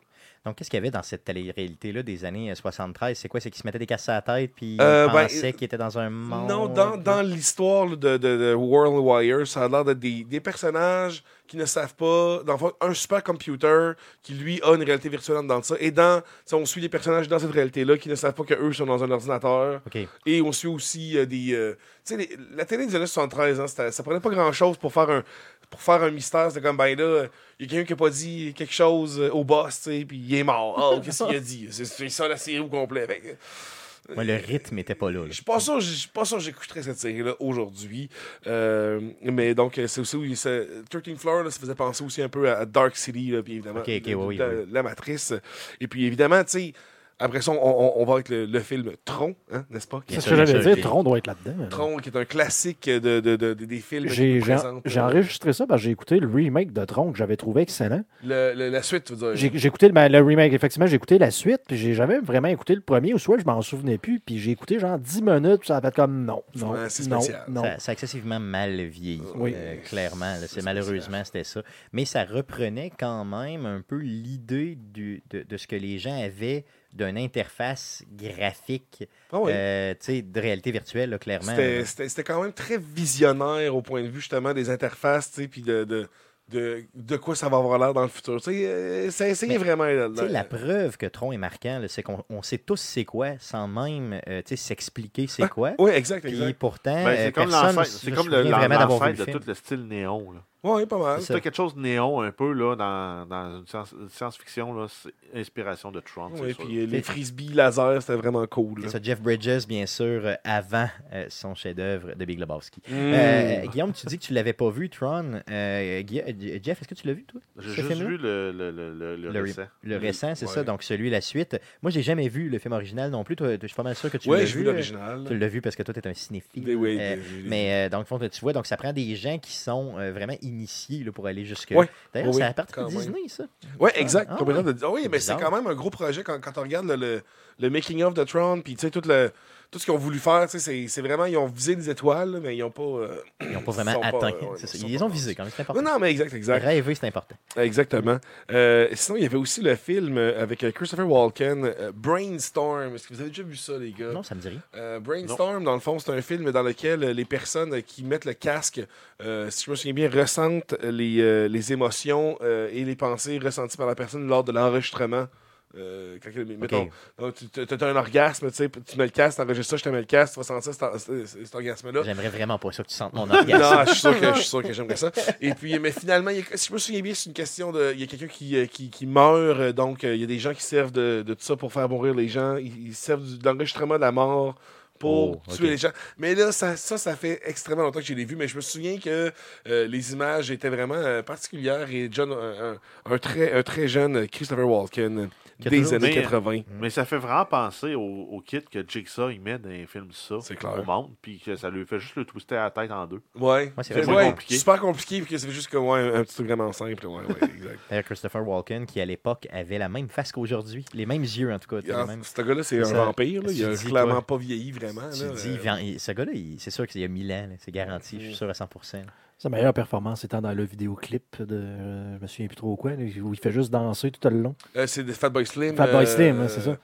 Donc, qu'est-ce qu'il y avait dans cette télé-réalité-là des années euh, 73 C'est quoi C'est qu'ils se mettaient des casses à la tête puis Euh, ils ben, pensaient qu'ils étaient dans un monde. Non, dans, dans l'histoire là, de, de, de World Wire, ça a l'air d'être des, des personnages qui ne savent pas. Dans le fond, un supercomputer qui, lui, a une réalité virtuelle en dedans de ça. Et dans, tu sais, on suit des personnages dans cette réalité-là qui ne savent pas qu'eux sont dans un ordinateur. Ok. Et on suit aussi euh, des. euh, tu sais, les- la télé des années 73, hein, c'était- ça prenait pas grand-chose pour faire un. Pour faire un mystère, c'était comme, ben là, il y a quelqu'un qui a pas dit quelque Ah, chose euh, au boss, tu sais, puis il est mort. Oh, qu'est-ce qu'il a dit? C'est- C'est ça la série au complet. Fait que- Moi, le rythme était pas là. là. Je suis pas sûr, je suis pas sûr que j'écouterais cette série-là aujourd'hui. Euh, mais donc, euh, c'est aussi où il se- 13 Floor, là, ça faisait penser aussi un peu à à Dark City, là, puis évidemment, Ok, ok, le- oui, la, oui. la matrice. Et puis évidemment, tu sais, après ça, on, on- on va avec le, le film Tron, hein, n'est-ce pas? Bien C'est ce sûr, que bien j'allais sûr. dire. Tron doit être là-dedans. Tron, qui est un classique de, de- de- des films. qui J'ai nous j'ai- présente, j'ai euh, enregistré ça parce que j'ai écouté le remake de Tron que j'avais trouvé excellent. le- le- la suite, tu veux J'ai dire. j'ai écouté le, ben, le remake, effectivement, j'ai écouté la suite, puis j'ai jamais vraiment écouté le premier, ou soit je m'en souvenais plus, puis j'ai écouté genre 10 minutes, puis ça a fait comme non, non, Ouais, c'est non, spécial. non. Ça, ça a excessivement mal vieilli, Oui. euh, clairement. là. C'est C'est spécial. malheureusement c'était ça, mais ça reprenait quand même un peu l'idée du- de, de ce que les gens avaient d'une interface graphique, Ah oui. euh, tu sais, de réalité virtuelle, là, clairement. C'était- là. C'était c'était quand même très visionnaire au point de vue justement des interfaces, tu sais, puis de, de, de, de quoi ça va avoir l'air dans le futur. Tu sais, euh, c'est essayé Mais, vraiment. là- Tu sais, la là- preuve que Tron est marquant, là, c'est qu'on on sait tous c'est quoi, sans même euh, tu sais, s'expliquer c'est quoi. Oui, exact, Puis exact. pourtant, Ben, euh, c'est comme personne l'ancêtre- se c'est comme le- souvient vraiment d'avoir vu l'ancêtre le de film. tout le style néon. là. Oui, pas mal. C'est C'est quelque chose de néon un peu là, dans, dans une science- une science-fiction, là, c'est inspiration de Trump. Ouais, c'est sûr. puis euh, les frisbees laser, c'était vraiment cool. Et là. ça, Jeff Bridges, bien sûr, euh, avant euh, son chef-d'œuvre de Big Lebowski. Mm. Euh, Guillaume, tu dis que tu l'avais pas vu, Tron. Euh, Guilla- euh, Jeff, est-ce que tu l'as vu, toi? J'ai ce juste film-là? vu le, le, le, le, le Le re- récent. Le récent, c'est Ouais. ça, donc celui, la suite. Moi, j'ai jamais vu le film original non plus. Toi, je suis pas mal sûr que tu ouais, l'as j'ai vu. vu euh, l'original. Tu l'as vu parce que toi, tu es un cinéphile. Des- ouais, Euh, des- j'ai- mais euh, donc, fond, tu vois, donc ça prend des gens qui sont euh, vraiment initiés là, pour aller jusque. Ouais. D'ailleurs, Oui, c'est à partir de quand même. Disney, ça. Oui, exact. Ah, complètement ouais. de- Ah oui, C'est mais c'est bizarre. quand même un gros projet quand, quand on regarde le, le- le making of de Tron, puis tu sais, tout, le- tout ce qu'ils ont voulu faire, tu sais, c'est c'est vraiment, ils ont visé des étoiles, là, mais ils n'ont pas... euh, Ils n'ont pas vraiment sont pas, atteint. euh, ouais, c'est ça. ils Ils, sont les pas ont dans- visés quand même, c'est important. Non, non, mais exact, exact. Rêver, c'est important. Exactement. Euh, sinon, il y avait aussi le film euh, avec euh, Christopher Walken, euh, Brainstorm. Est-ce que vous avez déjà vu ça, les gars? Non, ça me dit rien. Euh, Brainstorm, dans le fond, c'est un film dans lequel euh, les personnes euh, qui mettent le casque, euh, si je me souviens bien, ressentent les, euh, les émotions euh, et les pensées ressenties par la personne lors de l'enregistrement. Euh, quand, mettons, donc, tu- tu as un orgasme, tu sais, tu mets le casque, t'enregistres ça, je te mets le casque, tu vas sentir cet, cet- cet orgasme-là. J'aimerais vraiment pas ça que tu sentes mon orgasme. euh, Non, je suis sûr que, je suis sûr que j'aimerais ça. Et puis, mais finalement, il y a- si je me souviens bien, c'est une question de. Il y a quelqu'un qui, euh, qui, qui meurt, euh, donc euh, il y a des gens qui servent de, de tout ça pour faire mourir les gens. Ils, ils servent du- de l'enregistrement de la mort pour Oh, tuer ok. les gens. Mais là, ça, ça, ça fait extrêmement longtemps que je l'ai vu, mais je me souviens que euh, les images étaient vraiment euh, particulières et John, un, un- un très, un très jeune Christopher Walken Qui a des toujours- années Mais- 80. Hmm. Mais ça fait vraiment penser au, au kit que Jigsaw il met dans les films ça C'est clair. au monde, puis que ça lui fait juste le twister à la tête en deux. Ouais. c'est vraiment compliqué. super compliqué, puis que c'est juste comme ouais, un, un petit truc vraiment simple. Ouais, ouais, exact. D'ailleurs, Christopher Walken, qui à l'époque avait la même face qu'aujourd'hui, les mêmes yeux en tout cas. tu sais, les Ah, mêmes- Ce gars-là, c'est un Ça- vampire. là. Il tu a dis, clairement toi, pas vieilli vraiment. Tu là. euh, dis, il vient- il- ce gars-là, il- c'est sûr qu'il y a 1000 ans, là, c'est garanti, Mm. je suis sûr à 100%. là. Sa meilleure performance étant dans le vidéoclip de euh, je me souviens plus trop quoi, là, où il fait juste danser tout le long. Euh, c'est des Fatboy Slim. Fatboy euh, Slim, hein, c'est ça.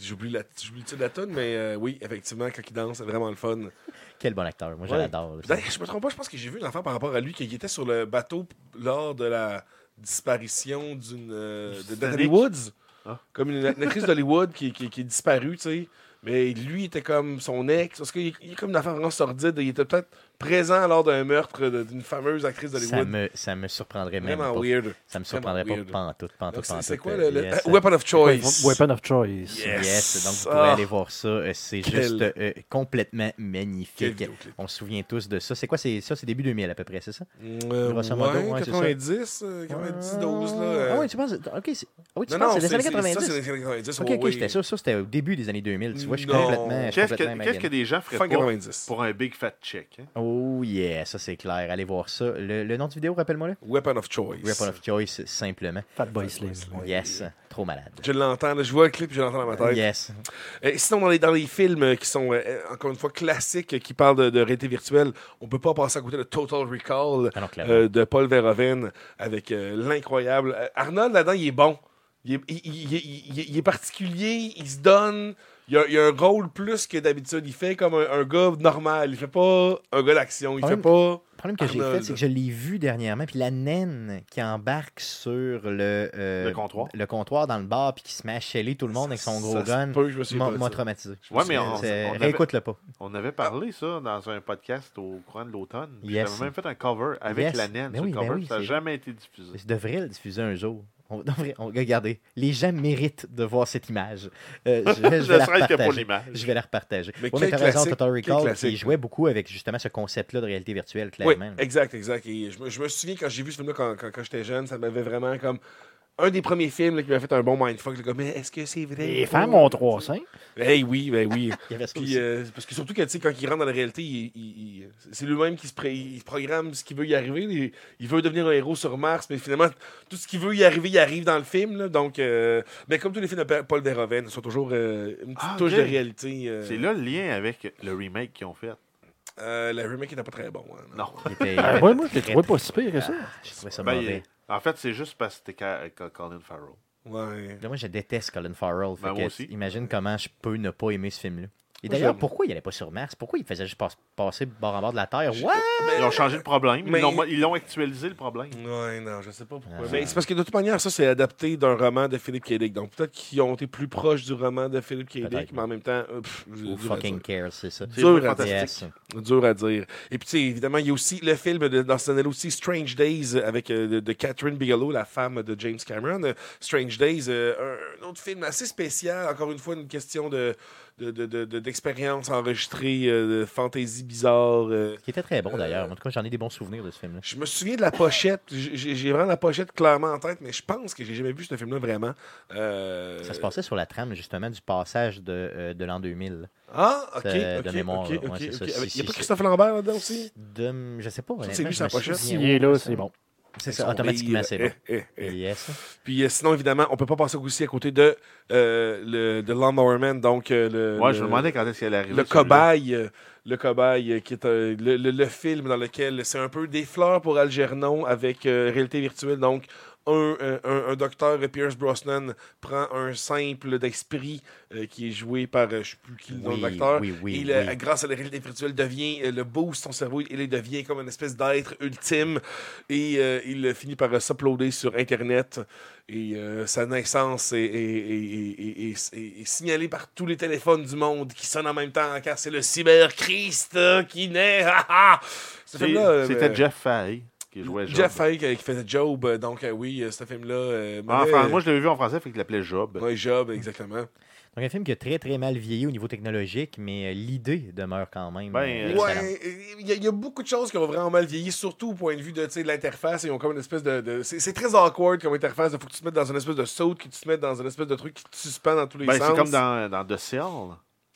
J'oublie la- j'oublie le titre de la tune, mais euh, oui, effectivement, quand il danse, c'est vraiment le fun. Quel bon acteur, moi je Ouais. l'adore. là. D'ailleurs, je me trompe pas, je pense que j'ai vu une affaire par rapport à lui, qu'il était sur le bateau lors de la disparition d'une euh, de- de- Titanic. d'Hollywood. Ah. Comme une, une actrice d'Hollywood qui, qui, qui est disparue, tu sais. Mais lui était comme son ex. Parce qu'il il est comme une affaire vraiment sordide. Il était peut-être présent lors d'un meurtre de- d'une fameuse actrice ça, d'Hollywood. me, ça me surprendrait même Vraiment pas. weird. Ça me Vraiment surprendrait pas weird. pantoute, pantoute, Donc, c'est- pantoute. C'est quoi le, euh, le- yes, euh, Weapon of Choice? Weapon of Choice. Yeah. Yes. Yes, donc vous pourrez Ah. aller voir ça. euh, C'est Quel- juste euh, complètement Quel magnifique. vidéoclip. On se souvient tous de ça. C'est quoi c'est- ça? C'est début 2000 à peu près, c'est ça? Euh, Grosso modo, ouais, ouais, c'est ça. 90, euh, 90, 12, là. euh. Ah oui, tu penses. Ok, c'est ah oui, tu non, penses non, que c'est des années Ça, c'est 90. les années 90. Ok, ouais, ok, oui. j'étais sûr, ça c'était au début des années 2000. Tu vois, je suis Non. complètement. je suis Qu'est-ce que, complètement qu'est-ce que magané. les gens feraient Fin pas 90. pour un big fat check? hein? Oh yeah, ça c'est clair. Allez voir ça. Le, le nom du vidéo, rappelle-moi le Weapon of Choice. Weapon of Choice, simplement. Fatboy Slim. Yes, trop malade. Je l'entends, là, je vois le clip, je l'entends dans ma tête. Yes. Et sinon, dans les, dans les films euh, qui sont, euh, encore une fois, classiques, euh, qui parlent de, de réalité virtuelle, on peut pas passer à côté de Total Recall Ah non, clairement. euh, de Paul Verhoeven avec euh, l'incroyable. euh, Arnold, là-dedans, il est bon. Il est, il- il- il- il- il est particulier, il se donne. Il a, il a un rôle plus que d'habitude. Il fait comme un, un gars normal. Il fait pas un gars d'action. Il Ah fait oui. pas. Le problème que j'ai Arnold. fait, c'est que je l'ai vu dernièrement, puis la naine qui embarque sur le, euh, Le comptoir. le comptoir dans le bar, puis qui se met à cheller tout le monde avec son gros Ça se gun, peut, je me souviens m'a pas de m'a ça. traumatisé. Ouais, mais on- C'est- on avait- Réécoute-le pas. On avait parlé ça dans un podcast au courant de l'automne. puis Yes. J'avais même fait un cover avec Yes. la naine Ben sur oui, le ben cover. oui, ça n'a c'est- jamais été diffusé. Je devrais le diffuser un jour. On, on devrait- on- regardez, les gens méritent de voir cette image. Euh, je, je vais serais la serait-ce que pour repartager. l'image. Je vais la repartager. Mais Mais, quel mais t'as raison, classique, Total quel Recall, classique. il jouait beaucoup avec justement ce concept-là de réalité virtuelle, Oui, clairement. exact, exact. Et je, me, je me souviens quand j'ai vu ce film-là quand, quand, quand j'étais jeune, ça m'avait vraiment comme. Un des premiers films là, qui m'a fait un bon mindfuck. là, comme, mais est-ce que c'est vrai? Les femmes ont trois seins. Eh oui, ben oui. Il y avait ça Puis, aussi. euh, parce que surtout que, tu sais, quand il rentre dans la réalité, il- il- il- c'est lui-même qui se, pré- il programme ce qu'il veut y arriver. Il, il veut devenir un héros sur Mars, mais finalement, tout ce qu'il veut y arriver, il arrive dans le film. là. donc, euh, mais comme tous les films de Pa- Paul Verhoeven, ils sont toujours euh, une petite Ah, ok. touche de réalité. euh, C'est là le lien avec le remake qu'ils ont fait. euh, le remake n'était pas très bon. hein, Non. Il était- il Ah, était ouais, moi, je l'ai très, trouvé très- pas si pire que ça. Euh, Je trouvais ça Ben, mauvais. il- en fait, c'est juste parce que c'était Ca- Ca- Colin Farrell. Ouais. Là, Moi, je déteste Colin Farrell. fait Ben, moi que aussi. Imagine comment je peux ne pas aimer ce film-là. Et Moi, d'ailleurs, j'aime. pourquoi il n'allait pas sur Mars? Pourquoi il faisait juste pas- passer bord en bord de la Terre? Je- What? Ils ont changé le problème. mais- Ils l'ont- Ils l'ont actualisé le problème. Ouais, non, je sais pas pourquoi. Ah. Mais c'est parce que de toute manière, ça, c'est adapté d'un roman de Philippe K. Dick. Donc, peut-être qu'ils ont été plus proches du roman de Philippe K. Dick, Peut-être. mais en même temps, euh, pff, Who dur à fucking dire. cares, c'est ça. C'est Dur à fantastique. Yes. Dur à dire. Et puis, tu sais, évidemment, il y a aussi le film de, dans ce année aussi, Strange Days, euh, avec, euh, de, de Catherine Bigelow, la femme de James Cameron. Euh, Strange Days, euh, un, un autre film assez spécial. Encore une fois, une question de, de, de- de- de- d'expérience enregistrée, euh, de fantaisie bizarre. euh. Qui était très bon d'ailleurs. En tout cas, j'en ai des bons souvenirs de ce film-là. Je me souviens de la pochette. J- J'ai j'ai vraiment la pochette clairement en tête, mais je pense que j'ai jamais vu ce film-là vraiment. Euh, Ça se passait sur la trame justement du passage de, euh, de l'an 2000. Ah, ok. de ok, mémoire, ok, là. ok, Ouais, c'est ça. ok. Si, Avec- Il n'y a si, pas si. Christophe Lambert là-dedans aussi? De, je sais pas. honnêtement, c'est lui, je sa me pochette. souviens S'il est là, pas. c'est bon. C'est Son ça, automatiquement, délire. c'est bon. Eh, eh, eh. Yes. Puis euh, sinon, évidemment, on peut pas passer aussi à côté de, euh, le, de Lawnmower Man, donc euh, le, Ouais, le, je me demandais quand est-ce qu'elle arrivait. le cobaye. euh, Le cobaye, euh, qui est euh, le, le- le film dans lequel c'est un peu des fleurs pour Algernon avec euh, réalité virtuelle. Donc, un, euh, un- un docteur, euh, Pierce Brosnan, prend un simple d'esprit euh, qui est joué par, euh, je sais plus qui le nom de Oui, l'acteur. oui, oui. et le- oui. grâce à la réalité virtuelle, devient euh, le boost son cerveau. Il il devient comme une espèce d'être ultime et euh, il finit par euh, s'uploader sur Internet. Et euh, sa naissance est, est- est- est- est- est- est signalée par tous les téléphones du monde qui sonnent en même temps, car c'est le cyber-Christ euh, qui naît. Ha, ha. Ce C'est- film-là, euh, C'était euh, Jeff Fahey qui jouait Job. Jeff Fake qui faisait Job. euh, Donc, euh, oui, euh, ce film-là. euh, Ah, m'avait- enfin, moi, je l'avais vu en français, fait qu'il l'appelait Job. Ouais, Job, exactement. Donc, un film qui a très, très mal vieilli au niveau technologique, mais euh, l'idée demeure quand même. Ben, euh, euh, excellente. Ouais, il y, a- il y a beaucoup de choses qui ont vraiment mal vieilli, surtout au point de vue de, tu sais, de l'interface. Ils ont comme une espèce de. de- c'est c'est très awkward comme interface. Il faut que tu te mettes dans une espèce de saut, que tu te mettes dans une espèce de truc qui te suspend dans tous les Ben, sens. c'est comme dans, dans The Cell.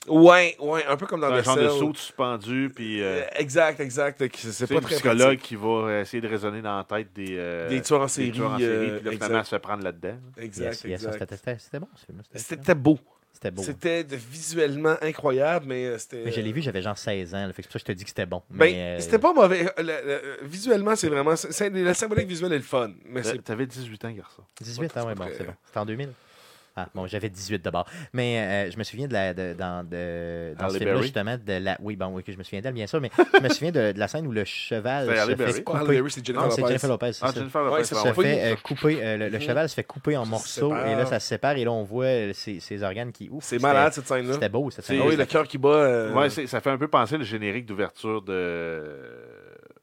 Ouais, ouais, un peu comme dans un le genre de Cell. saut suspendu, puis euh, Euh, Exact, exact. qui- C'est c'est pas un très psychologue pratique. qui va euh, essayer de raisonner dans la tête des, euh, Des tueurs en des série. tueurs en euh, puis là, finalement, elle exact, Ben, se fait prendre là-dedans. Yes, exact, yes, exact. c'était- c'était- C'était bon, ce film. C'était beau. C'était beau. C'était de- visuellement incroyable, mais euh, c'était. Mais je l'ai vu, j'avais genre 16 ans. là, fait que c'est pour ça que je te dis que c'était bon. Ben, mais, euh, c'était pas mauvais. Le- le- visuellement, c'est vraiment. c'est- c'est- la symbolique visuelle est le fun. Mais c'est T'a- T'avais 18 ans, garçon. 18, ah ouais, bon, près. c'est bon. C'était en 2000. Ah, bon, j'avais 18 d'abord. Mais euh, je me souviens de la. de- dans de, dans Halle ce film-là, Berry. justement, de la. Oui, bon, oui, que je me souviens d'elle, bien sûr, mais je me souviens de, de la scène où le cheval. C'est Halle se Berry. fait pas Halle couper. Berry, c'est Jennifer Non, c'est Lopez. Jennifer Lopez. c'est Ah, ça. Jennifer Ouais, Lopez, c'est ouais, ça. ouais. se pas fait une- euh, couper, euh, le, le cheval se fait couper en se morceaux sépare. et là ça se sépare et là on voit euh, ces, ces organes qui ouf. C'est c'était- malade cette scène-là. C'était beau cette C'est- scène. Ah oui, le cœur qui bat. euh, Ouais, c'est- ça fait un peu penser le générique d'ouverture de. euh,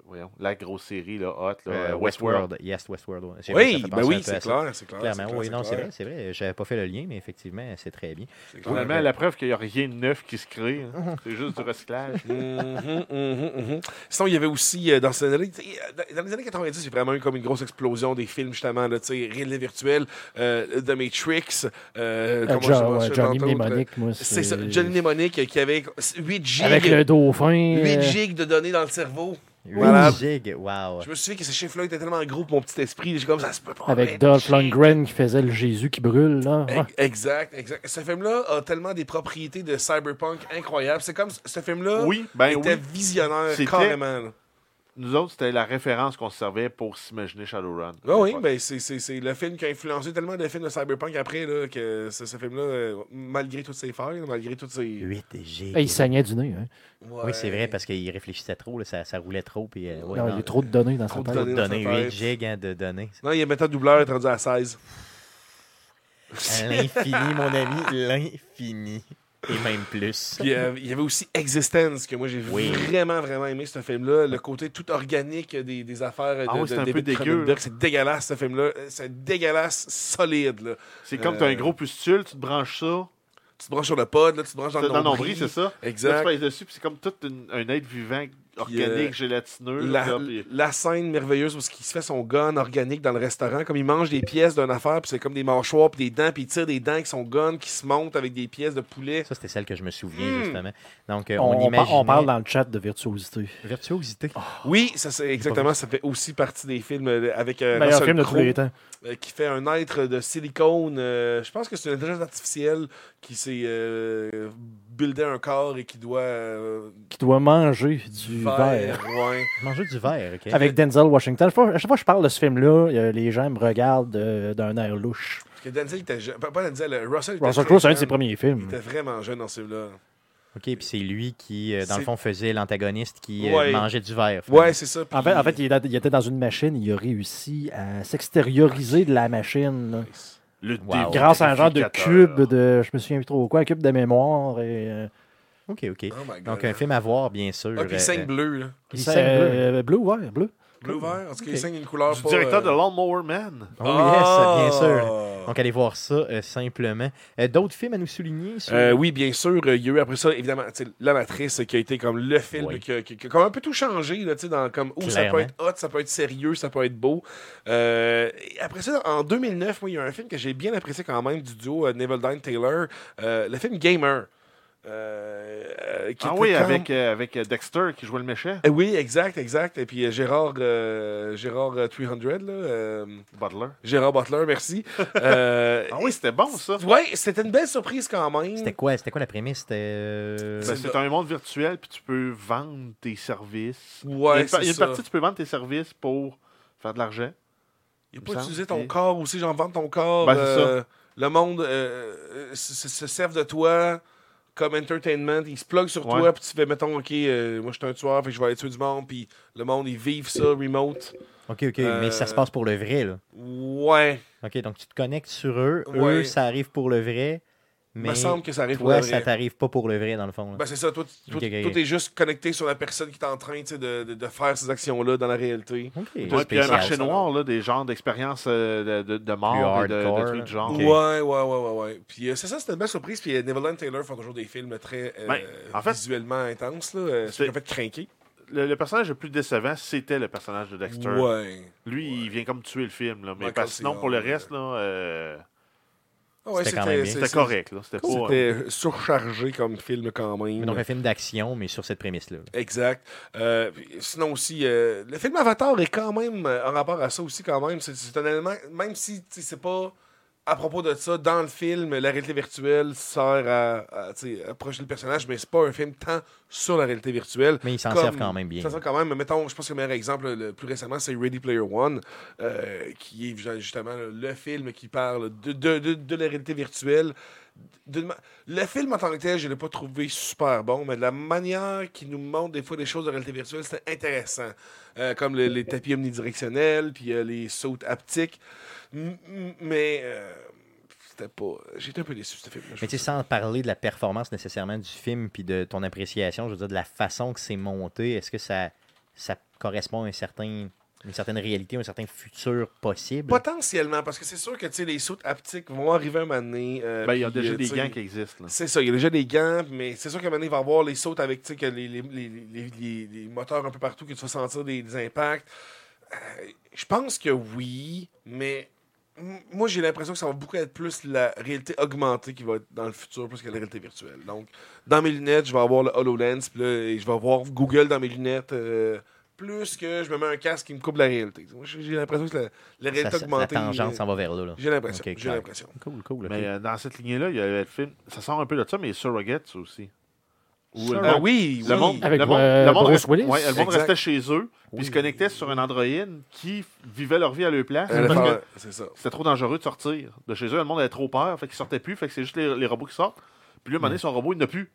Voyons, la grosse série, là, hot, là, Euh, euh, Westworld. Westworld. Yes, Westworld. ouais. J'ai- ça oui, fait ben penser un oui, peu à c'est ça. clair, Ah, c'est clair. Clairement, clair, oui, non, c'est clair, vrai, c'est vrai. J'avais pas fait le lien, mais effectivement, c'est très bien. c'est clair. Finalement, la preuve qu'il n'y a rien de neuf qui se crée. hein. C'est juste du recyclage. Mhm, mhm, mhm. Sinon, il y avait aussi, euh, dans, ces années, tu sais, dans- dans les années 90, j'ai vraiment eu comme une grosse explosion des films, justement, là, tu sais, réalité virtuelle, euh, The Matrix, euh, Euh, comment je Jo- mentionne ouais, Johnny tantôt, euh, Mnemonic, moi, C'est ça, Johnny Mnemonic euh, qui avait 8 gigs, Avec le dauphin. euh, 8 gigs de données dans le cerveau. 8 Voilà. gigs, wow. Je me souviens que ce chiffre-là était tellement gros pour mon petit esprit, j'ai comme ça se peut pas. Avec être Dolph gigs. Lundgren qui faisait le Jésus qui brûle, là. E- Ouais. Exact, exact. Ce film-là a tellement des propriétés de cyberpunk incroyables. C'est comme ce film-là Oui, ben était oui. visionnaire C'était- carrément. là. Nous autres, c'était la référence qu'on se servait pour s'imaginer Shadowrun. Ah oui, ben c'est- c'est c'est le film qui a influencé tellement de films de cyberpunk après là, que ce, ce film-là, euh, malgré toutes ses failles, malgré toutes ses. 8 gigs. Et Ah. il saignait du nez. hein. Oui, c'est vrai, parce qu'il réfléchissait trop, là, ça, ça roulait trop. Puis, euh, ouais, Non, non, il y a trop de données dans sa Trop de tête. données. de dans sa données, tête. 8 gigs hein, de données. Non, il y a maintenant doubleur il est rendu à 16. À L'infini, mon ami, l'infini. Et même plus. Puis, euh, il y avait aussi Existence, que moi j'ai Oui. vraiment, vraiment aimé ce film-là. Le côté tout organique des, des affaires de, Ah oui, de c'est un peu David dégueu, Cronenberg. là. C'est dégueulasse ce film-là. C'est dégueulasse solide. Là. C'est comme t'as Euh, un gros pustule, tu te branches ça. tu te branches sur le pod, là, tu te branches dans C'est le dans le nombril. nombril, c'est ça. Là, tu Exact. pèses dessus, puis c'est comme tout une- un être vivant, organique, euh, gélatineux. La, là, puis- la scène merveilleuse où il se fait son gun organique dans le restaurant, comme il mange des pièces d'une affaire, puis c'est comme des mâchoires, puis des dents, puis il tire des dents qui sont gun, qui se montent avec des pièces de poulet. Ça, c'était celle que je me souviens, Hmm. justement. Donc, euh, on, on, on par- imaginait... Oh, on parle dans le chat de virtuosité. Virtuosité. Oui, ça, c'est exactement, ça fait aussi partie des films euh, avec euh, Meilleur Russell film de tous Crowe. les temps. euh, qui fait un être de silicone. euh, je pense que c'est une intelligence artificielle qui s'est euh, buildé un corps et qui doit. euh, Qui doit manger du verre. ouais. Manger du verre, OK? Avec Denzel Washington. À chaque fois- à chaque fois que je parle de ce film-là, euh, les gens me regardent euh, d'un air louche. Parce que Denzel était jeune. Pas pas Denzel, euh, Russell était Russell très Crowe, c'est un de jeune. ses premiers Il films. était vraiment jeune dans celui-là. OK, puis c'est lui qui, euh, dans le C'est- fond, faisait l'antagoniste qui euh, Ouais. mangeait du verre. Ouais, c'est ça. puis- En fait, en fait il, est- il était dans une machine, il a réussi à s'extérioriser de la machine. là. le Wow. grâce à un genre de démystificateur. cube de. Je me souviens plus trop quoi, un cube de mémoire. Et, euh, OK, OK. Oh my God. Donc, un film à voir, bien sûr. Ah, puis il Euh, saigne bleu, là. il c'est, saigne bleu. euh, bleu, ouais, bleu. Bleu vert. En tout cas, Ok. il saigne une couleur. Du pas, directeur de euh, Lawnmower Man. Oh, yes, bien sûr. Ah. Donc, allez voir ça euh, simplement. Euh, D'autres films à nous souligner sur- Euh, oui, bien sûr. euh, Il y a eu après ça, évidemment, tu sais, La Matrice euh, qui a été comme le film Oui. qui, a, qui- qui a comme un peu tout changé. Là, tu sais, dans, comme, où ça peut Clairement. être hot, ça peut être sérieux, ça peut être beau. Euh, et après ça, en 2009, moi, il y a un film que j'ai bien apprécié quand même du duo euh, Neville Dine Taylor, euh, le film Gamer. Euh, euh, qui Ah était oui, comme- avec, euh, avec euh, Dexter qui jouait le méchant. Euh, oui, exact, exact. Et puis euh, Gérard, euh, Gérard euh, 300, là, euh, Butler. Gérard Butler, merci. Euh, Ah oui, c'était bon ça. ouais, c'était une belle surprise quand même. C'était quoi, c'était quoi la prémisse? C'était... euh, Ben, c'est un monde virtuel, puis tu peux vendre tes services. il y a Ouais, une, par- c'est il y a une ça. partie, tu peux vendre tes services pour faire de l'argent. Il Il n'a me pas semble. utilisé ton Et- corps aussi, j'en vends ton corps. Ben, c'est euh, Le monde euh, euh, se, se- se serve de toi comme entertainment. Il se plug sur Ouais. toi, puis tu fais, mettons, OK, euh, moi je suis un tueur, fait que je vais aller tuer du monde, puis le monde, ils vivent ça, remote. OK, OK, Euh, mais ça se passe pour le vrai, là. Ouais, OK, donc tu te connectes sur eux. Eux, Ouais. ça arrive pour le vrai, mais me semble que ça arrive pour toi, la ça vraie. t'arrive pas pour le vrai, dans le fond. là. Ben, c'est ça, toi, tu- toi, Ok, ok, toi, ok. t'es juste connecté sur la personne qui est en train tu sais, de, de- de faire ces actions-là dans la réalité. OK. Ouais, puis il y a un spécial, marché ça. noir, là, des genres d'expériences euh, de, de, de mort, et de, de hardcore, trucs du genre. Ok. Ouais, ouais, ouais, ouais, ouais. Puis euh, c'est ça, c'était une belle surprise. Puis euh, Neverland Taylor font toujours des films très euh, Ben, en fait- visuellement intenses, là. euh, C'est- Ça fait craquer. Le, le personnage le plus décevant, c'était le personnage de Dexter. Ouais. Lui, il vient comme tuer le film, là, mais Michael parce, sinon, Cera, pour le ouais. reste, là, euh, Ah ouais, C'était quand même bien. c'était correct. là, C'était pas. C'était surchargé comme film quand même. Donc, un film d'action, mais sur cette prémisse-là. Exact. Euh, puis sinon aussi, euh, le film Avatar est quand même euh, en rapport à ça aussi quand même. C'est- C'est un élément, même si tu sais, c'est pas à propos de ça, dans le film, la réalité virtuelle sert à, à, tu sais, approcher le personnage, mais c'est pas un film tant sur la réalité virtuelle. Mais ils s'en Comme- servent quand même bien. Ça sent quand même, mettons, je pense que le meilleur exemple le plus récemment, c'est Ready Player One, euh, qui est ju- justement le film qui parle de, de, de, de la réalité virtuelle. De- de- le film en tant que tel, je ne l'ai pas trouvé super bon, mais de la manière qu'il nous montre des fois des choses de réalité virtuelle, c'était intéressant. Euh, comme le- les tapis omnidirectionnels, puis euh, les sautes haptiques. M- m- mais euh, c'était pas. J'étais un peu déçu, ce film-là. je Mais tu sais, sans parler de la performance nécessairement du film puis de ton appréciation, je veux dire, de la façon que c'est monté, est-ce que ça, ça correspond à un certain, une certaine réalité, un certain futur possible? Ben Potentiellement, parce que c'est sûr que tu sais, les sautes haptiques vont arriver un moment donné. euh, Ben, il y a puis, déjà euh, des tu sais, gangs qui existent. là. C'est ça, il y a déjà des gants, mais c'est sûr qu'à un moment donné, il va y avoir les sautes avec tu sais, que les, les, les, les- les- les moteurs un peu partout, que tu vas sentir des, des impacts. Euh, je pense que oui, mais m- moi j'ai l'impression que ça va beaucoup être plus la réalité augmentée qui va être dans le futur plus que la réalité virtuelle. Donc, dans mes lunettes, je vais avoir le HoloLens, puis là, et je vais avoir Google dans mes lunettes. euh, plus que je me mets un casque qui me coupe la réalité. Moi, J'ai j'ai l'impression que la, Ça- la réalité ça- la augmentée. tangente euh, s'en va vers là. là. J'ai l'impression. Ok, j'ai clair. l'impression. Cool, cool. ok. Mais euh, dans cette lignée-là, il y avait le film. Ça sort un peu de ça, mais Surrogates aussi. Où le Ah monde- oui, Le oui. monde, Avec, le monde, euh, le monde Bruce reste- Willis. ouais, le monde Exact. restait chez eux, puis Oui. se connectait sur un androïde qui f- vivait leur vie à leur place. Euh, Elle va parce faire- que Euh, C'est ça. c'était trop dangereux de sortir de chez eux. Le monde avait trop peur, fait qu'ils sortaient plus, fait que c'est juste les, les robots qui sortent. Puis lui, à un moment Mm. donné, son robot, il n'a plus.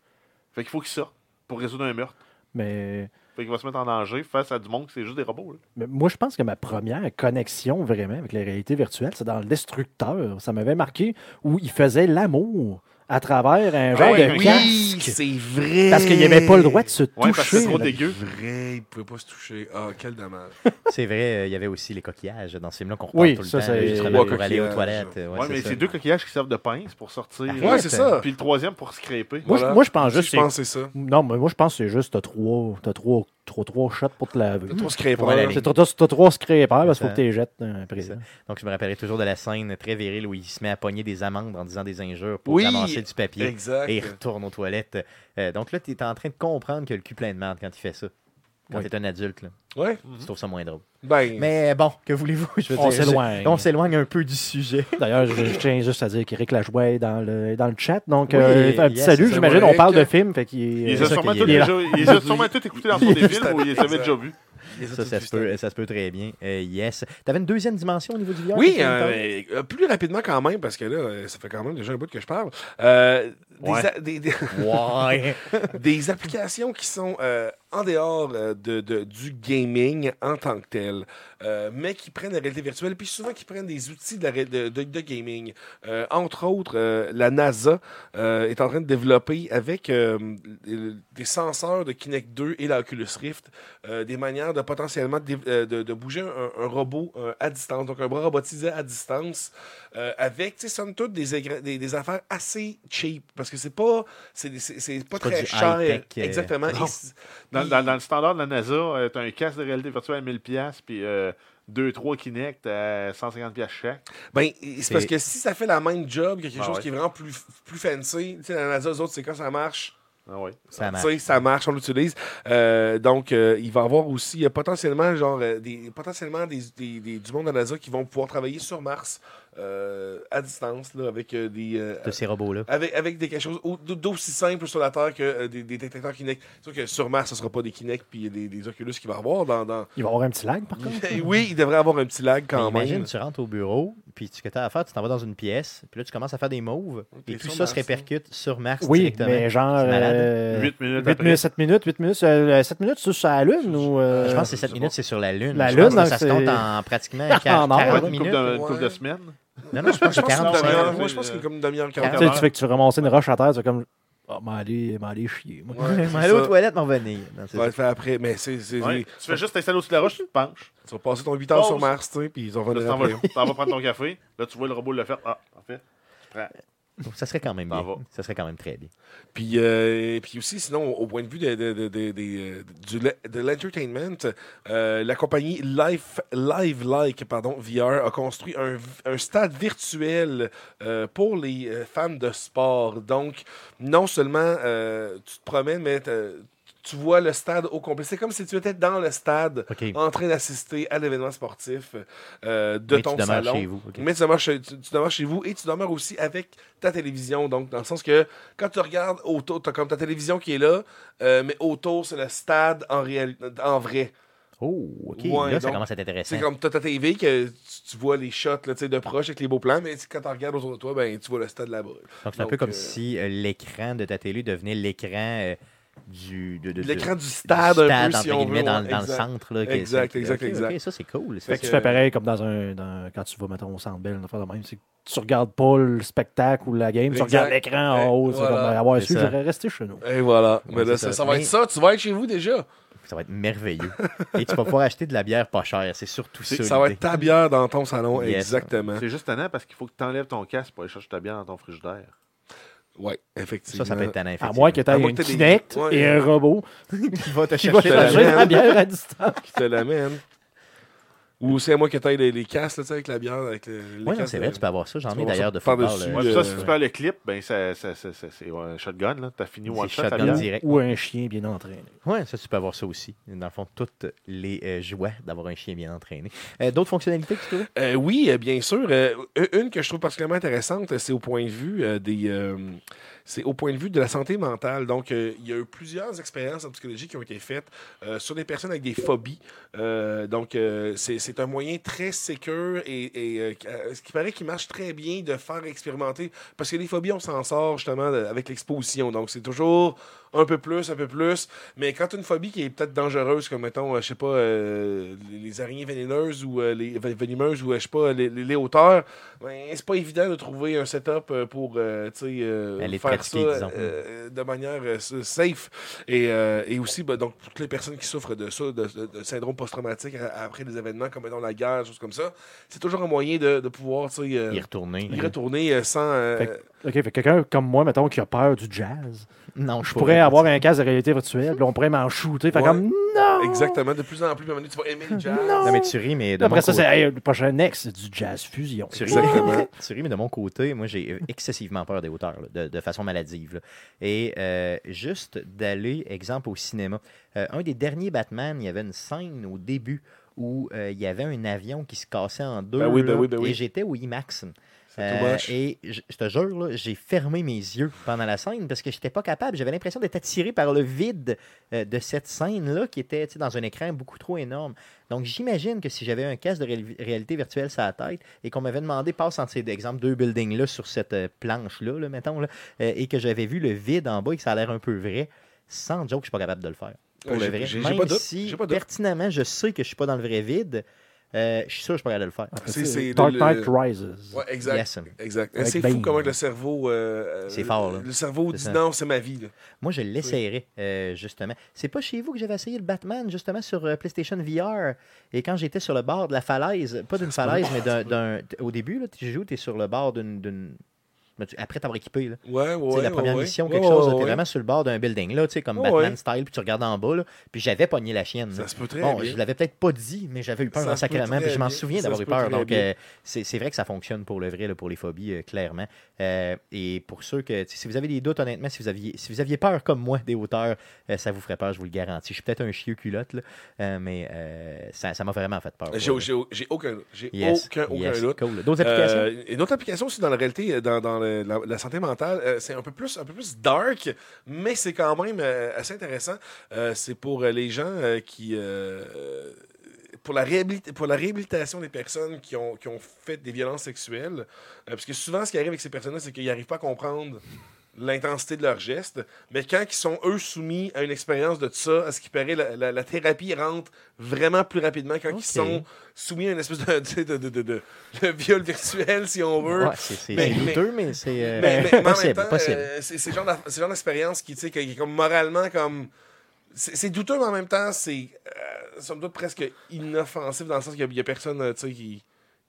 Fait qu'il faut qu'il sorte pour résoudre un meurtre. Mais, Fait qu'il va se mettre en danger face à du monde qui c'est juste des robots. là. mais moi, je pense que ma première connexion vraiment avec la réalité virtuelle, c'est dans le Destructeur. Ça m'avait marqué où il faisait l'amour à travers un genre Ouais, de oui, casque. Ah c'est vrai. Parce qu'il n'avait pas le droit de se Ouais, parce que toucher. c'est trop là. dégueu. Vrai, il pouvait pas se toucher. Ah, quel dommage. C'est vrai, euh, il y avait aussi les coquillages dans ce film-là qu'on reparle Oui, tout le ça, temps, c'est- là, justement, Trois pour aller aux coquillages. toilettes. euh, Ouais, Ouais, mais ça. c'est deux coquillages qui servent de pince pour sortir. euh, Ouais, c'est ça. Puis le troisième pour scraper. Moi, je- Voilà. moi, je pense juste. Je c'est- pense que c'est ça. Non, mais moi, je pense que c'est juste, t'as trois, t'as trois, trois, trois shots pour te laver. T'as trop scrapé. Pour aller à la C'est- T'as t'as- t'as trois scrapers, parce qu'il faut ça. que tu les jettes euh, après. ça. Donc, je me rappellerai toujours de la scène très virile où il se met à pogner des amendes en disant des injures pour Oui, ramasser du papier Exact. et il retourne aux toilettes. Euh, donc là, tu es en train de comprendre que le cul plein de merde quand il fait ça. Quand Oui. tu es un adulte, là, Ouais. tu trouves ça moins drôle. Ben. Mais bon, que voulez-vous? Je veux On dire, je- s'éloigne. On s'éloigne un peu du sujet. D'ailleurs, je, je tiens juste à dire qu'Éric Lajoie est dans le, dans le chat. Donc, Oui, euh, un petit yes, salut. c'est J'imagine, vrai on parle que- de films. Fait qu'il euh, Ils C'est ont ça sûrement qu'il tous est là. déjà- ils ont sûrement tous écouté dans son des films Exact. ou ils les avaient déjà vus. Ça, ça se peut, ça se peut très bien. Euh, yes. Tu avais une deuxième dimension au niveau du VR? Oui, que tu voulais me euh, parler? euh, plus rapidement quand même, parce que là, euh, ça fait quand même déjà un bout que je parle. Euh, des Ouais. a- des- des- Ouais. des applications qui sont euh, en dehors euh, de, de- du gaming en tant que tel, euh, mais qui prennent la réalité virtuelle, puis souvent qui prennent des outils de, la ré- de- de- de gaming. Euh, entre autres, euh, la NASA euh, est en train de développer avec euh, euh, des senseurs de Kinect 2 et la Oculus Rift euh, des manières de potentiellement dé- euh, de, de bouger un, un robot euh, à distance, donc un bras robotisé à distance, euh, avec, tu sais, somme toute, des, égra- des, des affaires assez cheap, parce que c'est pas, c'est, des- c'est- c'est pas pas très du cher. high-tech, euh, Exactement. non. Et c- Dans, Puis- dans- dans le standard de la NASA, euh, t'as un casque de réalité virtuelle à 1000$, puis 2-3 Kinect à 150$ chaque. ben, c'est parce que si ça fait la même job que quelque Ah chose ouais. qui est vraiment plus, plus fancy, tu sais, la NASA, eux autres, c'est quand ça marche. Ah ouais. Ça marche. Tu sais, ça marche, on l'utilise. Euh, donc, euh, il va y avoir aussi euh, potentiellement, genre, euh, des, potentiellement des, des- des- du monde de la NASA qui vont pouvoir travailler sur Mars euh, à distance, là, avec euh, des. euh, De ces robots-là. avec, avec des quelque chose au- d'aussi simple sur la Terre que euh, des, des détecteurs Kinect. Sauf que sur Mars, ce ne sera pas des Kinect puis des, des Oculus qu'il va y avoir dans, dans- Il va y avoir un petit lag, par contre. Ben Oui, il devrait avoir un petit lag Mais quand même. Ben, imagine, tu rentres au bureau, puis ce que tu as à faire, tu t'en vas dans une pièce, puis là, tu commences à faire des moves, t'es et tout sur ça se Mars, hein. répercute sur Mars Oui, directement. mais genre. euh, C'est malade. 8 minutes 8 après. minutes, 7 minutes, 8 minutes. 7 minutes, c'est sur la Lune ou. euh, Je pense que c'est 7 minutes, c'est sur la Lune. La Je pense Lune, que ça donc se compte c'est- en pratiquement En 40, 40 or. Ouais, une couple minutes. de, une couple de Ouais. semaines. Non, non, je pense Ah, Je que pense que c'est une 40 demi-heure. minutes. minutes. Moi, je pense qu'il y a comme une demi-heure, Tu quarante sais, minutes. tu fais que tu ramasses une roche à terre, c'est comme. Ah, m'en aller, m'en aller chier. moi. Ouais, c'est Aller aux ça. toilettes, m'en venir. Non, c'est Tu vas le faire après, mais c'est. c'est- Ouais. c'est- Tu fais juste t'installer au-dessus de la roche, tu te penches. Tu vas passer ton 8 heures sur Pause. Mars, tu sais, puis ils ont Là, rendu tu t'en vas, t'en vas prendre ton café. Là, tu vois le robot le faire. Ah, parfait. ça. Ça serait quand même Ça bien. va. Ça serait quand même très bien. Puis, euh, puis aussi, sinon, au point de vue de, de, de, de, de- du le- de l'entertainment, euh, la compagnie Life, Live Like pardon, VR a construit un, un stade virtuel euh, pour les euh, fans de sport. Donc, non seulement euh, tu te promènes, mais t'as- tu vois le stade au complet. C'est comme si tu étais dans le stade OK. en train d'assister à l'événement sportif euh, Mais de tu ton demeures salon. chez vous. OK. Mais tu demeures, chez, tu, tu demeures chez vous et tu demeures aussi avec ta télévision. Donc, dans le sens que quand tu regardes autour, tu as comme ta télévision qui est là, euh, mais autour, c'est le stade en, réel, en vrai. Oh, OK. Ouais, là, ça donc, commence à C'est t'intéresser. comme tu ta TV que tu, tu vois les shots là, tu sais, de proche avec les beaux plans, mais quand tu regardes autour de toi, ben, tu vois le stade là-bas. Donc, c'est un peu donc, comme euh, si euh, l'écran de ta télé devenait l'écran euh, du... de- de- de- L'écran du du stade, un peu, entre si on guillemets, veut. dans, ouais, dans le exact. centre. Là, que- Exact, c'est- exact, ok, ok, exact. ça, c'est cool. ça. Fait que tu que- fais pareil comme dans un. dans- quand tu vas, mettons, au centre Bell, une affaire de même. C'est que tu regardes pas le spectacle ou la game, tu Exact. regardes l'écran en Ouais, haut. C'est voilà. comme avoir C'est su, ça. j'aurais resté chez nous. Et voilà. Ouais, mais là, c'est ça. ça, ça va Mais- être ça. Tu vas être chez vous déjà. Ça va être merveilleux. Et tu vas pouvoir acheter de la bière pas chère. C'est surtout ça. Ça va l'idée. être ta bière dans ton salon. Yes. Exactement. C'est juste tannant parce qu'il faut que tu enlèves ton casque pour aller chercher ta bière dans ton frigidaire. Ouais, effectivement. Ça, ça peut être tannant, À moins que tu aies À moins une que t'aies des- Kinect Ouais. et un robot tu vas te qui va chercher la changer même. la bière à distance. qui te l'amène. Ou c'est à moi que t'ailles les, les casses là, tu sais, avec la bière. Avec le, les Oui, non, casques c'est de- vrai, tu peux avoir ça. J'en tu ai vas d'ailleurs voir de ça football. par-dessus, là. Ouais, puis ça, si euh, tu fais le clip, ben, ça, ça, ça, ça- c'est un shotgun. là. T'as fini one C'est shot, ta shotgun bière. direct. Ou un chien bien entraîné. Euh, Ouais, ça, tu peux avoir ça aussi. Dans le fond, toutes les euh, joies d'avoir un chien bien entraîné. Euh, D'autres fonctionnalités que tu trouves? Euh, oui, euh, bien sûr. Euh, une que je trouve particulièrement intéressante, c'est au point de vue euh, des, euh, c'est au point de vue de la santé mentale. Donc, euh, il y a eu plusieurs expériences en psychologie qui ont été faites euh, sur des personnes avec des phobies. Euh, donc, euh, c'est c'est un moyen très sécure et, et, euh, qui- euh, ce qui paraît qui marche très bien de faire expérimenter. Parce que les phobies, on s'en sort justement de- avec l'exposition. Donc, c'est toujours un peu plus, un peu plus. Mais quand t'as une phobie qui est peut-être dangereuse, comme mettons, euh, je sais pas, euh, les- les araignées vénéneuses ou euh, les ven- venimeuses ou euh, je sais pas, les, les- les hauteurs, ben, c'est pas évident de trouver un setup euh, pour euh, tu sais, euh, Aller te faire pratiquer, ça disons. euh, de manière euh, s- safe. Et, euh, et aussi, ben, donc, toutes les personnes qui souffrent de ça, de, de- de syndrome post-traumatique a- après des événements comme mettons, la guerre, choses comme ça, c'est toujours un moyen de, de pouvoir tu sais, euh, Y retourner. y retourner euh, sans. euh, Fait OK, fait que quelqu'un comme moi, mettons, qui a peur du jazz, Non, je je pourrais avoir un casque de réalité virtuelle, puis on pourrait m'en shooter. Fait Ouais. comme, non! Exactement, de plus en plus, à un moment donné, tu vas aimer le jazz. Non. Non, mais tu ris, mais de Après mon ça, côté- c'est hey, le prochain ex, c'est du jazz fusion. Tu ris, Exactement. tu ris, mais de mon côté, moi, j'ai excessivement peur des hauteurs, là, de, de façon maladive. là. Et euh, juste d'aller, exemple, au cinéma. Euh, un des derniers Batman, il y avait une scène au début où euh, il y avait un avion qui se cassait en deux. Ben oui, ben là, oui, ben oui. Et j'étais au IMAX. C'est Euh, too much. et je je te jure, là, j'ai fermé mes yeux pendant la scène parce que j'étais pas capable. J'avais l'impression d'être attiré par le vide euh, de cette scène-là qui était tu sais, dans un écran beaucoup trop énorme. Donc j'imagine que si j'avais un casque de ré- réalité virtuelle sur la tête et qu'on m'avait demandé, passe entre ces exemples, deux buildings-là sur cette euh, planche-là, là, mettons, là, euh, et que j'avais vu le vide en bas et que ça a l'air un peu vrai, sans joke, je suis pas capable de le faire. Pour Ouais, le Euh, j'ai- vrai. j'ai- j'ai Même pas de doute, si j'ai pas de doute. pertinemment, je sais que je suis pas dans le vrai vide, euh, je suis sûr que je suis pas capable de le faire. C'est- c'est Dark le- Knight le- Rises. Ouais, exact. Yes. Exact. Avec C'est Bane. fou comment le cerveau. euh, euh, ben C'est fort, là. Le cerveau C'est dit ça. non, c'est ma vie. là. Moi, je l'essayerais, euh, justement. C'est pas chez vous que j'avais essayé le Batman, justement, sur euh, PlayStation VR. Et quand j'étais sur le bord de la falaise, pas d'une falaise, mais d'un. d'un- t- Au début, là, tu joues, tu es sur le bord d'une. d'une- mais tu- Après t'avoir équipé, là. Ouais, ouais. Tu sais, la ouais, première ouais. mission, Ouais, quelque ouais, chose, ouais, tu es ouais. vraiment sur le bord d'un building, là, tu sais, comme Ouais, Batman ouais. style, puis tu regardes en bas, là. Puis j'avais pogné la chienne. Ça se peut très Bon, bien. je l'avais peut-être pas dit, mais j'avais eu peur Ça en se peut sacrément, très puis je m'en bien. souviens Ça d'avoir se eu peut peur. très Donc, bien. euh, c'est c'est vrai que ça fonctionne pour le vrai, là, pour les phobies, euh, clairement. Euh, et pour ceux que, tu sais, si vous avez des doutes, honnêtement, si vous aviez, si vous aviez peur comme moi des hauteurs, euh, ça vous ferait peur, je vous le garantis. Je suis peut-être un chieux culotte, là, euh, mais euh, ça ça m'a vraiment fait peur. J'ai ouais. j'ai- j'ai aucun doute. J'ai Yes, aucun, aucun yes, doute. cool. D'autres applications? Euh, une autre application aussi dans la réalité, euh, dans, dans le- la, la santé mentale, euh, c'est un peu plus un peu plus dark, mais c'est quand même euh, assez intéressant. Euh, c'est pour euh, les gens euh, qui euh, euh, pour la, réhabilita- pour la réhabilitation des personnes qui ont, qui ont fait des violences sexuelles. Euh, parce que souvent, ce qui arrive avec ces personnes-là, c'est qu'ils n'arrivent pas à comprendre l'intensité de leurs gestes. Mais quand ils sont, eux, soumis à une expérience de ça, à ce qui paraît, la, la- la thérapie rentre vraiment plus rapidement quand Ok. ils sont soumis à une espèce de, tu sais, de, de, de, de- de viol virtuel, si on veut. Ouais, c'est c'est- mais- c'est mais- douteux, mais c'est euh, Mais, mais- mais en même possible, temps, possible. euh, c'est c'est le genre d'aff- c'est le genre d'expérience qui, tu sais, qui est comme moralement comme. C'est c'est douteux, mais en même temps, c'est euh, somme toute presque inoffensif dans le sens qu'il n'y a, personne euh, tu sais,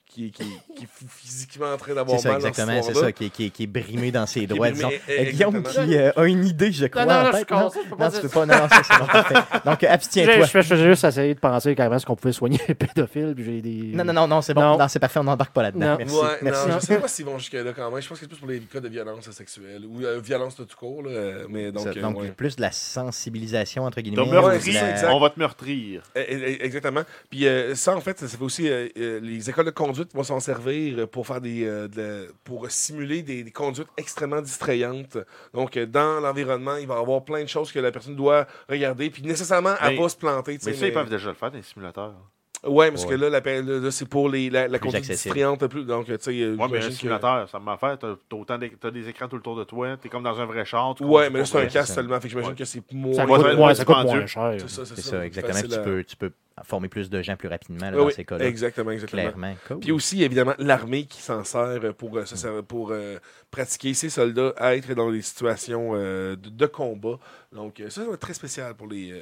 qui, qui, qui, qui est physiquement en train d'avoir C'est mal. ça, dans ce exactement, c'est soir-là. ça, qui, est- qui est- qui est brimé dans ses est doigts, disons. brimé, Euh, Guillaume exactement. qui euh, a une idée, je crois, non, non, en tête. je suis conçu, je peux pas non, dire tu peux ça. pas, non, non, ça, c'est bon, parfait. Donc, euh, Je, abstiens-toi. je- je- j'ai juste essayé de penser carrément ce qu'on pouvait soigner les pédophiles, puis j'ai des. Non, non, non, non c'est bon, non, Non. c'est parfait, on n'embarque pas là-dedans. Non. Merci, ouais, merci. non, je sais pas s'ils vont jusque-là quand même. Je pense que c'est plus pour les cas de violence sexuelle ou euh, violence de tout court. là, euh, mais donc, Ça, euh, donc, ouais. plus de la sensibilisation, entre guillemets. T'as ou meurtri, de la- exact. on va te meurtrir. Eh, eh, Exactement. Puis euh, ça, en fait, ça fait aussi. euh, euh, les écoles de conduite vont s'en servir pour faire des. euh, de la- pour simuler des, des conduites extrêmement distrayantes. Donc, euh, dans l'environnement, il va y avoir plein de choses que la personne doit regarder. Puis nécessairement, elle Mais- va se planter. tu sais, Mais ça, ils peuvent déjà le faire dans les simulateurs. Ouais, parce Ouais. que là, la pa- là, là, c'est pour les, la, la Plus conduite accessible. distrayante. Plus, donc, tu sais. euh, Ouais, mais un j'imagine que- simulateur, ça m'a fait. T'as t'as autant d'é- t'as des écrans tout le tour de toi, t'es comme dans un vrai char. tu Ouais, conduis mais là, pour c'est un vrai. casque ça. seulement. Fait que j'imagine Ouais. que c'est moins. Ça Ouais, coûte, ouais, moins, ouais, ça coûte dispendieux. moins cher. C'est ça, exactement. Puis facile tu à- peux, tu peux former plus de gens plus rapidement là, Oui, dans oui, ces cas-là. Exactement, exactement. Clairement. Cool. Puis aussi, évidemment, l'armée qui s'en sert pour, Mm. euh, se servir- pour euh, pratiquer ses soldats à être dans des situations euh, de, de combat. Donc, euh, ça, ça va être très spécial pour les. euh,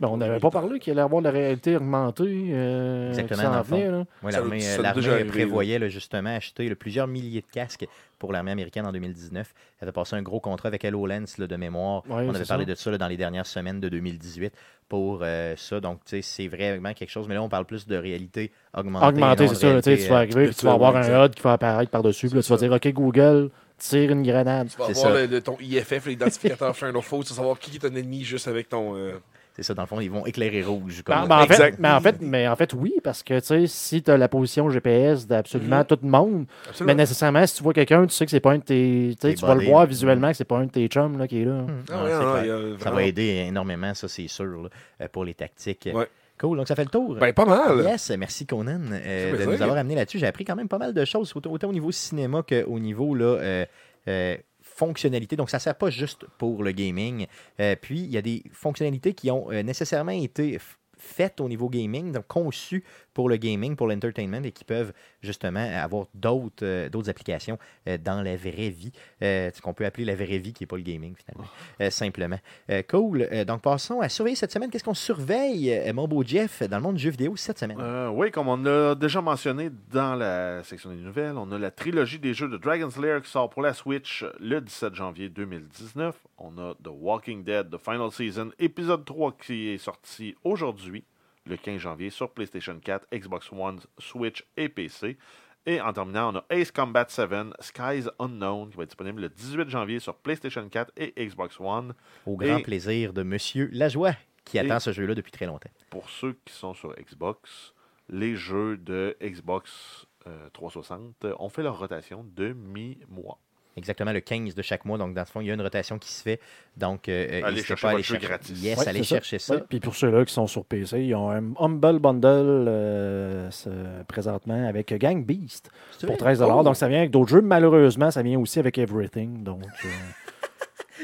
Ben, on pour n'avait les- pas parlé qu'il allait avoir la réalité augmentée. euh, qui Exactement, s'en dans le fond. venait, là. Oui, Ça l'armée doit- euh, ça doit l'armée déjà arriver, prévoyait là, justement acheter là, plusieurs milliers de casques pour l'armée américaine en 2019. Elle avait passé un gros contrat avec HoloLens là, de mémoire. Ouais, On c'est avait parlé ça. de ça là, dans les dernières semaines de 2018 pour euh, ça. Donc, tu sais, c'est vraiment quelque chose. Mais là, on parle plus de réalité augmentée. Augmenter, et non c'est de ça. là, tu sais, réalité, tu vas arriver, puis tu vas avoir virtuelle, un HUD qui va apparaître par-dessus. puis là, tu vas dire OK, Google, tire une grenade. Tu vas C'est avoir ça. le- le- ton IFF, l'identificateur Final Foe, tu vas savoir qui est ton ennemi juste avec ton. euh, euh, C'est ça, dans le fond, ils vont éclairer rouge. Ben, Bah, comme- ben, en fait, Exact. mais, en fait, mais en fait, oui, parce que tu sais, si tu as la position GPS d'absolument tout le monde, mais Absolument. nécessairement, si tu vois quelqu'un, tu sais que c'est pas un de tes. tu sais, Tes Tu vas le buddies. voir visuellement que c'est pas un de tes chums là, hein. qui est là. Ah, Ah ouais, c'est non, clair. il y a Ça vraiment- va aider énormément, ça, c'est sûr, là, euh, pour les tactiques. Ouais. Cool, donc ça fait le tour. Ben, pas mal. Yes, merci Conan euh, de plaisir. nous avoir amené là-dessus. J'ai appris quand même pas mal de choses, autant, autant au niveau cinéma qu'au niveau là, euh, euh, fonctionnalité. Donc, ça ne sert pas juste pour le gaming. Euh, puis, il y a des fonctionnalités qui ont euh, nécessairement été f- faites au niveau gaming, donc conçues pour le gaming, pour l'entertainment, et qui peuvent justement avoir d'autres euh, d'autres applications euh, dans la vraie vie, euh, ce qu'on peut appeler la vraie vie qui n'est pas le gaming finalement, Oh. euh, simplement. Euh, cool. Euh, donc passons à surveiller cette semaine. Qu'est-ce qu'on surveille, euh, mon beau Jeff, dans le monde du jeu vidéo cette semaine? Euh, oui, comme on a déjà mentionné dans la section des nouvelles, on a la trilogie des jeux de Dragon's Lair qui sort pour la Switch le 17 janvier 2019. On a The Walking Dead, The Final Season, épisode 3 qui est sorti aujourd'hui, le 15 janvier, sur PlayStation 4, Xbox One, Switch et PC. Et en terminant, on a Ace Combat 7, Skies Unknown qui va être disponible le 18 janvier sur PlayStation 4 et Xbox One. Au grand Et- plaisir de Monsieur Lajoie, qui Et- attend ce jeu-là depuis très longtemps. pour ceux qui sont sur Xbox, les jeux de Xbox euh, 360 ont fait leur rotation de mi-mois. Exactement le 15 de chaque mois. Donc, dans ce fond, il y a une rotation qui se fait. Donc, euh, euh, n'hésitez chercher pas à votre jeu gratis. Yes, Ouais, allez c'est ça. chercher ça. Ouais, Puis pour ceux-là qui sont sur PC, ils ont un Humble Bundle euh, ce- présentement avec Gang Beast C'est pour vrai? 13 Donc ça vient avec d'autres jeux. Malheureusement, ça vient aussi avec Everything. Donc, euh,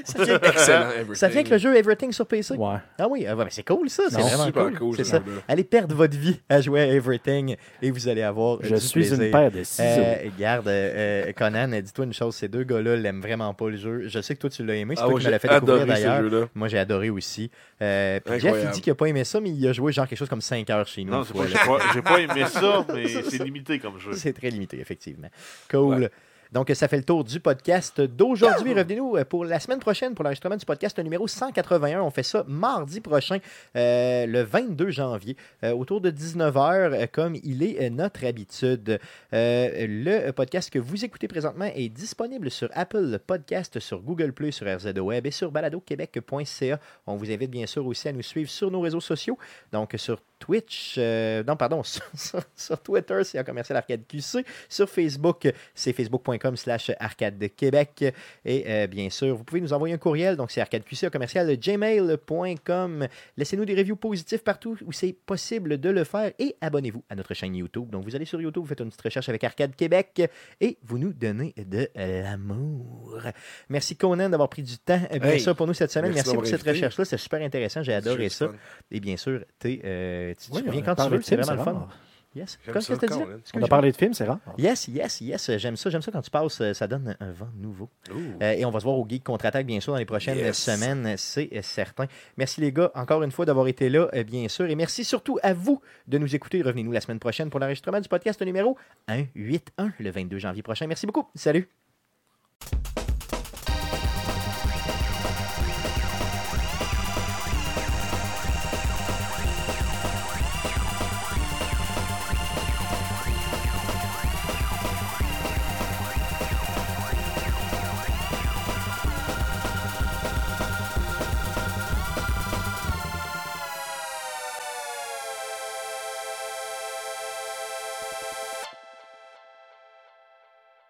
Ça vient, Excellent. ça vient avec le jeu Everything sur PC. ouais. Ah oui, ah ouais, mais c'est cool ça. C'est Non, vraiment super cool. cool, c'est ce ça. jeu-là. Allez perdre votre vie à jouer à Everything et vous allez avoir Je du suis plaisir. une paire de ciseaux. Euh, Garde, euh, euh, Conan, euh, dis-toi une chose, ces deux gars-là l'aiment vraiment pas le jeu. Je sais que toi tu l'as aimé, c'est Ah toi ouais, qui me l'as fait j'ai adoré découvrir d'ailleurs. ce jeu-là. Moi j'ai adoré aussi. Euh, puis Jeff Incroyable. il dit qu'il a pas aimé ça, mais il a joué genre quelque chose comme 5 heures chez nous. Non, une c'est fois, pas, là. j'ai pas, j'ai pas aimé ça, mais c'est limité comme jeu. C'est très limité, effectivement. Cool. Donc, ça fait le tour du podcast d'aujourd'hui. Revenez-nous euh, pour la semaine prochaine pour l'enregistrement du podcast numéro 181. On fait ça mardi prochain, euh, le 22 janvier, euh, autour de 19h, euh, comme il est euh, notre habitude. Euh, le podcast que vous écoutez présentement est disponible sur Apple Podcast, sur Google Play, sur RZO Web et sur baladoquebec.ca. On vous invite bien sûr aussi à nous suivre sur nos réseaux sociaux, donc sur Twitch, euh, non, pardon, sur, sur- sur Twitter, c'est en commercial Arcade QC. Sur Facebook, c'est facebook.com slash Arcade de Québec. Et euh, bien sûr, vous pouvez nous envoyer un courriel, donc c'est arcadeqc commercial gmail.com. Laissez-nous des reviews positifs partout où c'est possible de le faire et abonnez-vous à notre chaîne YouTube. Donc vous allez sur YouTube, vous faites une petite recherche avec Arcade Québec et vous nous donnez de l'amour. Merci Conan d'avoir pris du temps, euh, bien Hey, sûr, pour nous cette semaine. merci Merci, pour d'avoir cette invité. recherche-là, c'est super intéressant, j'ai adoré ça. Et bien sûr, t'es, euh, tu, tu Oui, on reviens a quand tu parlé veux, de c'est films, vraiment le c'est fun. rare. Yes. J'aime Qu'est-ce ça, hein, que t'as dit? Colin. là? On a Excuse-moi. parlé de films, c'est rare. Yes, yes, yes. euh, J'aime ça. J'aime ça quand tu passes. euh, Ça donne un vent nouveau. Ouh. Euh, et on va se voir au Geek Contre-Attaque, bien sûr, dans les prochaines Yes. semaines. euh, C'est euh, certain. Merci, les gars, encore une fois, d'avoir été là, euh, bien sûr. Et merci surtout à vous de nous écouter. Revenez-nous la semaine prochaine pour l'enregistrement du podcast numéro 181, le 22 janvier prochain. Merci beaucoup. Salut.